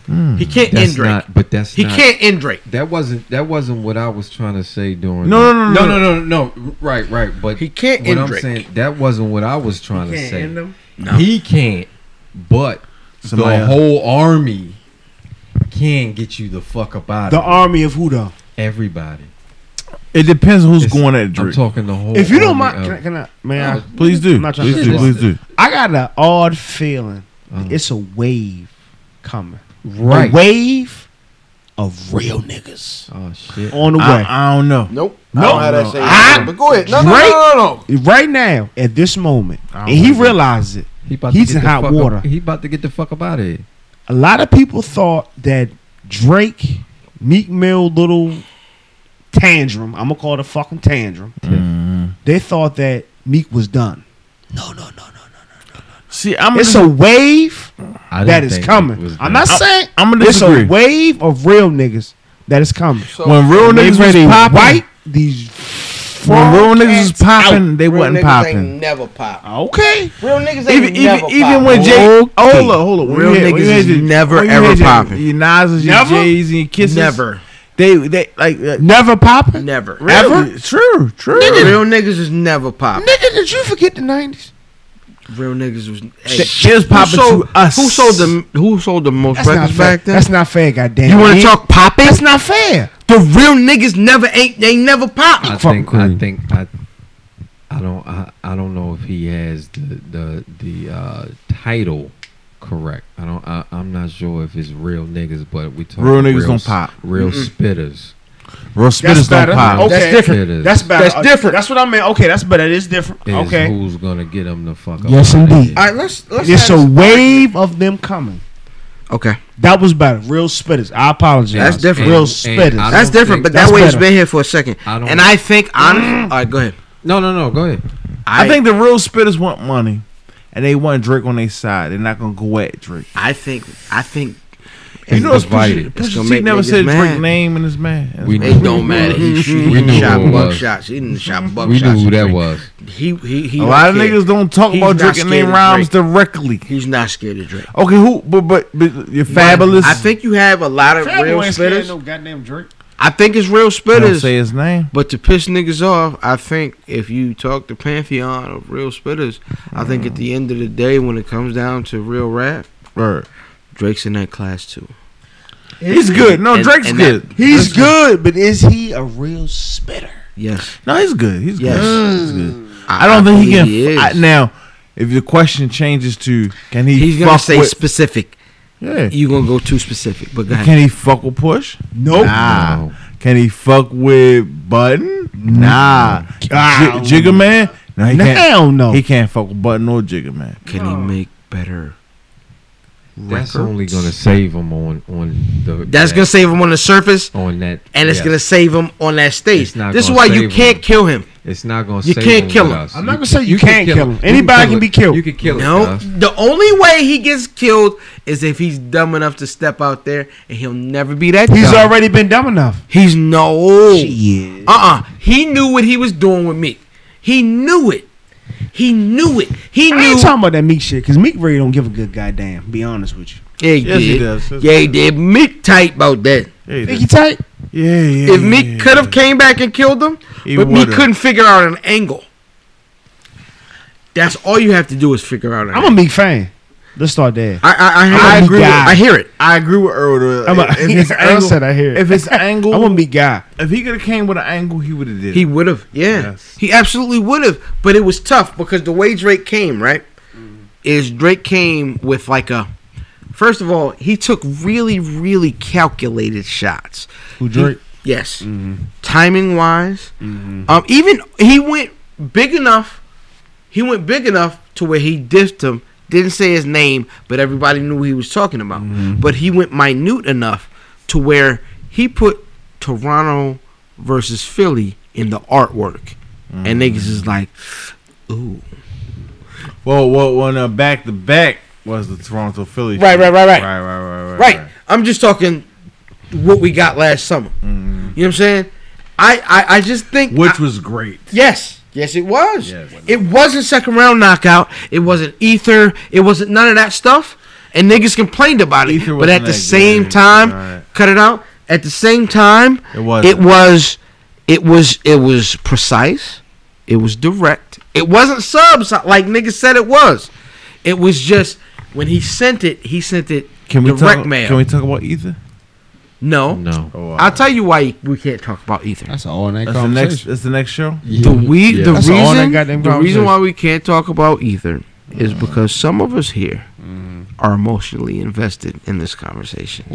Speaker 1: he can't end
Speaker 5: That's
Speaker 1: Drake.
Speaker 5: not. But that's
Speaker 1: he
Speaker 5: not,
Speaker 1: can't end Drake.
Speaker 5: That wasn't that wasn't what I was trying to say during.
Speaker 3: No,
Speaker 5: the-
Speaker 3: no, no, no,
Speaker 5: no, no, no, no. Right, right. But
Speaker 1: He can't
Speaker 5: What
Speaker 1: end
Speaker 5: I'm
Speaker 1: Drake.
Speaker 5: saying that wasn't what I was trying to
Speaker 4: Can't
Speaker 5: say.
Speaker 4: end him.
Speaker 1: No.
Speaker 5: He can't, but
Speaker 3: Somebody
Speaker 5: the
Speaker 3: else.
Speaker 5: whole army can get you the fuck up out
Speaker 4: The
Speaker 5: of
Speaker 4: army of who though?
Speaker 5: everybody.
Speaker 3: It depends who's
Speaker 5: It's-
Speaker 3: going at
Speaker 5: I'm
Speaker 3: Drake.
Speaker 5: talking the whole.
Speaker 4: If you don't
Speaker 5: army
Speaker 4: mind, can I,
Speaker 5: of-
Speaker 4: can I, may
Speaker 5: Oh,
Speaker 4: I?
Speaker 3: Please do.
Speaker 4: I'm not trying
Speaker 3: Please
Speaker 4: to
Speaker 3: do.
Speaker 4: say
Speaker 3: Please do.
Speaker 4: I got an odd feeling.
Speaker 5: Uh-huh.
Speaker 4: It's a wave coming.
Speaker 5: right.
Speaker 4: A wave of real niggas
Speaker 5: Oh shit.
Speaker 4: on the way.
Speaker 3: I, I don't know.
Speaker 1: Nope. I
Speaker 3: Nope.
Speaker 1: don't know how that say
Speaker 4: I-
Speaker 1: it, but go ahead. No, no,
Speaker 4: Drake-
Speaker 1: no, no, no.
Speaker 4: right now, at this moment,
Speaker 3: I
Speaker 4: and
Speaker 3: don't
Speaker 4: he
Speaker 3: like it.
Speaker 4: realized it.
Speaker 5: He about
Speaker 4: He's
Speaker 5: to get
Speaker 4: in
Speaker 5: the
Speaker 4: hot
Speaker 5: fuck
Speaker 4: water.
Speaker 5: Up, he about to get the fuck up out of here.
Speaker 4: A lot of people thought that Drake, Meek Mill, little tantrum. I'm gonna call it a fucking tantrum.
Speaker 1: Mm-hmm.
Speaker 3: Mm.
Speaker 4: They thought that Meek was done. No, no, no, no.
Speaker 3: See, I'm
Speaker 1: Mm-hmm.
Speaker 4: It's
Speaker 3: gonna,
Speaker 4: a wave
Speaker 5: I
Speaker 4: that
Speaker 5: didn't
Speaker 4: is
Speaker 5: think it
Speaker 4: coming.
Speaker 5: was
Speaker 4: I'm not
Speaker 5: that.
Speaker 4: saying
Speaker 3: I'm gonna
Speaker 4: it's
Speaker 3: disagree.
Speaker 4: a wave of real niggas that is coming.
Speaker 3: when real
Speaker 4: They
Speaker 3: niggas
Speaker 4: was
Speaker 3: was popping,
Speaker 4: white. These
Speaker 3: when real
Speaker 4: frog
Speaker 3: niggas was
Speaker 4: cats
Speaker 3: popping, they
Speaker 1: Real
Speaker 3: wasn't
Speaker 1: niggas
Speaker 3: popping.
Speaker 1: Ain't never pop.
Speaker 4: out. Okay,
Speaker 1: Real niggas ain't
Speaker 3: Even
Speaker 1: never
Speaker 3: even
Speaker 1: pop.
Speaker 3: even when Jay,
Speaker 4: Okay.
Speaker 3: oh, hold up, hold up. When
Speaker 1: Real
Speaker 3: you had- when
Speaker 1: niggas
Speaker 3: you had
Speaker 1: is
Speaker 3: your-
Speaker 1: never,
Speaker 3: when you
Speaker 1: ever
Speaker 3: had your-
Speaker 1: popping.
Speaker 3: Your Nas's, your
Speaker 4: Never?
Speaker 3: J's, and your kisses.
Speaker 1: never,
Speaker 3: They they like uh,
Speaker 4: never popping.
Speaker 1: never,
Speaker 3: ever. True, true.
Speaker 1: Real niggas is never pop.
Speaker 4: Nigga, did you forget the nineties?
Speaker 1: Real niggas was.
Speaker 3: Sh- she was popping
Speaker 1: who sold,
Speaker 3: to us.
Speaker 1: Who sold the Who sold the most
Speaker 4: That's not
Speaker 1: records
Speaker 4: fair.
Speaker 1: back then?
Speaker 4: That's not fair. Goddamn.
Speaker 1: you want to
Speaker 4: Nick.
Speaker 1: talk popping?
Speaker 4: That's not fair.
Speaker 1: The real niggas never ain't. They never pop.
Speaker 5: I
Speaker 4: Fuck
Speaker 5: think I
Speaker 4: Kareem.
Speaker 5: think I I don't I, I don't know if he has the the the uh, title correct. I don't I, I'm not sure if it's real niggas, but we talking
Speaker 3: Real niggas don't
Speaker 5: s-
Speaker 3: pop.
Speaker 5: real spitters.
Speaker 3: Real spitters don't
Speaker 4: better.
Speaker 3: pop.
Speaker 4: Okay.
Speaker 1: That's different.
Speaker 5: Spitters
Speaker 4: That's better.
Speaker 1: That's different.
Speaker 4: That's what I meant. Okay, that's better. It is different.
Speaker 5: is
Speaker 4: okay.
Speaker 5: who's gonna get him the fuck up?
Speaker 4: Yes,
Speaker 5: out of
Speaker 4: indeed.
Speaker 5: here.
Speaker 1: All right, let's let's.
Speaker 4: It's
Speaker 1: have
Speaker 4: a
Speaker 1: this-
Speaker 4: wave of them coming.
Speaker 1: okay.
Speaker 4: That was better. Real spitters. I apologize.
Speaker 1: That's different.
Speaker 4: Real
Speaker 5: And- and I
Speaker 4: spitters.
Speaker 1: That's
Speaker 5: don't
Speaker 1: different, but that
Speaker 5: think-
Speaker 4: that's
Speaker 1: wave's
Speaker 4: better.
Speaker 1: been here for a second.
Speaker 5: I don't- Mm.
Speaker 1: and I think honest. all right, go ahead.
Speaker 5: no, no, no. Go ahead.
Speaker 3: I think the real spitters want money, and they want Drake on their side. They're not gonna go at Drake.
Speaker 1: I think I think
Speaker 3: You
Speaker 5: It's
Speaker 3: know, it's
Speaker 5: divided.
Speaker 3: Pusha,
Speaker 1: It's
Speaker 3: Pusha
Speaker 1: gonna
Speaker 3: T
Speaker 1: make
Speaker 3: never
Speaker 1: niggas
Speaker 3: said
Speaker 1: mad.
Speaker 3: Drake name and his man. That's
Speaker 5: We
Speaker 3: my-
Speaker 1: It don't matter. He, he,
Speaker 5: We knew
Speaker 1: shot
Speaker 5: who it
Speaker 1: buck
Speaker 5: was.
Speaker 1: shots. He didn't shot buck
Speaker 5: we
Speaker 1: shots.
Speaker 5: knew who
Speaker 1: at
Speaker 5: that
Speaker 1: Drake.
Speaker 5: was.
Speaker 1: He he he.
Speaker 3: a
Speaker 1: don't
Speaker 3: lot of
Speaker 1: care.
Speaker 3: niggas don't talk
Speaker 1: He's
Speaker 3: about
Speaker 1: not
Speaker 3: Drake and
Speaker 1: scared
Speaker 3: name
Speaker 1: of
Speaker 3: rhymes
Speaker 1: Drake.
Speaker 3: directly.
Speaker 1: He's not scared of Drake.
Speaker 3: Okay, who? But but, but you're fabulous.
Speaker 1: I think you have a lot of real spitters.
Speaker 4: no goddamn Drake.
Speaker 1: I think it's real
Speaker 3: don't
Speaker 1: spitters.
Speaker 3: say his name.
Speaker 1: But to piss niggas off, I think if you talk the pantheon of real spitters, I think at the end of the day, when it comes down to real rap,
Speaker 3: Right.
Speaker 1: Drake's in that class too.
Speaker 3: He's good. No,
Speaker 1: And-
Speaker 3: Drake's
Speaker 1: and
Speaker 3: good.
Speaker 4: He's good, but is he a real spitter?
Speaker 1: Yes,
Speaker 3: no, he's good. He's
Speaker 1: Yes.
Speaker 3: good. He's good. I don't think he
Speaker 1: believe
Speaker 3: can.
Speaker 1: is.
Speaker 3: I- now, if the question changes to can he
Speaker 1: He's
Speaker 3: fuck
Speaker 1: gonna say
Speaker 3: with?
Speaker 1: specific.
Speaker 3: yeah.
Speaker 1: You gonna go too specific, but go ahead.
Speaker 3: Can he fuck with Push?
Speaker 4: Nope.
Speaker 3: Nah.
Speaker 4: Ah.
Speaker 5: No.
Speaker 3: Can he fuck with Button? Nah.
Speaker 4: Wow.
Speaker 3: J- Jigga Man? No, he can't.
Speaker 6: Hell no.
Speaker 3: He can't fuck with Button or Jigga Man.
Speaker 1: Can he make better?
Speaker 5: That's
Speaker 1: records?
Speaker 5: only gonna save him on on the.
Speaker 1: That's
Speaker 5: that-
Speaker 1: gonna save him on the surface,
Speaker 5: on that,
Speaker 1: and it's
Speaker 5: yeah.
Speaker 1: gonna save him on that stage.
Speaker 5: It's not
Speaker 1: This is
Speaker 5: gonna
Speaker 1: why you
Speaker 5: save
Speaker 1: can't
Speaker 5: him.
Speaker 1: kill him.
Speaker 5: It's not gonna.
Speaker 1: You
Speaker 5: save
Speaker 1: can't
Speaker 5: him
Speaker 1: kill
Speaker 5: with
Speaker 1: him.
Speaker 5: us.
Speaker 6: I'm not gonna say you can't kill him.
Speaker 5: You
Speaker 6: Anybody
Speaker 5: kill
Speaker 6: can be killed.
Speaker 5: You can kill him.
Speaker 1: No,
Speaker 5: Us.
Speaker 1: the only way he gets killed is if he's dumb enough to step out there, and he'll never be that.
Speaker 6: He's
Speaker 1: dumb.
Speaker 6: already been dumb enough.
Speaker 1: He's no.
Speaker 4: Yeah.
Speaker 1: Uh uh He knew what he was doing with Meek. He knew it. He knew it. He
Speaker 4: I
Speaker 1: knew.
Speaker 4: ain't talking about that Meek shit, because Meek really don't give a good goddamn, be honest with you.
Speaker 1: yeah, he
Speaker 3: Yes,
Speaker 1: did.
Speaker 3: he does. Yes,
Speaker 1: yeah,
Speaker 3: he
Speaker 1: he did. Meek tight about that.
Speaker 3: Yeah, he
Speaker 4: Think he
Speaker 3: does.
Speaker 4: tight?
Speaker 3: yeah, yeah.
Speaker 1: if Meek
Speaker 3: yeah,
Speaker 1: could have
Speaker 3: yeah.
Speaker 1: came back and killed him,
Speaker 3: He
Speaker 1: but Meek
Speaker 3: would've.
Speaker 1: couldn't figure out an angle. That's all you have to do is figure out an
Speaker 6: I'm
Speaker 1: angle.
Speaker 6: a Meek fan. Let's start there.
Speaker 1: I, I, I, I
Speaker 6: I'm a
Speaker 1: agree. With,
Speaker 6: guy.
Speaker 1: I hear it.
Speaker 3: I agree with Earl. though.
Speaker 6: I'm a,
Speaker 3: if his
Speaker 6: I
Speaker 3: angle,
Speaker 6: said I hear it.
Speaker 3: if his angle,
Speaker 6: I'm a Meek guy.
Speaker 3: if he could have came with an angle, he would have did.
Speaker 1: He
Speaker 3: it.
Speaker 1: would have, yeah.
Speaker 3: Yes.
Speaker 1: He absolutely would have, but it was tough because the way Drake came, right,
Speaker 3: Mm-hmm.
Speaker 1: is Drake came with like a. First of all, he took really, really calculated shots.
Speaker 6: Who Drake? Mm-hmm.
Speaker 1: Yes, timing wise, um, even he went big enough. He went big enough to where he dissed him, didn't say his name, but everybody knew who he was talking about.
Speaker 6: Mm-hmm.
Speaker 1: But he went minute enough to where he put Toronto versus Philly in the artwork,
Speaker 6: Mm-hmm.
Speaker 1: and niggas is like, ooh,
Speaker 3: Well, well, when uh, back to back was the Toronto Philly.
Speaker 1: Right,
Speaker 3: shit.
Speaker 1: right, right, right.
Speaker 3: right, right, right, right,
Speaker 1: right. I'm just talking what we got last summer.
Speaker 3: Mhm.
Speaker 1: You know what I'm saying? I I, I just think I-
Speaker 3: Which was great.
Speaker 1: Yes. Yes, it was.
Speaker 3: Yes.
Speaker 1: It wasn't second round knockout. It wasn't ether. It wasn't none of that stuff. And niggas complained about it.
Speaker 3: Ether
Speaker 1: but
Speaker 3: wasn't
Speaker 1: at the
Speaker 3: that
Speaker 1: same
Speaker 3: good.
Speaker 1: time,
Speaker 3: Right.
Speaker 1: cut it out. At the same time,
Speaker 3: It was.
Speaker 1: it was, it was, it was precise. It was direct. It wasn't subs like niggas said it was. It was just when he sent it, he sent it
Speaker 3: Can we
Speaker 1: direct
Speaker 3: talk?
Speaker 1: mail.
Speaker 3: Can we talk about Ether?
Speaker 1: no,
Speaker 5: No.
Speaker 3: Oh,
Speaker 1: I'll tell you why we can't talk about ether.
Speaker 6: That's all in that
Speaker 3: That's the next. That's the next show.
Speaker 1: The we the
Speaker 6: That's all that
Speaker 1: reason
Speaker 6: goddamn
Speaker 1: the reason
Speaker 6: conversation.
Speaker 1: why we can't talk about ether is because some of us here are emotionally invested in this conversation.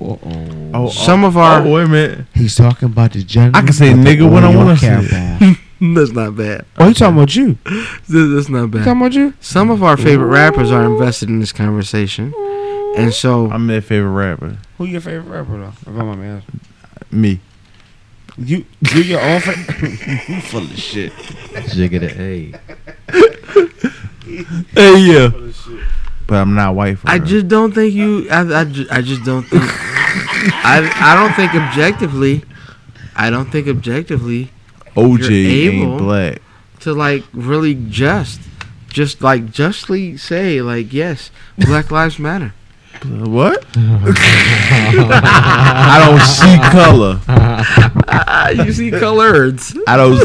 Speaker 3: Oh,
Speaker 1: Some
Speaker 3: oh,
Speaker 1: of our-
Speaker 3: Oh, wait a minute.
Speaker 6: He's talking about the general.
Speaker 3: I can say
Speaker 6: with the
Speaker 3: nigga when I
Speaker 6: oil
Speaker 3: wanna
Speaker 6: cap
Speaker 3: say
Speaker 6: on.
Speaker 1: that's not bad.
Speaker 6: Oh, he talking about you?
Speaker 1: Th- That's not
Speaker 6: He
Speaker 1: bad.
Speaker 6: talking about you?
Speaker 1: Some of our favorite rappers are invested in this conversation, and so
Speaker 3: I'm their favorite rapper.
Speaker 6: Who your favorite rapper though? If I'm a man,
Speaker 3: Me.
Speaker 6: you you your own favorite.
Speaker 4: Full of shit.
Speaker 5: Jigga the A.
Speaker 3: Hey, yeah. But I'm not white for
Speaker 1: I
Speaker 3: her.
Speaker 1: just don't think you. I I, ju- I just don't think. I I don't think objectively. I don't think objectively
Speaker 3: OJ
Speaker 1: you're able-
Speaker 3: ain't black.
Speaker 1: to like really just, just like justly say like yes, Black Lives Matter.
Speaker 3: What? I don't see color.
Speaker 1: Ah, you see coloreds.
Speaker 3: I don't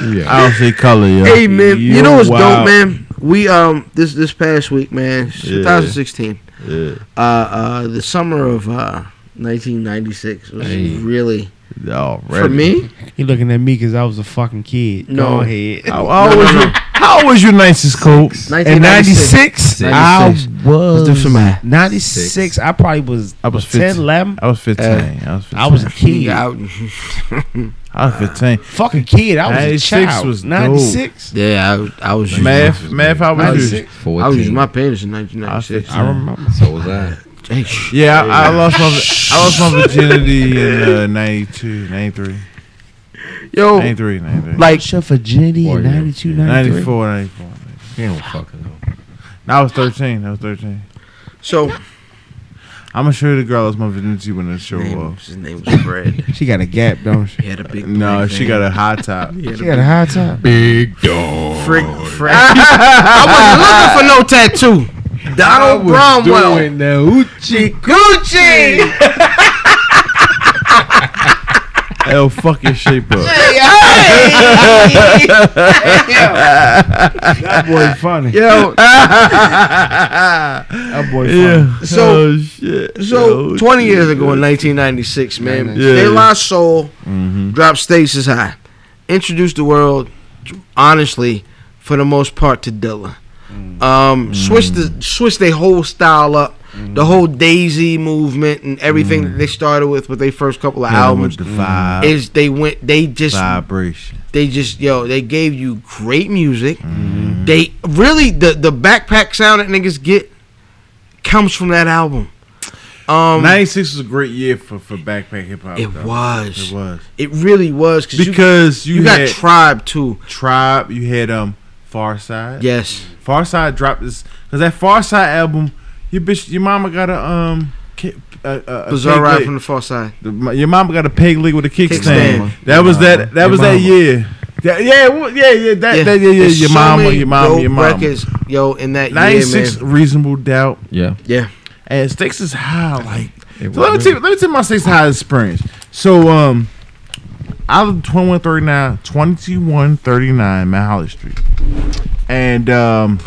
Speaker 3: see.
Speaker 5: Yeah.
Speaker 3: I don't see color, yo.
Speaker 1: Hey man, you, know what's dope,
Speaker 3: wild.
Speaker 1: man? We um this this past week, man, 2016.
Speaker 3: Yeah.
Speaker 1: Uh uh the summer of uh 1996 was
Speaker 5: Hey.
Speaker 1: really
Speaker 3: Already.
Speaker 1: for me.
Speaker 6: He looking at me because I was a fucking kid.
Speaker 1: No.
Speaker 6: Go ahead.
Speaker 3: How, how was your How was your nicest coat?
Speaker 6: In
Speaker 1: 1996.
Speaker 6: '96,
Speaker 5: Six.
Speaker 6: I
Speaker 1: Six. Let's do
Speaker 6: was
Speaker 1: some math.
Speaker 6: '96. I probably was
Speaker 3: I was
Speaker 6: 10,
Speaker 3: 15.
Speaker 6: 11.
Speaker 3: I was 15. I was 15.
Speaker 6: I was a kid.
Speaker 1: Yeah,
Speaker 3: I was 15.
Speaker 6: fucking kid. I was a
Speaker 3: 96
Speaker 6: child.
Speaker 3: was dope.
Speaker 6: 96.
Speaker 1: I, yeah, I, I was using,
Speaker 3: Math, math, I
Speaker 1: I
Speaker 3: was
Speaker 1: was-
Speaker 3: you?
Speaker 1: I was using my
Speaker 5: 14.
Speaker 1: penis in
Speaker 3: I was
Speaker 1: 1996.
Speaker 3: 15.
Speaker 6: I remember.
Speaker 5: So was I.
Speaker 1: Hey, sh-
Speaker 3: Yeah, I, I lost my I lost my virginity in uh, 92, 93,
Speaker 1: yo,
Speaker 3: 93, 93,
Speaker 1: Oh. like
Speaker 6: What's your virginity
Speaker 5: Four
Speaker 6: in
Speaker 5: years.
Speaker 6: 92, 93?
Speaker 3: 94, 94.
Speaker 5: You don't fucking know.
Speaker 3: I was thirteen. I was thirteen.
Speaker 1: So
Speaker 3: I'm gonna show you the girl that's my virginity when I show
Speaker 1: name,
Speaker 3: up.
Speaker 1: his name was Fred.
Speaker 6: She got a gap, don't she?
Speaker 1: He had a big.
Speaker 3: No,
Speaker 1: black
Speaker 3: she
Speaker 1: thing.
Speaker 3: got a high top.
Speaker 1: He had
Speaker 6: She
Speaker 1: a
Speaker 6: got a high top.
Speaker 5: Big dog.
Speaker 3: Oh,
Speaker 1: Frick, Frank. I wasn't looking for no tattoo. Donald Bromwell.
Speaker 5: Doing the Uchi Coochie.
Speaker 3: L fucking shape up.
Speaker 6: That boy funny.
Speaker 1: Yo,
Speaker 6: That boy funny.
Speaker 3: Yeah.
Speaker 1: So-
Speaker 3: oh, shit.
Speaker 1: so 20 years ago in 1996, man,
Speaker 3: Yeah.
Speaker 1: they lost soul,
Speaker 3: hmm
Speaker 1: dropped Stasis High, introduced the world, honestly, for the most part, to Dilla.
Speaker 3: Mm.
Speaker 1: Um, switched the switched their whole style up,
Speaker 3: Mm.
Speaker 1: the whole Daisy movement and everything that they started with with their first couple of albums.
Speaker 3: the vibe,
Speaker 1: Is they went they just
Speaker 3: vibration.
Speaker 1: They just yo, they gave you great music.
Speaker 3: Mm-hmm.
Speaker 1: They really the the backpack sound that niggas get comes from that album. Um,
Speaker 3: '96 was a great year for for backpack hip hop.
Speaker 1: It
Speaker 3: though.
Speaker 1: was.
Speaker 3: It was
Speaker 1: it really was cause you,
Speaker 3: because you,
Speaker 1: you got
Speaker 3: had
Speaker 1: Tribe too.
Speaker 3: Tribe. You had um Far Side.
Speaker 1: Yes,
Speaker 3: Far Side dropped this because that Far Side album, your bitch, your mama got a um. ki- A, a, a
Speaker 1: Bizarre
Speaker 3: peg
Speaker 1: Ride
Speaker 3: leg.
Speaker 1: from the Far Side.
Speaker 3: The- my- your mom got a peg leg with a kickstand.
Speaker 1: Kickstand.
Speaker 3: That was that. That
Speaker 5: Your
Speaker 3: was that
Speaker 5: mama.
Speaker 3: year. That- yeah, wa- yeah, yeah. That, that yeah, yeah.
Speaker 1: there's
Speaker 3: Your
Speaker 1: so
Speaker 3: mama,
Speaker 1: many
Speaker 3: your mama,
Speaker 1: dope
Speaker 3: your mama.
Speaker 1: Records, yo, in that
Speaker 3: Ninety
Speaker 1: year,
Speaker 3: six,
Speaker 1: man.
Speaker 3: reasonable doubt,
Speaker 5: Yeah.
Speaker 1: Yeah,
Speaker 3: and stakes is high. Like,
Speaker 5: It
Speaker 3: so let me
Speaker 5: was
Speaker 3: tell you, let me tell you my stakes high experience. So, um, I live 2139, 2139 Mount Holly Street, and um,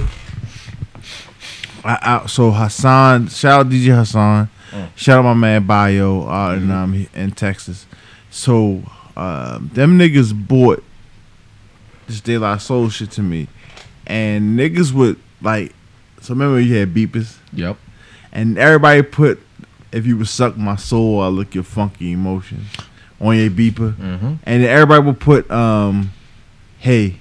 Speaker 3: I, I so Hassan, shout out DJ Hassan, shout out my man Bio out in um in Texas. So, um, them niggas bought this daylight soul shit to me, and niggas would like. So remember you had beepers
Speaker 5: Yep.
Speaker 3: and everybody put if you would suck my soul i look your funky emotions on your beeper
Speaker 5: Mm-hmm.
Speaker 3: and then everybody would put um hey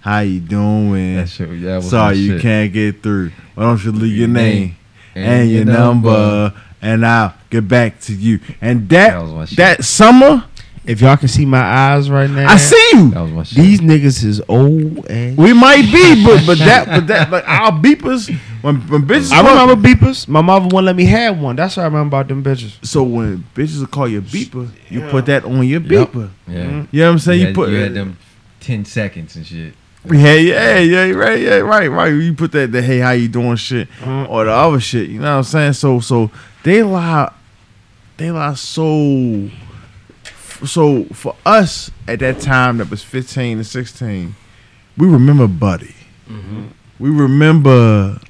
Speaker 3: how you doing
Speaker 5: That shit. Yeah. was
Speaker 3: sorry
Speaker 5: my
Speaker 3: you
Speaker 5: shit.
Speaker 3: can't get through why don't you leave your
Speaker 5: Your name
Speaker 3: name and, your number, and i'll get back to you and
Speaker 5: That
Speaker 3: that
Speaker 5: was my shit.
Speaker 3: that summer
Speaker 6: If y'all can see my eyes right now,
Speaker 3: i see you
Speaker 5: That was my shit.
Speaker 6: these niggas is old as.
Speaker 3: we might be but but that but that like our beepers when when bitches
Speaker 6: I
Speaker 3: call-
Speaker 6: remember beepers. My mother wouldn't let me have one. That's what I remember about them bitches.
Speaker 3: so when bitches will call your beeper you put that on your
Speaker 5: Yep.
Speaker 3: beeper
Speaker 5: Yeah.
Speaker 3: you know what i'm saying
Speaker 5: you, had,
Speaker 3: put
Speaker 5: you had them ten seconds and shit.
Speaker 3: Yeah, yeah, yeah, you're right, yeah, right, right. You put that the hey, how you doing shit or the other shit. You know what I'm saying? So, so they lie, they lie so. So for us at that time, that was 15 to 16. We remember Buddy. We remember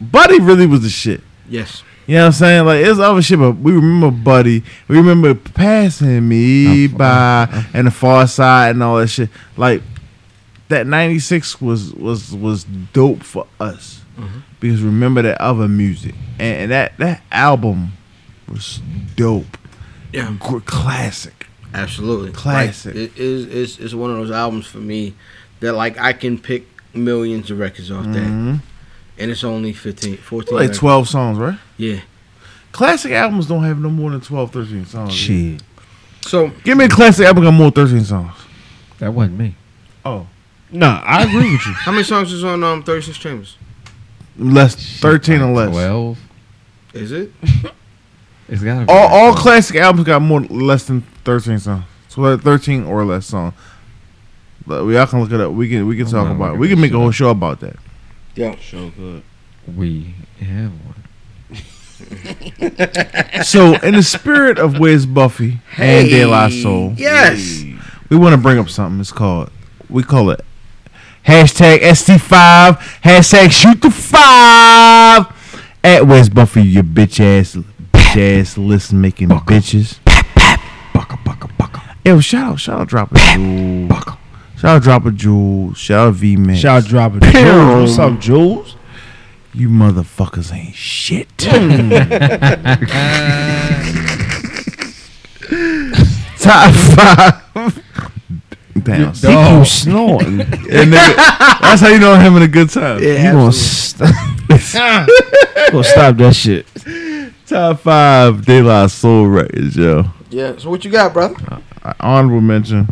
Speaker 3: Buddy really was the shit.
Speaker 1: yes.
Speaker 3: You know what I'm saying? Like it's other shit, but we remember Buddy. We remember passing me
Speaker 5: I'm-
Speaker 3: by and the far side and all that shit. Like that '96 was was was dope for us because remember that other music and, and that that album was dope,
Speaker 1: Yeah,
Speaker 3: Gr- classic.
Speaker 1: absolutely.
Speaker 3: Classic.
Speaker 1: Like, it is it's, it's one of those albums for me that like I can pick millions of records off that,
Speaker 3: Mhm.
Speaker 1: and it's only 15, 14
Speaker 3: Like
Speaker 1: records.
Speaker 3: 12 songs, right?
Speaker 1: Yeah.
Speaker 3: Classic albums don't have no more than 12, 13 songs.
Speaker 6: Shit.
Speaker 1: So
Speaker 3: Give me a classic album got more than 13 songs.
Speaker 5: That wasn't me.
Speaker 3: Oh,
Speaker 6: Nah, I agree with you.
Speaker 1: how many songs is on um Thirty Six Chambers?
Speaker 3: less
Speaker 5: Shit,
Speaker 3: 13
Speaker 5: like
Speaker 3: or less.
Speaker 5: Twelve.
Speaker 1: Is it?
Speaker 5: It's gotta be.
Speaker 3: All,
Speaker 5: like
Speaker 3: all
Speaker 5: 12.
Speaker 3: classic albums got more less than thirteen songs. So they're thirteen or less songs. But we all can look it up. We can we can
Speaker 5: I'm
Speaker 3: talk
Speaker 5: not
Speaker 3: about. It.
Speaker 5: looking
Speaker 3: We can make a
Speaker 5: this shit
Speaker 3: whole
Speaker 5: up.
Speaker 3: show about that.
Speaker 4: So good.
Speaker 5: We have one.
Speaker 3: so in the spirit of Where's Buffy and De La Soul,
Speaker 1: Yes.
Speaker 3: we want to bring up something. It's called we call it hashtag ST5 hashtag Shoot the Five at Where's Buffy. Your bitch ass bitch ass list making
Speaker 5: Buckle.
Speaker 3: bitches.
Speaker 5: Bucka bucka bucka
Speaker 3: Yo, shout out shout out drop a jewel.
Speaker 5: bucka.
Speaker 3: Shout out drop a jewel. Shout out V man.
Speaker 6: Shout out dropping Jules. What's up, Jules?
Speaker 3: You motherfuckers ain't shit. Top five. Damn. son.
Speaker 5: Dog.
Speaker 6: You snorting.
Speaker 3: And nigga, that's how you know I'm having a good time.
Speaker 6: you gonna stop? gonna stop that shit?
Speaker 3: Top five De La Soul records, yo.
Speaker 1: Yeah. So what you got, brother?
Speaker 3: Uh, honorable mention.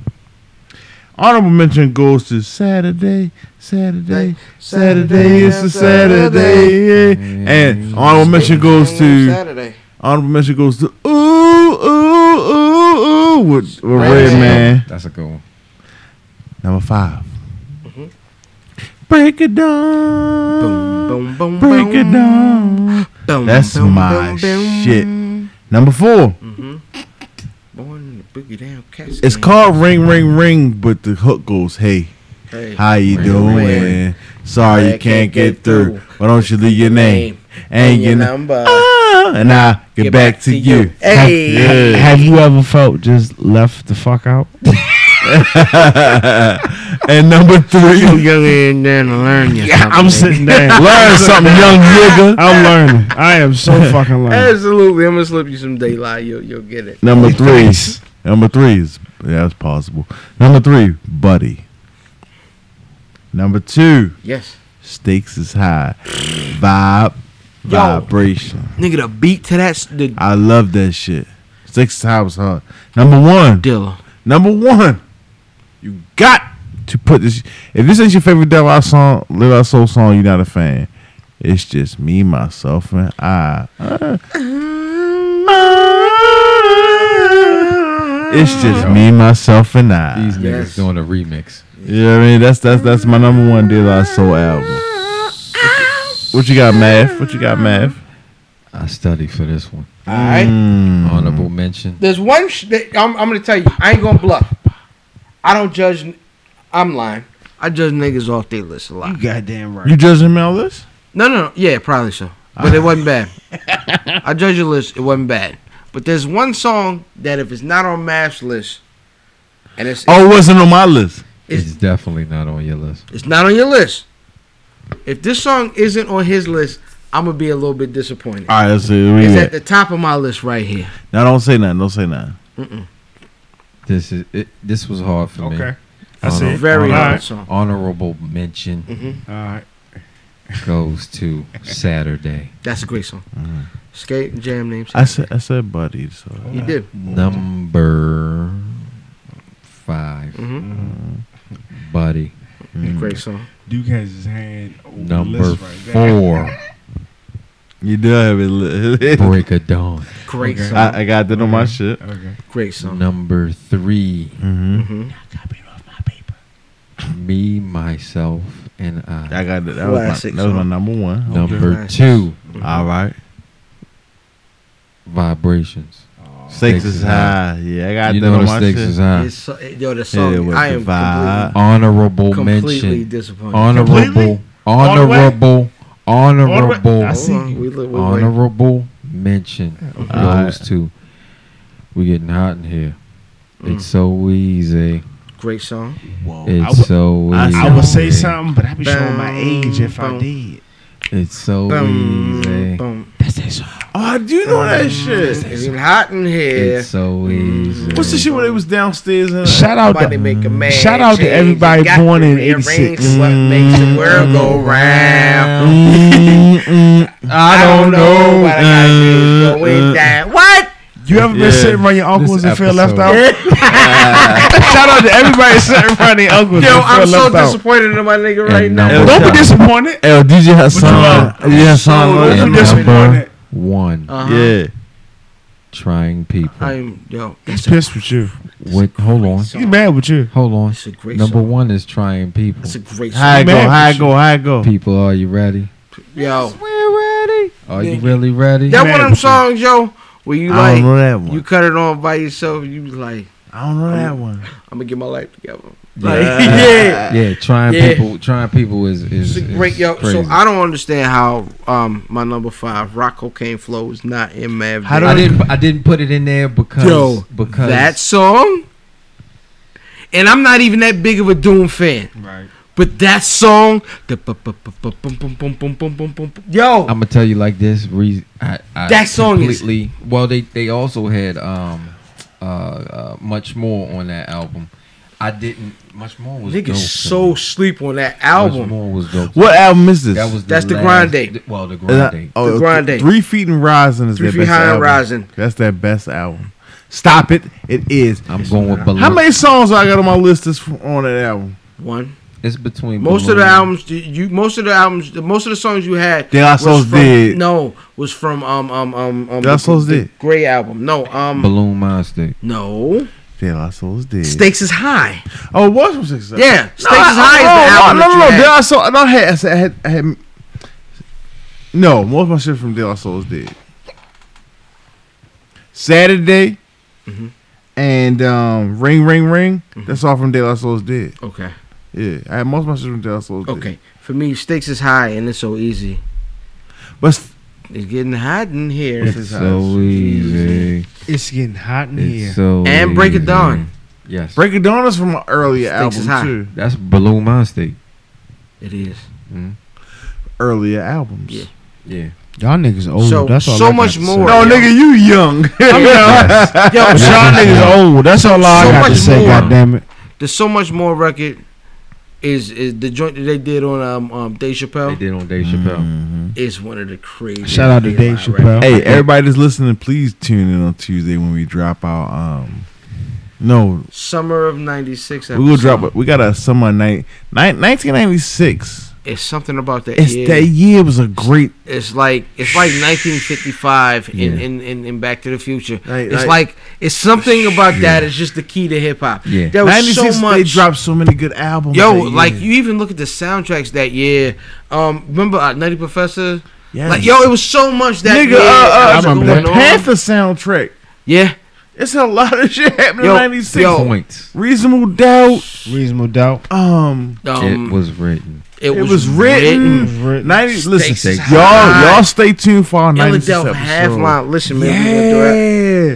Speaker 3: Honorable mention goes to Saturday, Saturday, Saturday. It's a Saturday. yeah. And honorable mention goes to
Speaker 1: Saturday.
Speaker 3: honorable mention goes to ooh ooh ooh ooh with, with Red Man.
Speaker 5: That's a good one.
Speaker 3: Number 5 Mm-hmm. Break it down.
Speaker 1: Boom, boom, boom,
Speaker 3: Break
Speaker 1: boom,
Speaker 3: it down.
Speaker 1: Boom,
Speaker 3: That's
Speaker 1: boom,
Speaker 3: my
Speaker 1: boom, boom.
Speaker 3: shit. Number four.
Speaker 1: Born in the boogie down casket.
Speaker 3: It's called Ring Ring Ring, but the hook goes, Hey,
Speaker 1: Hey.
Speaker 3: how you
Speaker 5: Ring, ring.
Speaker 3: doing? Sorry you can't get through. Why don't you leave your name and
Speaker 1: and
Speaker 3: your
Speaker 1: your
Speaker 3: number?
Speaker 1: number.
Speaker 3: And I get back to you.
Speaker 1: Hey.
Speaker 3: Yeah.
Speaker 6: Have you ever felt just left the fuck out?
Speaker 3: and number
Speaker 1: You
Speaker 3: three,
Speaker 1: young and then learn your
Speaker 6: Yeah, I'm sitting there.
Speaker 3: learn something, young nigga.
Speaker 6: I'm learning. I am so fucking learning.
Speaker 1: Absolutely, I'm gonna slip you some daylight. You'll you'll get it.
Speaker 3: Number three, number three is yeah, that's possible. Number three, buddy. Number two,
Speaker 1: Yes,
Speaker 3: stakes is high, vibe, vibration.
Speaker 1: nigga, the beat to that s- the
Speaker 3: I love that shit. Six times hard. Number one.
Speaker 1: Dilla.
Speaker 3: Number one. You got to put this. If this ain't your favorite Dev Our song, Live Our Soul song, you're not a fan. It's just me, myself, and I. Uh. It's just me, myself, and I.
Speaker 5: These
Speaker 1: Yes.
Speaker 5: niggas doing a remix.
Speaker 3: You know what I mean? That's that's that's my number one De La Soul album. What you got, Math? What you got, Math?
Speaker 5: I studied for this one.
Speaker 1: All right.
Speaker 3: Mm.
Speaker 5: Honorable mention.
Speaker 1: There's one. Sh- that I'm, I'm gonna tell you. I ain't gonna bluff. I don't judge. n- I'm lying. I judge niggas off their list a lot.
Speaker 4: You goddamn right.
Speaker 3: You judging me on this?
Speaker 1: No, no, no. Yeah, probably so. But it wasn't bad. I judge your list. It wasn't bad. But there's one song that if it's not on Mav's list, and it's
Speaker 3: Oh, it wasn't on my list.
Speaker 5: It's definitely not on your list.
Speaker 1: It's not on your list. If this song isn't on his list, I'm gonna be a little bit disappointed.
Speaker 3: All right, let's see. Where
Speaker 1: It's
Speaker 3: you
Speaker 1: at
Speaker 3: at?
Speaker 1: the top of my list right here.
Speaker 3: Now don't say nothing. Don't say nothing.
Speaker 5: This is it, this was hard for me.
Speaker 2: Okay. I see.
Speaker 5: Honor-
Speaker 1: Very
Speaker 2: All
Speaker 1: hard
Speaker 2: right.
Speaker 1: song.
Speaker 5: Honorable mention
Speaker 2: All right.
Speaker 5: goes to Saturday.
Speaker 1: That's a great song.
Speaker 3: Mm-hmm.
Speaker 1: Skate and jam names.
Speaker 3: I said I said buddy. So
Speaker 1: You did.
Speaker 5: Number 5
Speaker 1: Mm-hmm.
Speaker 5: buddy.
Speaker 3: Mm-hmm.
Speaker 1: Great song.
Speaker 2: Duke has his hand over the
Speaker 5: Number
Speaker 2: list right there.
Speaker 5: four,
Speaker 3: you do have it. li-
Speaker 5: break of dawn.
Speaker 1: Great
Speaker 2: Okay.
Speaker 1: song.
Speaker 3: I, I got that on my shit.
Speaker 2: Okay.
Speaker 1: Great song.
Speaker 5: Number three,
Speaker 3: Mm-hmm.
Speaker 1: Mm-hmm.
Speaker 5: me, myself, and I.
Speaker 3: I got that. That was, my,
Speaker 1: Classic
Speaker 3: that was my
Speaker 1: song.
Speaker 3: number one.
Speaker 5: Number
Speaker 1: Nice.
Speaker 5: two,
Speaker 3: All right.
Speaker 5: vibrations.
Speaker 3: Stakes is high. Yeah, I got
Speaker 5: You
Speaker 3: that
Speaker 5: know
Speaker 3: on
Speaker 5: the
Speaker 3: my
Speaker 5: stakes
Speaker 3: shit.
Speaker 5: is high.
Speaker 1: It's so, yo, the
Speaker 3: Hit it
Speaker 1: song.
Speaker 3: with
Speaker 1: I
Speaker 3: the
Speaker 1: am
Speaker 3: vibe.
Speaker 5: Honorable
Speaker 1: completely, completely
Speaker 5: mention.
Speaker 1: disappointed.
Speaker 5: Honorable,
Speaker 2: Completely? All the way?
Speaker 5: honorable,
Speaker 2: All the way?
Speaker 5: honorable,
Speaker 2: I
Speaker 1: Hold
Speaker 2: see.
Speaker 1: on. Oh, We, look- we, wait.
Speaker 5: honorable mention goes
Speaker 3: Alright.
Speaker 5: to. We getting hot in here. It's so easy.
Speaker 1: Great song.
Speaker 2: Whoa.
Speaker 4: Oh,
Speaker 2: I
Speaker 5: It's
Speaker 2: would-
Speaker 5: so
Speaker 3: I-
Speaker 5: easy.
Speaker 2: I would say something,
Speaker 5: something.
Speaker 2: but I'd be showing my age if I
Speaker 1: Boom.
Speaker 2: did.
Speaker 5: It's so
Speaker 1: Boom,
Speaker 5: easy.
Speaker 1: boom.
Speaker 3: Oh, I do know that shit.
Speaker 1: It's hot in here.
Speaker 5: It's so easy.
Speaker 3: What's the shit where they was downstairs and
Speaker 2: Shout out to
Speaker 1: Nobody Uh, make a man
Speaker 2: shout out to
Speaker 1: change.
Speaker 2: everybody
Speaker 1: You got
Speaker 2: born
Speaker 1: to
Speaker 2: in
Speaker 1: rearrange
Speaker 2: 86.
Speaker 1: What makes the world go round?
Speaker 3: Mm, mm,
Speaker 1: Mm-hmm.
Speaker 3: I don't know.
Speaker 1: what I gotta do.
Speaker 3: Uh,
Speaker 1: It's going
Speaker 3: uh,
Speaker 1: down. What?
Speaker 2: You ever
Speaker 3: Yeah.
Speaker 2: been sitting around your uncles
Speaker 5: This
Speaker 2: and feel left out?
Speaker 5: episode.
Speaker 2: Shout out to everybody sitting around their uncles
Speaker 1: Yo,
Speaker 2: and feel
Speaker 1: I'm so
Speaker 2: left out.
Speaker 1: disappointed in my nigga right
Speaker 5: And
Speaker 1: now.
Speaker 5: number-
Speaker 2: Don't be disappointed.
Speaker 3: L DJ
Speaker 2: What
Speaker 3: Hassan.
Speaker 2: you
Speaker 3: DJ
Speaker 2: Don't
Speaker 5: And
Speaker 2: be
Speaker 3: Hassan.
Speaker 5: number-
Speaker 2: disappointed.
Speaker 5: One
Speaker 1: Uh-huh.
Speaker 3: Yeah.
Speaker 5: trying people.
Speaker 1: I'm yo.
Speaker 2: He's pissed with you.
Speaker 5: With hold on,
Speaker 2: He's mad with you.
Speaker 5: hold on.
Speaker 1: That's a great
Speaker 5: Number
Speaker 1: song.
Speaker 5: one is trying people.
Speaker 1: That's a great
Speaker 3: High
Speaker 1: song.
Speaker 3: go,
Speaker 2: Man,
Speaker 3: high
Speaker 2: for
Speaker 3: go, high go.
Speaker 5: People, are you ready?
Speaker 1: Yo,
Speaker 5: Are you really ready?
Speaker 1: that one of them
Speaker 2: Man.
Speaker 1: songs, yo, where you
Speaker 3: I don't know
Speaker 1: like
Speaker 3: that one.
Speaker 1: you cut it on by yourself. You was like,
Speaker 3: I don't know that one.
Speaker 1: I'm gonna get my life together.
Speaker 5: yeah. yeah, trying
Speaker 1: Yeah.
Speaker 5: people. Trying people is is,
Speaker 1: It's a
Speaker 5: is
Speaker 1: great yo.
Speaker 5: Crazy.
Speaker 1: So I don't understand how um my number five rock cocaine flow is not in Mav.
Speaker 5: I,
Speaker 1: Dillon.
Speaker 5: didn't. I didn't put it in there because
Speaker 1: Yo,
Speaker 5: because
Speaker 1: that song. And I'm not even that big of a Doom fan,
Speaker 2: Right.
Speaker 1: but that song, the bu- bu- bu- bu- bum- bum- bum- bum- bum- bum- bum- bum- yo,
Speaker 5: I'm gonna tell you like this. Re- I, I
Speaker 1: That song is-
Speaker 5: completely. well. They they also had um uh, uh much more on that album. I didn't. Much more was dope
Speaker 1: niggas
Speaker 5: to
Speaker 1: so
Speaker 5: me.
Speaker 1: sleep on that
Speaker 5: Much
Speaker 1: album.
Speaker 5: more was dope.
Speaker 3: What album is this?
Speaker 5: That was
Speaker 1: That's the
Speaker 5: last-
Speaker 1: Grind Day.
Speaker 5: Well, the grind
Speaker 3: Is that-
Speaker 5: day.
Speaker 1: The Grind Day.
Speaker 3: Three Feet and Rising is
Speaker 1: Three
Speaker 3: their
Speaker 1: Feet
Speaker 3: best
Speaker 1: High and
Speaker 3: album.
Speaker 1: Rising.
Speaker 3: That's their best album. Stop it. It is.
Speaker 5: I'm going with Balloon.
Speaker 3: How many songs I got on my list is on that album?
Speaker 1: One.
Speaker 5: It's between
Speaker 1: Most of the
Speaker 5: Balloon.
Speaker 1: albums you- you most of the albums the- most of the songs you had
Speaker 3: They are
Speaker 1: was
Speaker 3: Souls
Speaker 1: from-
Speaker 3: Dead.
Speaker 1: No, was from um um um um
Speaker 3: They Are Souls Dead.
Speaker 1: Gray album. No, um
Speaker 5: Balloon Monster.
Speaker 1: no.
Speaker 3: De La Soul's dead.
Speaker 1: Stakes is high.
Speaker 3: Oh, it was from Six Seven.
Speaker 1: Yeah, Stakes
Speaker 3: I-
Speaker 1: is high is the
Speaker 3: oh,
Speaker 1: album.
Speaker 3: No, no, no.
Speaker 1: that you
Speaker 3: De
Speaker 1: had.
Speaker 3: La Soul. No, I had, I had, I had. No, most of my shit from De La Soul's dead. Saturday
Speaker 1: Mm-hmm.
Speaker 3: and um, Ring Ring Ring. That's all from De La Soul's dead.
Speaker 1: Okay.
Speaker 3: Yeah, I had most of my shit from De La Soul's dead.
Speaker 1: Okay. For me, Stakes is high and it's so easy.
Speaker 3: but s-
Speaker 1: It's getting hot in here.
Speaker 3: It's
Speaker 5: So easy.
Speaker 4: It's getting hot in
Speaker 5: It's
Speaker 4: here.
Speaker 5: so
Speaker 1: And Break It
Speaker 5: easy.
Speaker 1: Dawn.
Speaker 5: Yes.
Speaker 3: Break It Dawn is from my earlier
Speaker 1: Stakes is high.
Speaker 3: album too.
Speaker 5: That's Balloon Monster.
Speaker 1: It is.
Speaker 3: Earlier albums.
Speaker 1: Yeah.
Speaker 5: Yeah.
Speaker 4: Y'all niggas old.
Speaker 1: So-
Speaker 4: That's all
Speaker 1: so
Speaker 4: I got
Speaker 1: much
Speaker 4: to
Speaker 1: more.
Speaker 4: Say.
Speaker 3: No,
Speaker 1: Yo.
Speaker 3: nigga, you young.
Speaker 1: Yo,
Speaker 4: Y'all
Speaker 1: so-
Speaker 4: niggas old. That's all I
Speaker 1: So
Speaker 4: got to
Speaker 1: much
Speaker 4: say.
Speaker 1: more.
Speaker 4: God damn it.
Speaker 1: there's so much more record. Is is the joint that they did on um, um Dave
Speaker 5: They
Speaker 1: Chappelle
Speaker 5: did on Dave
Speaker 1: Mm-hmm.
Speaker 5: Chappelle.
Speaker 1: is one of the craziest.
Speaker 4: Shout out to
Speaker 1: things
Speaker 4: Dave
Speaker 1: I read.
Speaker 4: Chappelle.
Speaker 3: Hey, everybody that's listening, please tune in on Tuesday when we drop our um. No,
Speaker 1: Summer of '96.
Speaker 3: we will drop. it. We got a summer night. Nine, 1996.
Speaker 1: It's something about that
Speaker 3: It's
Speaker 1: year.
Speaker 3: that year was a great.
Speaker 1: It's like it's like 1955 in,
Speaker 5: Yeah.
Speaker 1: in, in, in Back to the Future.
Speaker 3: Like-
Speaker 1: it's
Speaker 3: like-
Speaker 1: like it's something about that. It's just the key to hip hop.
Speaker 5: Yeah.
Speaker 1: there was
Speaker 3: 96.
Speaker 1: so
Speaker 3: They
Speaker 1: much.
Speaker 3: dropped so many good albums.
Speaker 1: Yo,
Speaker 3: that year.
Speaker 1: like you even look at the soundtracks that year. Um, remember uh, Nutty Professor?
Speaker 3: Yes.
Speaker 1: Like yo, it was so much that
Speaker 3: nigga,
Speaker 1: year. that
Speaker 3: uh,
Speaker 1: was
Speaker 3: uh,
Speaker 4: remember
Speaker 1: going
Speaker 3: the
Speaker 1: on.
Speaker 3: Panther soundtrack.
Speaker 1: Yeah,
Speaker 3: It's a lot of shit happened
Speaker 1: Yo,
Speaker 3: in '96.
Speaker 1: yo.
Speaker 5: Points.
Speaker 3: Reasonable doubt.
Speaker 4: Reasonable doubt.
Speaker 3: Um,
Speaker 1: um,
Speaker 5: it was written.
Speaker 1: It,
Speaker 3: it, was, written.
Speaker 4: written.
Speaker 3: 90, listen,
Speaker 1: Stakes is
Speaker 3: y'all,
Speaker 1: high.
Speaker 3: y'all stay tuned for our
Speaker 1: Illadelph
Speaker 3: 96
Speaker 1: half
Speaker 3: episode.
Speaker 1: line. Listen, man. we gonna do that.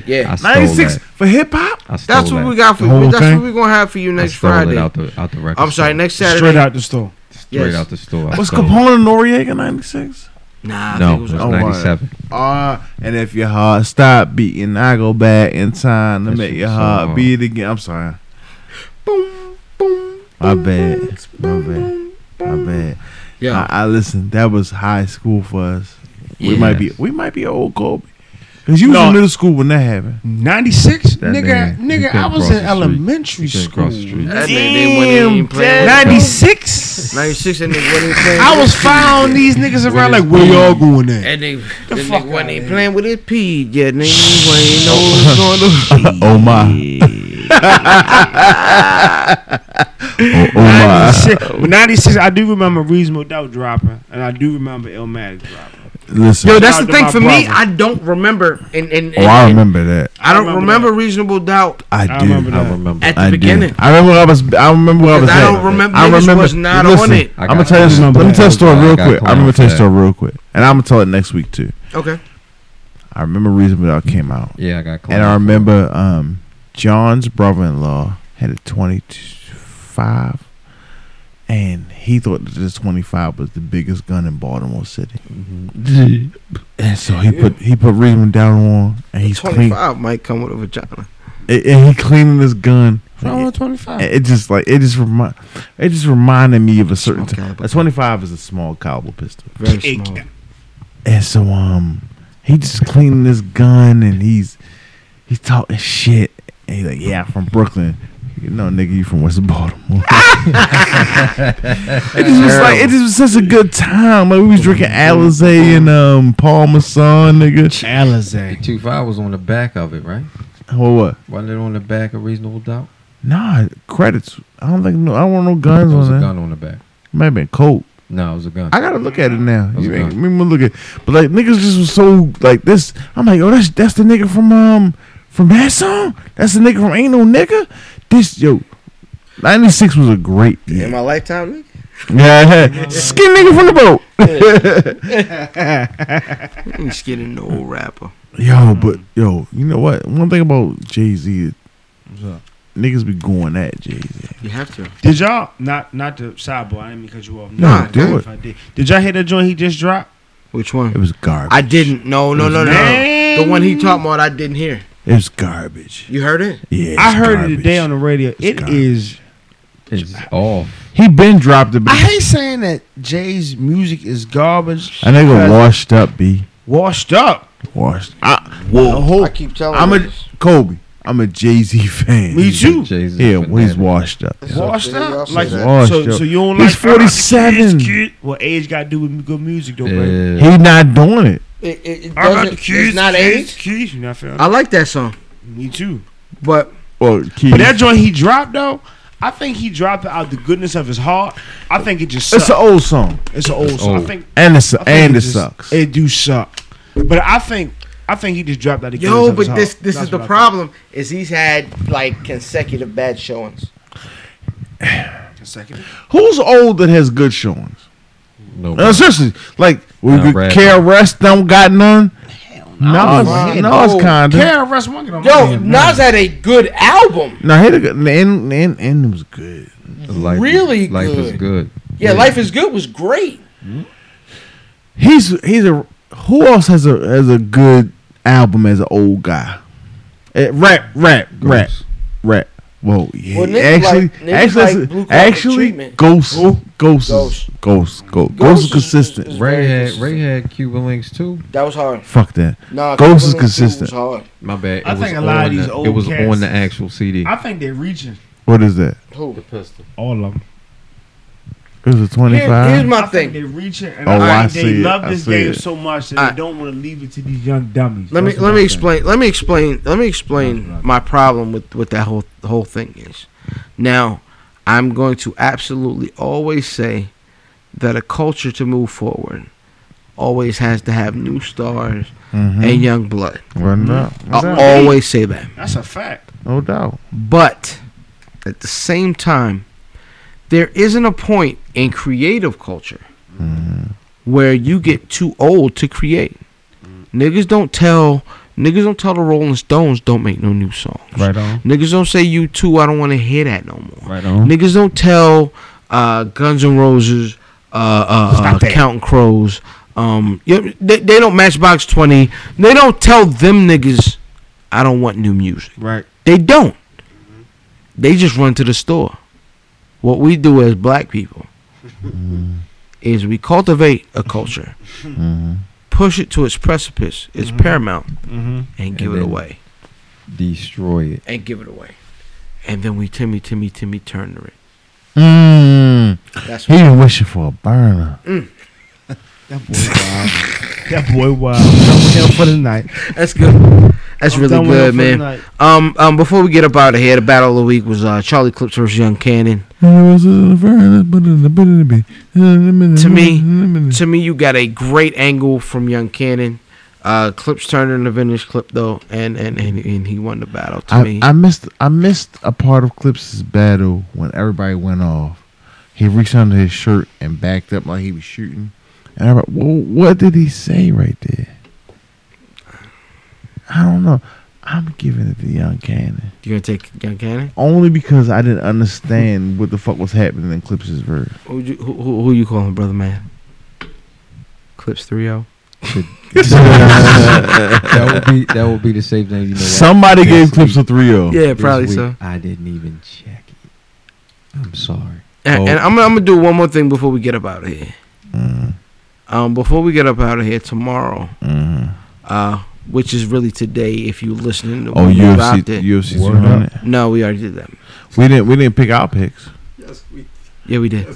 Speaker 3: Yeah,
Speaker 1: Yeah.
Speaker 5: I stole
Speaker 3: 96
Speaker 5: that.
Speaker 3: for hip hop.
Speaker 5: I stole
Speaker 1: That's
Speaker 5: that.
Speaker 1: what we got for
Speaker 4: The
Speaker 1: you.
Speaker 4: whole
Speaker 1: That's
Speaker 4: thing?
Speaker 1: what we're gonna have for you next
Speaker 5: I stole
Speaker 1: Friday.
Speaker 5: It out the, out the record
Speaker 1: I'm sorry,
Speaker 5: store.
Speaker 1: next Saturday.
Speaker 4: Straight out the store.
Speaker 5: Straight
Speaker 1: Yes.
Speaker 5: out the store. I
Speaker 3: Was
Speaker 5: stole it.
Speaker 3: Capone Noriega 96?
Speaker 1: Nah, I
Speaker 5: No, it
Speaker 1: think
Speaker 5: was
Speaker 1: it was
Speaker 3: Oh, wow.
Speaker 5: 97. Uh,
Speaker 3: Ah, and if your heart stop beating, I go back in time to
Speaker 5: That
Speaker 3: make
Speaker 5: shit
Speaker 3: your
Speaker 5: was so
Speaker 3: heart
Speaker 5: hard.
Speaker 3: beat again. I'm sorry.
Speaker 1: boom, boom.
Speaker 3: My bad. My bad. My bad.
Speaker 1: Yeah.
Speaker 3: I, I listen. That was high school for us. We
Speaker 5: Yeah.
Speaker 3: might be. We might be old Kobe. Cause you was
Speaker 4: No.
Speaker 3: in middle school when that happened.
Speaker 4: 96?
Speaker 5: That
Speaker 4: nigga,
Speaker 5: nigga- he
Speaker 4: nigga, I was
Speaker 5: couldn't cross
Speaker 4: in
Speaker 5: the street.
Speaker 4: elementary
Speaker 5: He couldn't cross the
Speaker 4: school.
Speaker 5: street.
Speaker 1: that nigga, they wouldn't even play.
Speaker 3: Daddy.
Speaker 4: 96?
Speaker 1: 96, that nigga wasn't even playing.
Speaker 4: I was following these niggas around like, where y'all going at?
Speaker 1: That nigga, that
Speaker 4: fuck
Speaker 1: nigga
Speaker 4: outta
Speaker 1: wasn't
Speaker 4: here.
Speaker 1: even playing with his pee. Yeah, nigga, you ain't know what was going on.
Speaker 3: Oh my. oh, oh my.
Speaker 4: 96, But 96, I do remember Reasonable Doubt dropping, and I do remember Illmatic dropping.
Speaker 3: Listen.
Speaker 1: Yo, that's
Speaker 4: Shout out to
Speaker 1: the thing
Speaker 4: my
Speaker 1: for me.
Speaker 4: brother.
Speaker 1: I don't remember, and and,
Speaker 3: Oh, I
Speaker 1: and-
Speaker 3: remember that.
Speaker 1: I don't
Speaker 4: I remember
Speaker 1: remember reasonable doubt
Speaker 3: I
Speaker 4: I
Speaker 3: do.
Speaker 4: remember
Speaker 5: I
Speaker 4: that.
Speaker 5: remember.
Speaker 1: at the
Speaker 3: I do.
Speaker 1: beginning.
Speaker 3: I remember. I was. I remember. Where I
Speaker 1: Because
Speaker 3: was.
Speaker 1: I
Speaker 3: at.
Speaker 1: don't remember- niggas was not on it.
Speaker 5: I
Speaker 3: I'm gonna
Speaker 5: got
Speaker 3: tell you.
Speaker 4: clowned.
Speaker 3: Let me tell you a story
Speaker 5: I
Speaker 3: real
Speaker 5: got
Speaker 3: quick. I'm
Speaker 5: clowned
Speaker 3: gonna tell you
Speaker 5: for
Speaker 3: a story real quick, and I'm gonna tell it next week too.
Speaker 1: Okay.
Speaker 3: I remember Reasonable Doubt came out,
Speaker 5: yeah, I got
Speaker 3: and I remember um, John's brother-in-law had a 25, and he thought that this 25 was the biggest gun in Baltimore City,
Speaker 1: Mm-hmm.
Speaker 3: and so he put he put Reasonable Doubt on, and he's clean,
Speaker 1: 25 might come with a vagina.
Speaker 3: and and he cleaning this gun. And
Speaker 4: 25.
Speaker 3: It just like it just remind it just reminded me of a certain
Speaker 1: Small
Speaker 3: time.
Speaker 1: caliber.
Speaker 3: A 25 is a small caliber pistol.
Speaker 1: Very small.
Speaker 3: And so um he just cleaning his gun and he's he's talking shit. And he's like, Yeah, I'm from Brooklyn. You know, nigga, you from West Baltimore. it just was like it just was such a good time. Like we was drinking Alizé and um Parmesan, nigga.
Speaker 4: Alizé.
Speaker 5: Two five was on the back of it, right?
Speaker 3: Well, what?
Speaker 5: Wasn't it on the back of Reasonable Doubt?
Speaker 3: Nah, credits. I don't think no I don't want no guns
Speaker 5: There was
Speaker 3: on
Speaker 5: a
Speaker 3: that.
Speaker 5: gun on the back.
Speaker 3: Might have been cold.
Speaker 5: No, it was a gun.
Speaker 3: I gotta look at it now.
Speaker 5: That's
Speaker 3: You ain't
Speaker 5: good.
Speaker 3: make me look at, but like niggas just was so like this. I'm like, oh, that's that's the nigga from um from that song. That's the nigga from Ain't No Nigga. This yo, '96 was a great
Speaker 1: In
Speaker 3: year.
Speaker 1: my lifetime,
Speaker 3: Yeah, skin nigga from the boat.
Speaker 1: nigga, you just getting the old rapper.
Speaker 3: Yo, but yo, you know what? One thing about Jay Z, niggas be going at Jay Z.
Speaker 1: You have to.
Speaker 4: Did y'all, not not to sidebar, I didn't mean to cut you off.
Speaker 3: No,
Speaker 4: Nah,
Speaker 3: do
Speaker 4: if I did. Did y'all hear that joint he just dropped?
Speaker 1: Which
Speaker 3: It
Speaker 1: one?
Speaker 3: was garbage.
Speaker 1: I didn't. No, no, no, no. no. The one he talked about, I didn't hear.
Speaker 3: It was garbage.
Speaker 1: You heard it?
Speaker 3: Yeah,
Speaker 4: I
Speaker 3: it's
Speaker 4: heard it
Speaker 3: garbage.
Speaker 4: today on the radio. It is.
Speaker 3: garbage.
Speaker 5: it's off.
Speaker 3: He been dropped a bit.
Speaker 4: I hate saying that Jay's music is garbage.
Speaker 3: A nigga
Speaker 4: because
Speaker 3: washed up, b.
Speaker 4: washed up.
Speaker 3: Washed. I,
Speaker 1: Whoa.
Speaker 3: whole,
Speaker 7: I keep telling
Speaker 3: I'm
Speaker 7: you.
Speaker 3: a Kobe. I'm a Jay Z fan.
Speaker 4: Me
Speaker 3: He's a-
Speaker 4: too.
Speaker 5: Jay-Z's
Speaker 3: Yeah, well, he's
Speaker 5: fanatic.
Speaker 3: washed up.
Speaker 4: Washed
Speaker 7: y'all
Speaker 4: up.
Speaker 7: say
Speaker 4: Like
Speaker 7: that.
Speaker 4: so,
Speaker 3: Washed up.
Speaker 4: so you don't
Speaker 3: He's
Speaker 4: like "Ah, the kid's
Speaker 3: 47.
Speaker 4: cute." Well, age got to do with good music though, bro.
Speaker 5: Yeah.
Speaker 3: He not doing it.
Speaker 7: It, it, it
Speaker 4: I got
Speaker 7: doesn't.
Speaker 4: the kids.
Speaker 7: It's not
Speaker 4: kids,
Speaker 7: age.
Speaker 4: Kids, you know what I'm
Speaker 1: I like that song,
Speaker 4: Me too.
Speaker 1: but
Speaker 3: Well, Keith,
Speaker 4: But that joint he dropped though, I think he dropped it out the goodness of his heart. I think it just
Speaker 3: it's
Speaker 4: sucks.
Speaker 3: an old song,
Speaker 4: It's an old song. I
Speaker 5: old.
Speaker 4: think
Speaker 3: and it's
Speaker 4: I think
Speaker 3: and it
Speaker 4: just-
Speaker 3: sucks.
Speaker 4: It do suck. But I think I think he just dropped out the goodness
Speaker 1: yo,
Speaker 4: of his
Speaker 1: but this
Speaker 4: heart.
Speaker 1: this
Speaker 4: That's
Speaker 1: is the
Speaker 4: what I think.
Speaker 1: problem is he's had like consecutive bad showings.
Speaker 4: Consecutive.
Speaker 3: Who's old that has good showings?
Speaker 5: No,
Speaker 3: No, seriously, like we
Speaker 5: Nah,
Speaker 3: could
Speaker 5: Brad.
Speaker 3: care rest don't got none. No,
Speaker 1: Nah,
Speaker 3: it's- no, it's kinda.
Speaker 4: Karen Russ one of them.
Speaker 1: Yo, Nas had a good album.
Speaker 3: No, hit a good. The end, the end, the end was good.
Speaker 5: life,
Speaker 1: really
Speaker 5: life is
Speaker 1: good.
Speaker 5: good.
Speaker 1: Yeah, Life is Good was great.
Speaker 3: He's he's a who else has a has a good album as an old guy? Eh, rap, rap, rap,
Speaker 5: Ghost.
Speaker 3: rap. Whoa, yeah.
Speaker 1: Well, niggas
Speaker 3: actually,
Speaker 1: like- niggas like
Speaker 3: actually,
Speaker 1: Blue Collar
Speaker 3: actually,
Speaker 1: Treatment.
Speaker 3: ghost, ghost,
Speaker 1: Ghost.
Speaker 3: is- ghost, ghost,
Speaker 1: Ghost
Speaker 3: ghost is
Speaker 1: is-
Speaker 3: consistent.
Speaker 1: is-
Speaker 5: Ray had Ray had Cuba Links too.
Speaker 1: That was hard.
Speaker 3: Fuck that.
Speaker 1: Nah,
Speaker 3: Ghost
Speaker 1: Cleveland
Speaker 3: is
Speaker 1: Dude Was
Speaker 3: consistent.
Speaker 1: hard.
Speaker 5: My bad. It
Speaker 4: I
Speaker 5: was
Speaker 4: think a lot of
Speaker 5: on
Speaker 4: these
Speaker 5: the,
Speaker 4: old
Speaker 5: It was
Speaker 4: cats-
Speaker 5: on the actual CD.
Speaker 4: I think they're reaching
Speaker 3: What is that?
Speaker 1: Who?
Speaker 5: pistol.
Speaker 4: all of them.
Speaker 3: It was a
Speaker 1: Here- here's
Speaker 3: twenty-five.
Speaker 1: my
Speaker 4: I think
Speaker 1: thing.
Speaker 4: they're reaching, and
Speaker 3: Oh,
Speaker 4: I
Speaker 3: I
Speaker 4: think they
Speaker 3: see it.
Speaker 4: love
Speaker 3: I
Speaker 4: this
Speaker 3: see
Speaker 4: game
Speaker 3: it.
Speaker 4: so much that
Speaker 1: I-
Speaker 4: they don't want to leave it to these young dummies.
Speaker 1: Let me
Speaker 4: That's what
Speaker 1: let me
Speaker 4: I'm saying.
Speaker 1: explain. Let me explain. Let me
Speaker 4: That's
Speaker 1: explain
Speaker 4: right.
Speaker 1: my problem with with that whole whole thing is. Now, I'm going to absolutely always say that a culture to move forward always has to have new stars
Speaker 4: Mm-hmm.
Speaker 1: and young blood.
Speaker 3: Mm-hmm. Run it up. No
Speaker 1: I
Speaker 3: doubt.
Speaker 1: always say that.
Speaker 4: That's a fact.
Speaker 3: No doubt.
Speaker 1: But at the same time, there isn't a point in creative culture where you get too old to create. Niggas don't tell niggas don't tell the Rolling Stones don't make no new songs.
Speaker 3: Right on.
Speaker 1: Niggas don't say you too, I don't want to hear that no more.
Speaker 3: Right on.
Speaker 5: Mm-hmm.
Speaker 1: Niggas don't tell uh, Guns N' Roses, uh, uh, uh, Counting Crows. Um, yeah, they, they don't Matchbox Twenty. They don't tell them niggas, I don't want new music.
Speaker 4: Right.
Speaker 1: They don't. Mm-hmm. They just run to the store. What we do as black people Mm-hmm. is we cultivate a culture, Mm-hmm. push it to its precipice, its paramount, Mm-hmm. and give it
Speaker 5: then-
Speaker 1: away.
Speaker 5: Destroy it.
Speaker 1: And give it away. And then we Timmy, Timmy, Timmy Turner it.
Speaker 3: Mm,
Speaker 1: That's
Speaker 3: he
Speaker 1: what
Speaker 3: been wishing for a burner.
Speaker 4: That boy wild. I'm with him for the night.
Speaker 1: That's good. That's
Speaker 4: I'm
Speaker 1: really
Speaker 4: done with him
Speaker 1: good,
Speaker 4: for
Speaker 1: man.
Speaker 4: tonight.
Speaker 1: Um, um, before we get up out of here, the battle of the week was uh, Charlie Clips versus Young Cannon.
Speaker 3: To
Speaker 1: To me, to me, you got a great angle from Young Cannon. Uh, Clips turned in the vintage clip though, and and and, and he won the battle. To
Speaker 3: I,
Speaker 1: me,
Speaker 3: I missed I missed a part of Clips's battle when everybody went off. He reached under his shirt and backed up like he was shooting. And I wrote, well, what did he say right there? I don't know. I'm giving it to Young Cannon
Speaker 1: you gonna take Young Cannon?
Speaker 3: only because I didn't understand what the fuck was happening in Clips's verse.
Speaker 1: Who you, who, who, who you calling, brother man? Clips three oh? zero.
Speaker 5: that would be that would be the same thing. You know what?
Speaker 3: Somebody
Speaker 5: This
Speaker 3: gave Clips a oh.
Speaker 5: week-
Speaker 3: 3-0.
Speaker 1: Yeah,
Speaker 5: this
Speaker 1: probably
Speaker 5: week,
Speaker 1: so.
Speaker 5: I didn't even check it. I'm sorry.
Speaker 1: And,
Speaker 5: Oh.
Speaker 1: and I'm, I'm gonna do one more thing before we get up out of here.
Speaker 3: Mm-hmm.
Speaker 1: Um, before we get up out of here tomorrow,
Speaker 3: Mhm.
Speaker 1: uh, which is really today if you're listening to
Speaker 3: Oh,
Speaker 1: when you're out
Speaker 3: UFC,
Speaker 1: there.
Speaker 3: UFC
Speaker 5: Word up.
Speaker 3: 200.
Speaker 1: no, we already did that.
Speaker 3: We didn't we didn't pick our picks.
Speaker 1: Yeah, we did.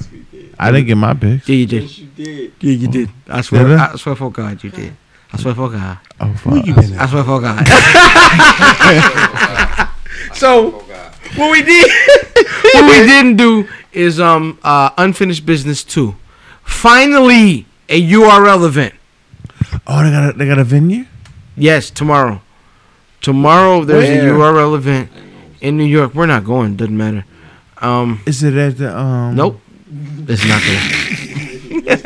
Speaker 3: I didn't get my picks.
Speaker 1: Yeah, you did. you did. Yeah, you did. I swear.
Speaker 3: Did I?
Speaker 1: I? swear for God, you did. I swear for God.
Speaker 3: Oh fuck.
Speaker 1: I swear for God. so what we did, what we didn't do is um uh unfinished business two. Finally, a URL event.
Speaker 3: Oh, they got a, they got a venue.
Speaker 1: Yes, tomorrow. Tomorrow there's
Speaker 3: Where?
Speaker 1: a URL event in New York. We're not going. Doesn't matter. Um,
Speaker 3: Is it at the um?
Speaker 1: nope. It's not gonna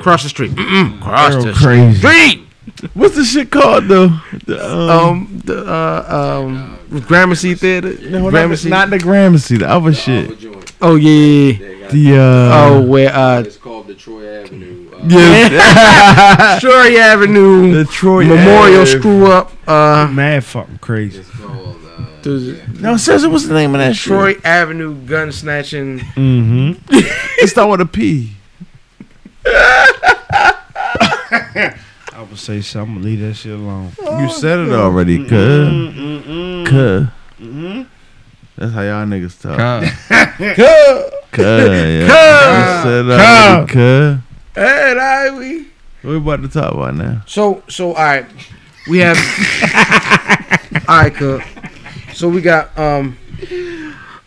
Speaker 1: cross the street. Mm-mm, cross
Speaker 3: Girl,
Speaker 1: the
Speaker 3: crazy.
Speaker 1: street.
Speaker 3: What's the shit called though? The, um,
Speaker 1: um the uh, um Gramercy Theater.
Speaker 3: no, not,
Speaker 1: Gramercy.
Speaker 3: the, not the Gramercy, the other shit.
Speaker 1: oh yeah. yeah, yeah.
Speaker 3: The uh,
Speaker 1: oh, where uh
Speaker 5: It's called Detroit Avenue. uh,
Speaker 3: yeah,
Speaker 1: Troy Avenue
Speaker 3: the Troy
Speaker 1: Memorial
Speaker 3: Ave.
Speaker 1: Screw Up uh
Speaker 4: Mad fucking crazy.
Speaker 5: called.
Speaker 1: the
Speaker 3: No, seriously, what's the name of that
Speaker 1: Troy
Speaker 3: shit?
Speaker 1: Avenue gun snatching.
Speaker 4: Mm-hmm.
Speaker 3: It start with a P.
Speaker 4: I would say so. I'm gonna leave that shit alone.
Speaker 2: Oh,
Speaker 3: You said it already, cuz. Cuz. Mm-hmm. That's how y'all niggas talk.
Speaker 5: Cuz.
Speaker 3: Cuz. Yeah. You said it already, cuz.
Speaker 1: And I we.
Speaker 3: What we about to talk about now?
Speaker 1: So so all right, we have all right, cook. So we got um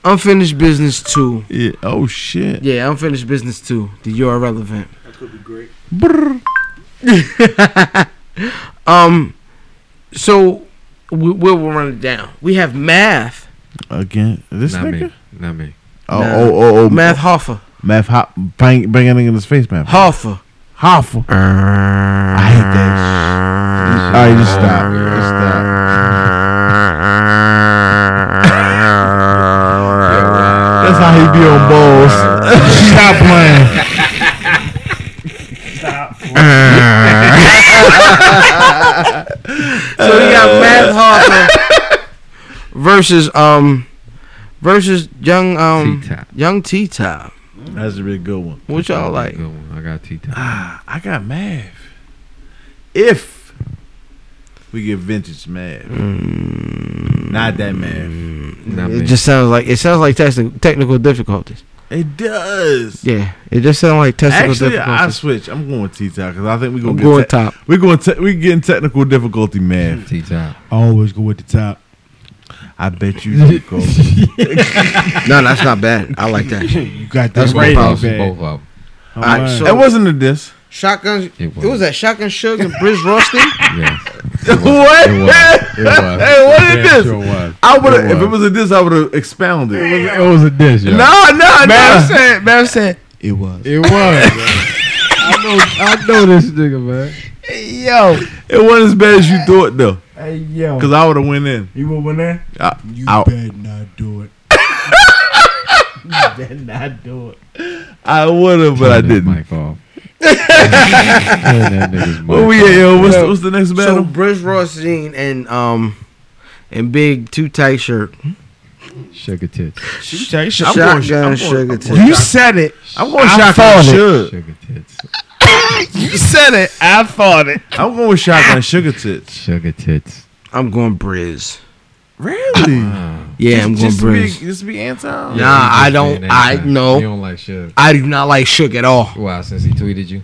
Speaker 1: unfinished business two.
Speaker 3: Yeah. Oh, shit.
Speaker 1: Yeah, unfinished business two. The you're irrelevant.
Speaker 4: That could be great.
Speaker 1: Um, so we, we'll, we'll run it down. We have math,
Speaker 3: Again. This
Speaker 5: Not
Speaker 3: nigga?
Speaker 5: me. Not me.
Speaker 3: Oh,
Speaker 1: Nah.
Speaker 3: oh, oh, oh.
Speaker 1: math Hoffa,
Speaker 3: Math hop. Bang, bang a nigga in his face, man.
Speaker 1: Hoffa.
Speaker 3: Hoffa. I hate that shit. All right, just stop. Just stop. That's how he be on balls. stop playing.
Speaker 1: So we got math Hoffa versus um versus young um
Speaker 5: T-Top.
Speaker 1: young T Top.
Speaker 3: That's a really good one.
Speaker 1: What y'all like?
Speaker 5: Good one. I got T top.
Speaker 3: Ah, I got math. If we get vintage math, not that math.
Speaker 5: Not
Speaker 1: Mm, It
Speaker 5: me.
Speaker 1: just sounds like it sounds like technical technical difficulties.
Speaker 3: It does.
Speaker 1: Yeah, it just sounds like technical
Speaker 3: Actually, I
Speaker 1: difficulties.
Speaker 3: switch. I'm going T top because I think we're
Speaker 1: I'm
Speaker 3: gonna
Speaker 1: going
Speaker 3: get te-
Speaker 1: top.
Speaker 3: we're going te- we getting technical difficulty math.
Speaker 5: T top.
Speaker 4: Always go with the top.
Speaker 3: I bet you do, Cole.
Speaker 1: No, that's not bad. I like that.
Speaker 4: you got
Speaker 5: That's
Speaker 4: that
Speaker 5: both
Speaker 4: right,
Speaker 5: of them.
Speaker 4: man.
Speaker 5: Both of them.
Speaker 4: All
Speaker 1: All
Speaker 4: right.
Speaker 1: right, so
Speaker 3: It wasn't a diss.
Speaker 1: shotguns.
Speaker 5: It
Speaker 1: It
Speaker 5: was.
Speaker 1: was, that shotgun Shug and Briz Rusty.
Speaker 5: Yes.
Speaker 3: What?
Speaker 5: It was. It was.
Speaker 3: Hey, what is
Speaker 5: Damn
Speaker 3: this?
Speaker 5: Sure was.
Speaker 3: I would have
Speaker 5: It
Speaker 3: if it was a diss. I would have expounded.
Speaker 5: It was a dish. yo.
Speaker 3: No,
Speaker 1: Oh,
Speaker 3: no,
Speaker 1: Man
Speaker 3: no.
Speaker 1: said, man said, it was.
Speaker 5: It was. I know. I know this nigga, man.
Speaker 3: Yo, it wasn't as bad as you thought though,
Speaker 6: Hey yo,
Speaker 3: because I would have went in.
Speaker 6: you will win there.
Speaker 4: You
Speaker 3: Ow.
Speaker 4: better not do it.
Speaker 6: Did not do it.
Speaker 3: I would have, but I
Speaker 5: Turn that
Speaker 3: didn't.
Speaker 5: Mic off. Turn that nigga's mic
Speaker 3: Where we
Speaker 5: off.
Speaker 3: at, yo? What's,
Speaker 1: Yo,
Speaker 3: what's the next
Speaker 1: So
Speaker 3: battle?
Speaker 1: Briz Rusty and um and big two tight shirt.
Speaker 5: Sugar tits.
Speaker 1: I'm going- Shotgun I'm going- sugar I'm going-
Speaker 3: You
Speaker 1: tits.
Speaker 3: said it. I'm going
Speaker 6: I
Speaker 3: shotgun
Speaker 6: thought it.
Speaker 3: sugar.
Speaker 5: Sugar tits.
Speaker 3: You said it.
Speaker 6: I fought it.
Speaker 3: I'm going with shotgun sugar tits.
Speaker 5: Sugar tits.
Speaker 1: I'm going Briz.
Speaker 3: Really?
Speaker 1: Yeah, I'm going
Speaker 3: just
Speaker 1: Briz.
Speaker 3: Be, just be anti.
Speaker 1: Nah, I don't. I
Speaker 5: You
Speaker 1: no.
Speaker 5: don't like sugar.
Speaker 1: I do not like Shug at all.
Speaker 5: Wow, since he tweeted you.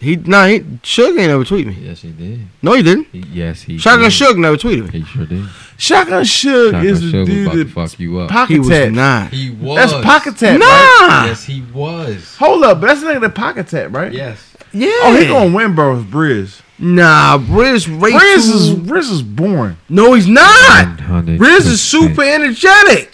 Speaker 1: He nah. He, Shug ain't never tweet me.
Speaker 5: Yes, he did.
Speaker 1: No, he didn't.
Speaker 5: He, yes, he.
Speaker 1: Shotgun
Speaker 5: did.
Speaker 1: Shug never tweeted me.
Speaker 5: He sure did.
Speaker 3: Shotgun sugar
Speaker 5: Shotgun
Speaker 3: is the
Speaker 5: Sugar was about to
Speaker 3: dude that
Speaker 5: fuck you up.
Speaker 1: He
Speaker 3: pocket
Speaker 1: was
Speaker 3: tap.
Speaker 1: not.
Speaker 5: He was.
Speaker 3: That's pocket tap. Right?
Speaker 1: Nah.
Speaker 5: Yes, he was.
Speaker 3: Hold up, but that's the nigga that pocket tap, right?
Speaker 5: Yes.
Speaker 1: Yeah.
Speaker 3: Oh, he gonna win, bro. With Briz.
Speaker 1: Nah, Briz. way
Speaker 3: Briz
Speaker 1: too-
Speaker 3: is Briz is boring.
Speaker 1: No, he's not.
Speaker 5: 100%.
Speaker 1: Riz is super energetic.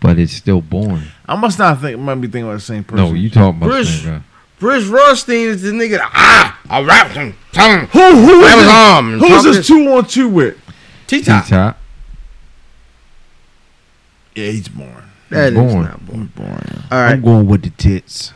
Speaker 5: But it's still born.
Speaker 3: I must not think. Might be thinking about the same person.
Speaker 5: No, you talking about
Speaker 1: Riz-
Speaker 5: the same guy.
Speaker 1: Briz Rothstein is the nigga that ah, I rapped him, tell him
Speaker 3: Who who is
Speaker 1: that was
Speaker 3: this,
Speaker 1: arm. and
Speaker 3: who is
Speaker 1: talk
Speaker 3: this two on two with?
Speaker 1: T-top.
Speaker 5: T-top.
Speaker 3: Yeah, he's boring.
Speaker 1: That is
Speaker 5: Born.
Speaker 1: not born.
Speaker 3: Boring.
Speaker 1: All
Speaker 4: I'm
Speaker 1: right,
Speaker 4: going with the tits.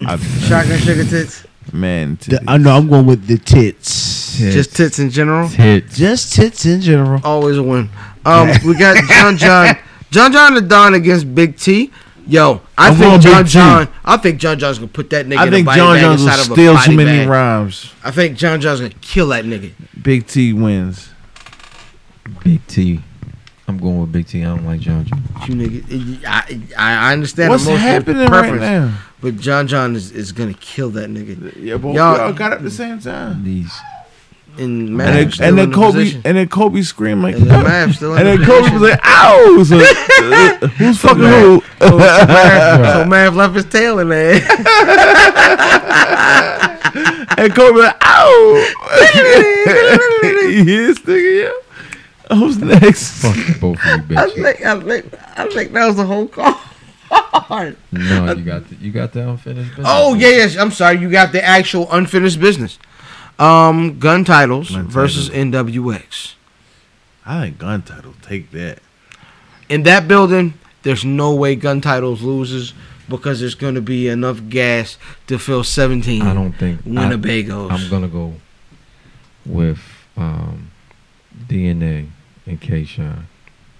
Speaker 3: I,
Speaker 1: shotgun sugar tits,
Speaker 3: man,
Speaker 4: The, I know I'm going with the tits.
Speaker 5: Tits.
Speaker 1: just tits in general.
Speaker 5: Tits.
Speaker 4: Just tits in general.
Speaker 1: Always a win. Um, we got John John, John John the Don against Big T. Yo, I
Speaker 3: I'm going
Speaker 1: think John
Speaker 3: Big T.
Speaker 1: John. I think John John's gonna put that nigga.
Speaker 3: I
Speaker 1: in
Speaker 3: think
Speaker 1: a body
Speaker 3: John
Speaker 1: bag
Speaker 3: Jones will
Speaker 1: inside of a
Speaker 3: steal
Speaker 1: body
Speaker 3: too many
Speaker 1: bag.
Speaker 3: rhymes.
Speaker 1: I think John John's gonna kill that nigga.
Speaker 3: Big T wins.
Speaker 5: Big T. I'm going with Big T. I don't like John John.
Speaker 1: You nigga, I I I understand
Speaker 3: What's
Speaker 1: emotional
Speaker 3: happening right
Speaker 1: preference,
Speaker 3: now?
Speaker 1: but John John is, is gonna kill that nigga.
Speaker 3: Yeah, both
Speaker 1: Y'all-
Speaker 3: y'all, got up at the same time.
Speaker 5: These.
Speaker 1: and
Speaker 3: And,
Speaker 1: Mav's still
Speaker 3: then, and
Speaker 1: in
Speaker 3: then
Speaker 1: the
Speaker 3: Kobe
Speaker 1: position.
Speaker 3: and then Kobe screamed like,
Speaker 1: And then Mav's still in
Speaker 3: and
Speaker 1: the
Speaker 3: then Kobe was
Speaker 1: position.
Speaker 3: like, "Ow!" So, uh, who's fucking who?
Speaker 1: so Mav left his tail in there.
Speaker 3: And Kobe like, "Ow!" you hear this nigga? Yeah. Who's next?
Speaker 5: Fuck you both of you
Speaker 1: I
Speaker 5: bitches.
Speaker 1: think, I think, I think that was the whole call.
Speaker 5: No, you got the, you got the unfinished business.
Speaker 1: oh yeah, yes. I'm sorry. You got the actual unfinished business. Um, gun titles
Speaker 3: Gun
Speaker 1: versus NWX.
Speaker 3: I think gun title take that.
Speaker 1: In that building, there's no way gun titles loses because there's gonna be enough gas to fill 17
Speaker 5: I don't think I,
Speaker 1: Winnebagos.
Speaker 5: I'm gonna go with um, DNA and K Shine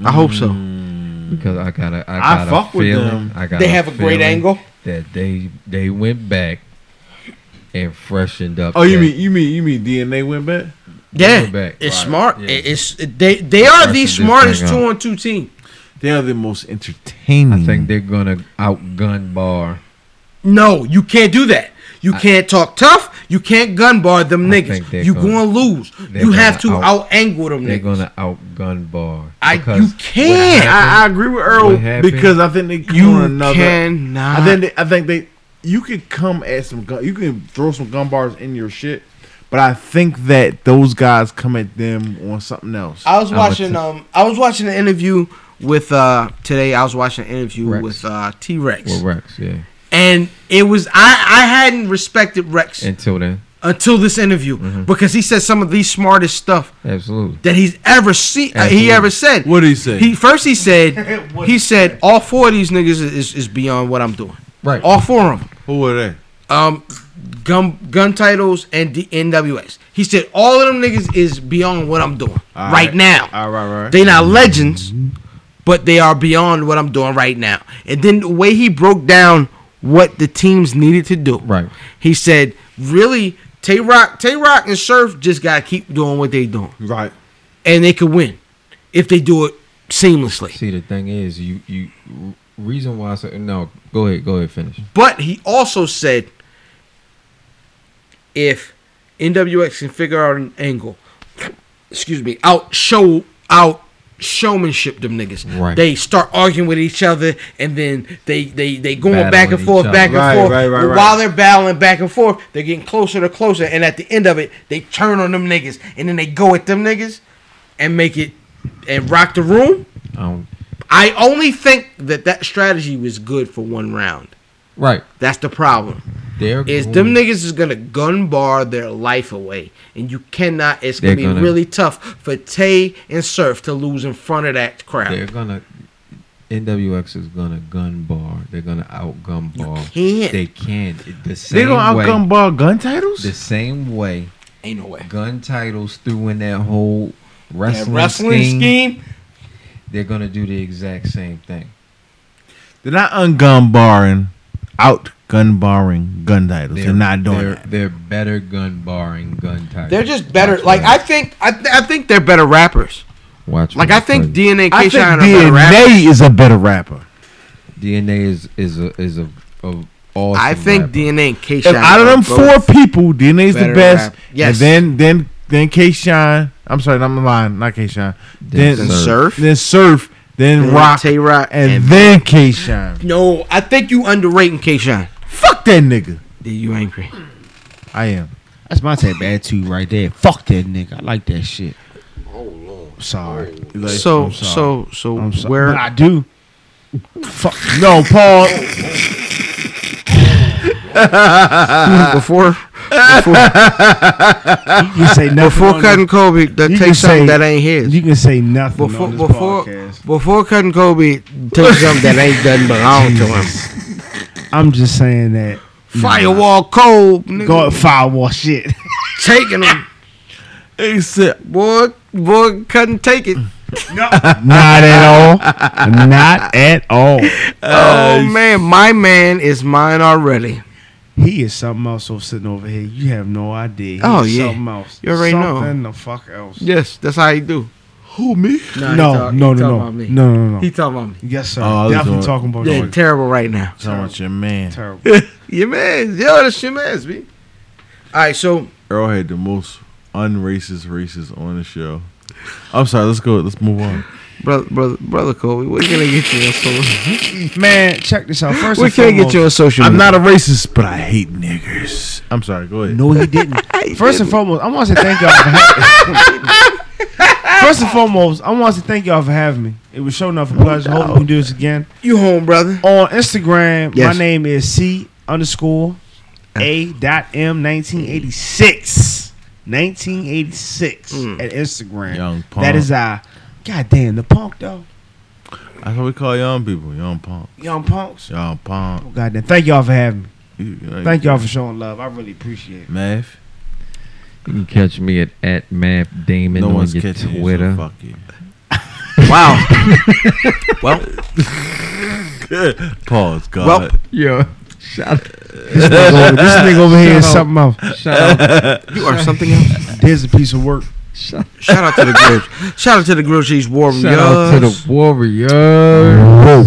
Speaker 1: I hope so.
Speaker 3: Mm.
Speaker 5: because I got a I
Speaker 3: I
Speaker 5: got
Speaker 3: fuck
Speaker 5: a
Speaker 3: with
Speaker 5: feeling
Speaker 3: them.
Speaker 5: I Mm, got
Speaker 1: they have a great
Speaker 5: feeling
Speaker 1: angle.
Speaker 5: that they they went back and freshened up.
Speaker 3: Oh, you
Speaker 5: that-
Speaker 3: mean you mean you mean DNA went back?
Speaker 1: Yeah,
Speaker 5: back,
Speaker 1: it's
Speaker 5: right,
Speaker 1: smart.
Speaker 5: yeah.
Speaker 1: It- It's they they are
Speaker 5: Freshen
Speaker 1: the
Speaker 5: this
Speaker 1: smartest
Speaker 5: thing
Speaker 1: two
Speaker 5: up.
Speaker 1: on two team.
Speaker 3: They are the most entertaining.
Speaker 5: I think they're gonna outgun Bar.
Speaker 1: No, you can't do that. You
Speaker 5: I-
Speaker 1: can't talk tough. You can't gun bar them
Speaker 5: I think they're
Speaker 1: niggas. You
Speaker 5: gonna-
Speaker 1: gonna lose.
Speaker 5: they're
Speaker 1: You have to
Speaker 5: gonna
Speaker 1: out angle them
Speaker 5: They're
Speaker 1: niggas.
Speaker 5: gonna outgun Bar.
Speaker 1: I
Speaker 5: because
Speaker 1: you
Speaker 5: what
Speaker 1: can't. I, I
Speaker 5: happened-
Speaker 1: agree with
Speaker 5: what
Speaker 1: Earl.
Speaker 5: happened-
Speaker 3: because I think they
Speaker 1: You
Speaker 3: you another.
Speaker 1: cannot.
Speaker 3: I think they, I think they you could come at some gun. You can throw some gun bars in your shit, but I think that those guys come at them on something else.
Speaker 1: I was
Speaker 5: I'm a
Speaker 1: watching.
Speaker 5: t-
Speaker 1: um, I was watching an interview with uh today. I was watching an interview
Speaker 5: Rex.
Speaker 1: with uh T Rex,
Speaker 5: well, Rex, yeah.
Speaker 1: and it was I I hadn't respected Rex
Speaker 5: Until then,
Speaker 1: until this interview
Speaker 5: Mm-hmm.
Speaker 1: because he said some of the smartest stuff
Speaker 5: absolutely.
Speaker 1: that he's ever seen. Uh, he
Speaker 5: Absolutely.
Speaker 1: ever said.
Speaker 3: what do you say?
Speaker 1: He first he said he said all four of these niggas is, is beyond what I'm doing.
Speaker 5: Right.
Speaker 1: All four of them.
Speaker 3: Who are they?
Speaker 1: Um, gun gun titles and the NWS. He said all of them niggas is beyond what I'm doing
Speaker 3: All
Speaker 1: right,
Speaker 3: right.
Speaker 1: now.
Speaker 3: All right, all right.
Speaker 1: They not legends, but they are beyond what I'm doing right now. And then the way he broke down what the teams needed to do.
Speaker 5: Right.
Speaker 1: He said, really, Tay Rock, Tay Rock and Surf just gotta keep doing what they doing.
Speaker 3: right.
Speaker 1: And they could win if they do it seamlessly.
Speaker 5: See, the thing is, you you reason why I said no. Go ahead, go ahead, finish.
Speaker 1: But he also said if NWX can figure out an angle, excuse me, out show out showmanship them niggas.
Speaker 5: Right.
Speaker 1: They start arguing with each other and then they they they going
Speaker 5: Battling
Speaker 1: back and
Speaker 5: each
Speaker 1: forth,
Speaker 5: other.
Speaker 1: back and
Speaker 3: Right,
Speaker 1: forth.
Speaker 3: right, right,
Speaker 1: But
Speaker 3: right.
Speaker 1: While they're battling back and forth, they're getting closer to closer and at the end of it, they turn on them niggas and then they go at them niggas and make it and rock the room.
Speaker 5: I don't,
Speaker 1: I only think that that strategy was good for one round.
Speaker 5: right.
Speaker 1: That's the problem
Speaker 5: They're
Speaker 1: is
Speaker 5: going-
Speaker 1: them niggas is gonna gun bar their life away, and you cannot. It's gonna
Speaker 5: They're
Speaker 1: be
Speaker 5: gonna-
Speaker 1: really tough for Tay and Surf to lose in front of that
Speaker 5: They're
Speaker 1: crowd.
Speaker 5: gonna. NWX is gonna gun bar. They're gonna outgun bar.
Speaker 1: can't.
Speaker 5: They can. It- The same
Speaker 3: They gonna
Speaker 5: way,
Speaker 3: outgun ball gun titles?
Speaker 5: The same way
Speaker 1: Ain't no way.
Speaker 5: gun titles threw in that whole
Speaker 1: That
Speaker 5: wrestling,
Speaker 1: wrestling
Speaker 5: scheme,
Speaker 1: scheme.
Speaker 5: They're gonna do the exact same thing.
Speaker 3: They're not ungun barring, out gun barring gun titles. They're, not doing
Speaker 5: they're,
Speaker 3: that.
Speaker 5: They're better gun barring gun titles.
Speaker 1: They're just better.
Speaker 5: Watch
Speaker 1: Like
Speaker 5: what-
Speaker 1: I think, I, th- I think they're better rappers.
Speaker 5: watch.
Speaker 1: Like
Speaker 5: what
Speaker 1: I think
Speaker 5: tell you.
Speaker 1: DNA and
Speaker 3: I
Speaker 1: K
Speaker 3: think
Speaker 1: Shine are better rappers.
Speaker 3: DNA is a better rapper.
Speaker 5: DNA is is a is a, a awesome
Speaker 1: I think
Speaker 5: rapper.
Speaker 1: DNA and K
Speaker 3: If
Speaker 1: Shine.
Speaker 3: out of them four people, DNA's
Speaker 1: better
Speaker 3: the best.
Speaker 1: rap- Yes.
Speaker 3: And then then then K Shine. I'm sorry, I'm lying. Not K Shine. Then,
Speaker 1: Then
Speaker 5: Surf.
Speaker 1: Surf,
Speaker 3: then Surf. Then
Speaker 1: then
Speaker 3: Rock.
Speaker 1: Tay Rock,
Speaker 3: and, then K Shine.
Speaker 1: no, I think you underrating K Shine.
Speaker 3: Fuck that nigga.
Speaker 1: You angry?
Speaker 3: I am.
Speaker 2: That's my type of attitude right there. Fuck that nigga. I like that shit. Oh lord. Sorry. Like,
Speaker 1: So,
Speaker 2: I'm sorry.
Speaker 1: so, so,
Speaker 2: I'm sorry.
Speaker 1: where?
Speaker 2: But I do.
Speaker 3: No, Paul.
Speaker 1: before
Speaker 2: You say nothing.
Speaker 1: before
Speaker 2: on
Speaker 1: cutting Kobe, that
Speaker 2: You can
Speaker 1: takes something
Speaker 2: say-
Speaker 1: that ain't
Speaker 2: this-
Speaker 1: his.
Speaker 2: you can say nothing
Speaker 1: before
Speaker 2: on this
Speaker 1: before
Speaker 2: podcast.
Speaker 1: before cutting Kobe takes something that ain't doesn't belong to him.
Speaker 2: I'm just saying that.
Speaker 1: Firewall cold, nigga,
Speaker 2: Go firewall shit.
Speaker 1: taking him.
Speaker 3: Except
Speaker 1: Boy, boy, couldn't take it.
Speaker 2: Not at all. Not at all.
Speaker 1: Oh man, my man is mine already.
Speaker 2: He is something else over sitting over here. You have no idea. He
Speaker 1: Oh,
Speaker 2: is
Speaker 1: yeah.
Speaker 2: Something else.
Speaker 1: You already know.
Speaker 2: something the fuck else.
Speaker 1: Yes, that's how he do.
Speaker 3: who me?
Speaker 2: no, no, no, no, no, no, no.
Speaker 1: He talking about me.
Speaker 2: Yes, sir.
Speaker 3: Oh, I was
Speaker 2: Definitely
Speaker 3: doing-
Speaker 2: talking about
Speaker 1: Yeah,
Speaker 2: that.
Speaker 1: terrible right now.
Speaker 3: Talking about your man.
Speaker 2: Terrible.
Speaker 1: Your man, yo, that's your man's B. All right, so
Speaker 3: Earl had the most unracist racist on the show. I'm sorry. Let's go. Let's move on.
Speaker 1: brother, brother, brother Kobe, what can I get you on social?
Speaker 2: Man, check this out. First,
Speaker 1: What
Speaker 2: and
Speaker 1: can I get
Speaker 2: foremost-
Speaker 1: you on social?
Speaker 3: I'm
Speaker 1: media?
Speaker 3: not a racist, but I hate niggers. I'm sorry. Go ahead.
Speaker 2: No, he didn't. First and foremost, I want to say thank y'all. For having First and foremost, I want to thank y'all for having me. It was showing up a pleasure. Hope we can do this again
Speaker 1: You home, brother?
Speaker 2: on Instagram.
Speaker 1: Yes.
Speaker 2: My name is C underscore A dot M nineteen eighty six. 1986
Speaker 1: Mm.
Speaker 2: at Instagram.
Speaker 3: Young punk.
Speaker 2: That is I. God damn, the punk though.
Speaker 3: That's what we call young people. Young punk.
Speaker 2: Young punks.
Speaker 3: Young punk.
Speaker 2: Oh, God damn. Thank y'all for having me.
Speaker 3: You, you know,
Speaker 2: Thank y'all for showing love. I really appreciate it.
Speaker 3: Math.
Speaker 5: You can catch me at at Map Damon
Speaker 3: No
Speaker 5: on
Speaker 3: one's
Speaker 5: your
Speaker 3: catching you, so
Speaker 5: Twitter.
Speaker 3: fuck you.
Speaker 1: Wow. well,
Speaker 3: Pause. God.
Speaker 1: Well,
Speaker 5: yeah, shout
Speaker 2: This nigga over, this nigga over here is
Speaker 5: Shut up.
Speaker 2: something else.
Speaker 5: Shout out,
Speaker 1: You are something else.
Speaker 2: There's a piece of work.
Speaker 5: shout,
Speaker 1: Shout out to the grill. Shout out to the grill cheese war.
Speaker 5: shout out to the Warriors.
Speaker 2: Whoa.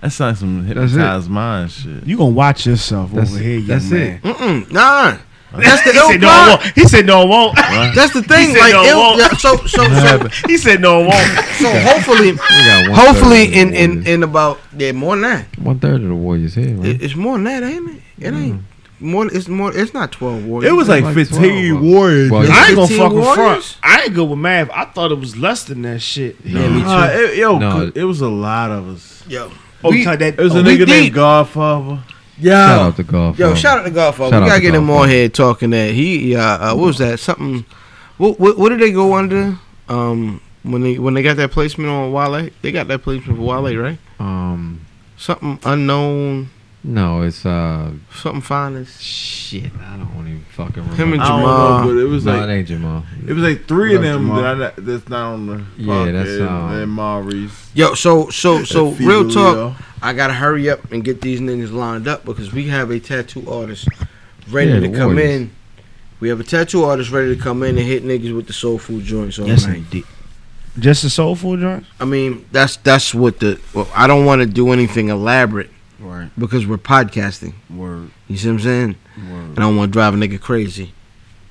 Speaker 3: That's not some
Speaker 5: That's it.
Speaker 3: hypnotized mind shit.
Speaker 2: You gonna watch yourself
Speaker 5: That's-
Speaker 2: over here, young
Speaker 5: that's
Speaker 2: man.
Speaker 1: Mm-mm, nah. That's the
Speaker 4: He said
Speaker 1: ill
Speaker 4: no, I
Speaker 1: part.
Speaker 4: won't. He said no, I won't.
Speaker 1: That's the thing.
Speaker 4: said
Speaker 1: Like
Speaker 4: no,
Speaker 1: ill,
Speaker 4: won't.
Speaker 1: yeah, so so so,
Speaker 4: He said no, I won't.
Speaker 1: so hopefully hopefully in, in, in about yeah more than that.
Speaker 5: one third of the Warriors here,
Speaker 1: It-
Speaker 5: right?
Speaker 1: It's more than that, ain't it? It ain't more. It's more. It's not twelve warriors.
Speaker 3: It was like
Speaker 5: like 12
Speaker 3: fifteen
Speaker 5: of
Speaker 3: warriors.
Speaker 5: Well,
Speaker 4: I ain't gonna
Speaker 1: 15
Speaker 4: fuck with
Speaker 1: Warriors?
Speaker 4: front. I ain't good with math. I thought it was less than that shit.
Speaker 5: Yeah, me too.
Speaker 3: Nah, it, yo,
Speaker 5: No.
Speaker 3: c- it was a lot of us.
Speaker 1: yo
Speaker 4: Oh,
Speaker 1: We-
Speaker 4: you thought that
Speaker 3: It was a
Speaker 1: Oh, we
Speaker 3: nigga
Speaker 1: deep.
Speaker 3: named Godfather.
Speaker 5: Shout
Speaker 3: Yeah,
Speaker 5: out to golf.
Speaker 1: yo. Shout out to Godfather.
Speaker 5: Shout
Speaker 1: we
Speaker 5: out
Speaker 1: gotta
Speaker 5: to
Speaker 1: get him
Speaker 5: Godfather.
Speaker 1: on here talking that he uh, uh what was that something? What, what what did they go under? Um, when they when they got that placement on Wale, they got that placement for Wale, right?
Speaker 5: Um,
Speaker 1: Something unknown,
Speaker 5: no, it's uh,
Speaker 1: something finest.
Speaker 5: shit. I don't even fucking remember.
Speaker 1: Him and
Speaker 3: I don't
Speaker 1: Jamal.
Speaker 3: know, but it was
Speaker 5: no,
Speaker 3: like
Speaker 5: it ain't Jamal.
Speaker 3: it was like three of
Speaker 2: What up,
Speaker 3: them
Speaker 2: Jamal?
Speaker 3: that I, not- that's not on the
Speaker 5: Yeah,
Speaker 3: podcast,
Speaker 5: that's, um,
Speaker 3: and Maurice.
Speaker 1: Yo, so so so
Speaker 3: and
Speaker 1: real talk.
Speaker 3: Fidelio.
Speaker 1: I gotta hurry up and get these niggas lined up because we have a tattoo artist ready
Speaker 5: Yeah,
Speaker 1: to
Speaker 5: the
Speaker 1: come
Speaker 5: Warriors.
Speaker 1: in. We have a tattoo artist ready to come in and hit niggas with the soul food joints all night.
Speaker 2: Just the soul food joint?
Speaker 1: I mean, that's that's what the. Well, I don't want to do anything elaborate
Speaker 4: Word,
Speaker 1: because we're podcasting.
Speaker 4: word,
Speaker 1: You see what I'm saying? And
Speaker 4: word.
Speaker 1: I don't want to drive a nigga crazy.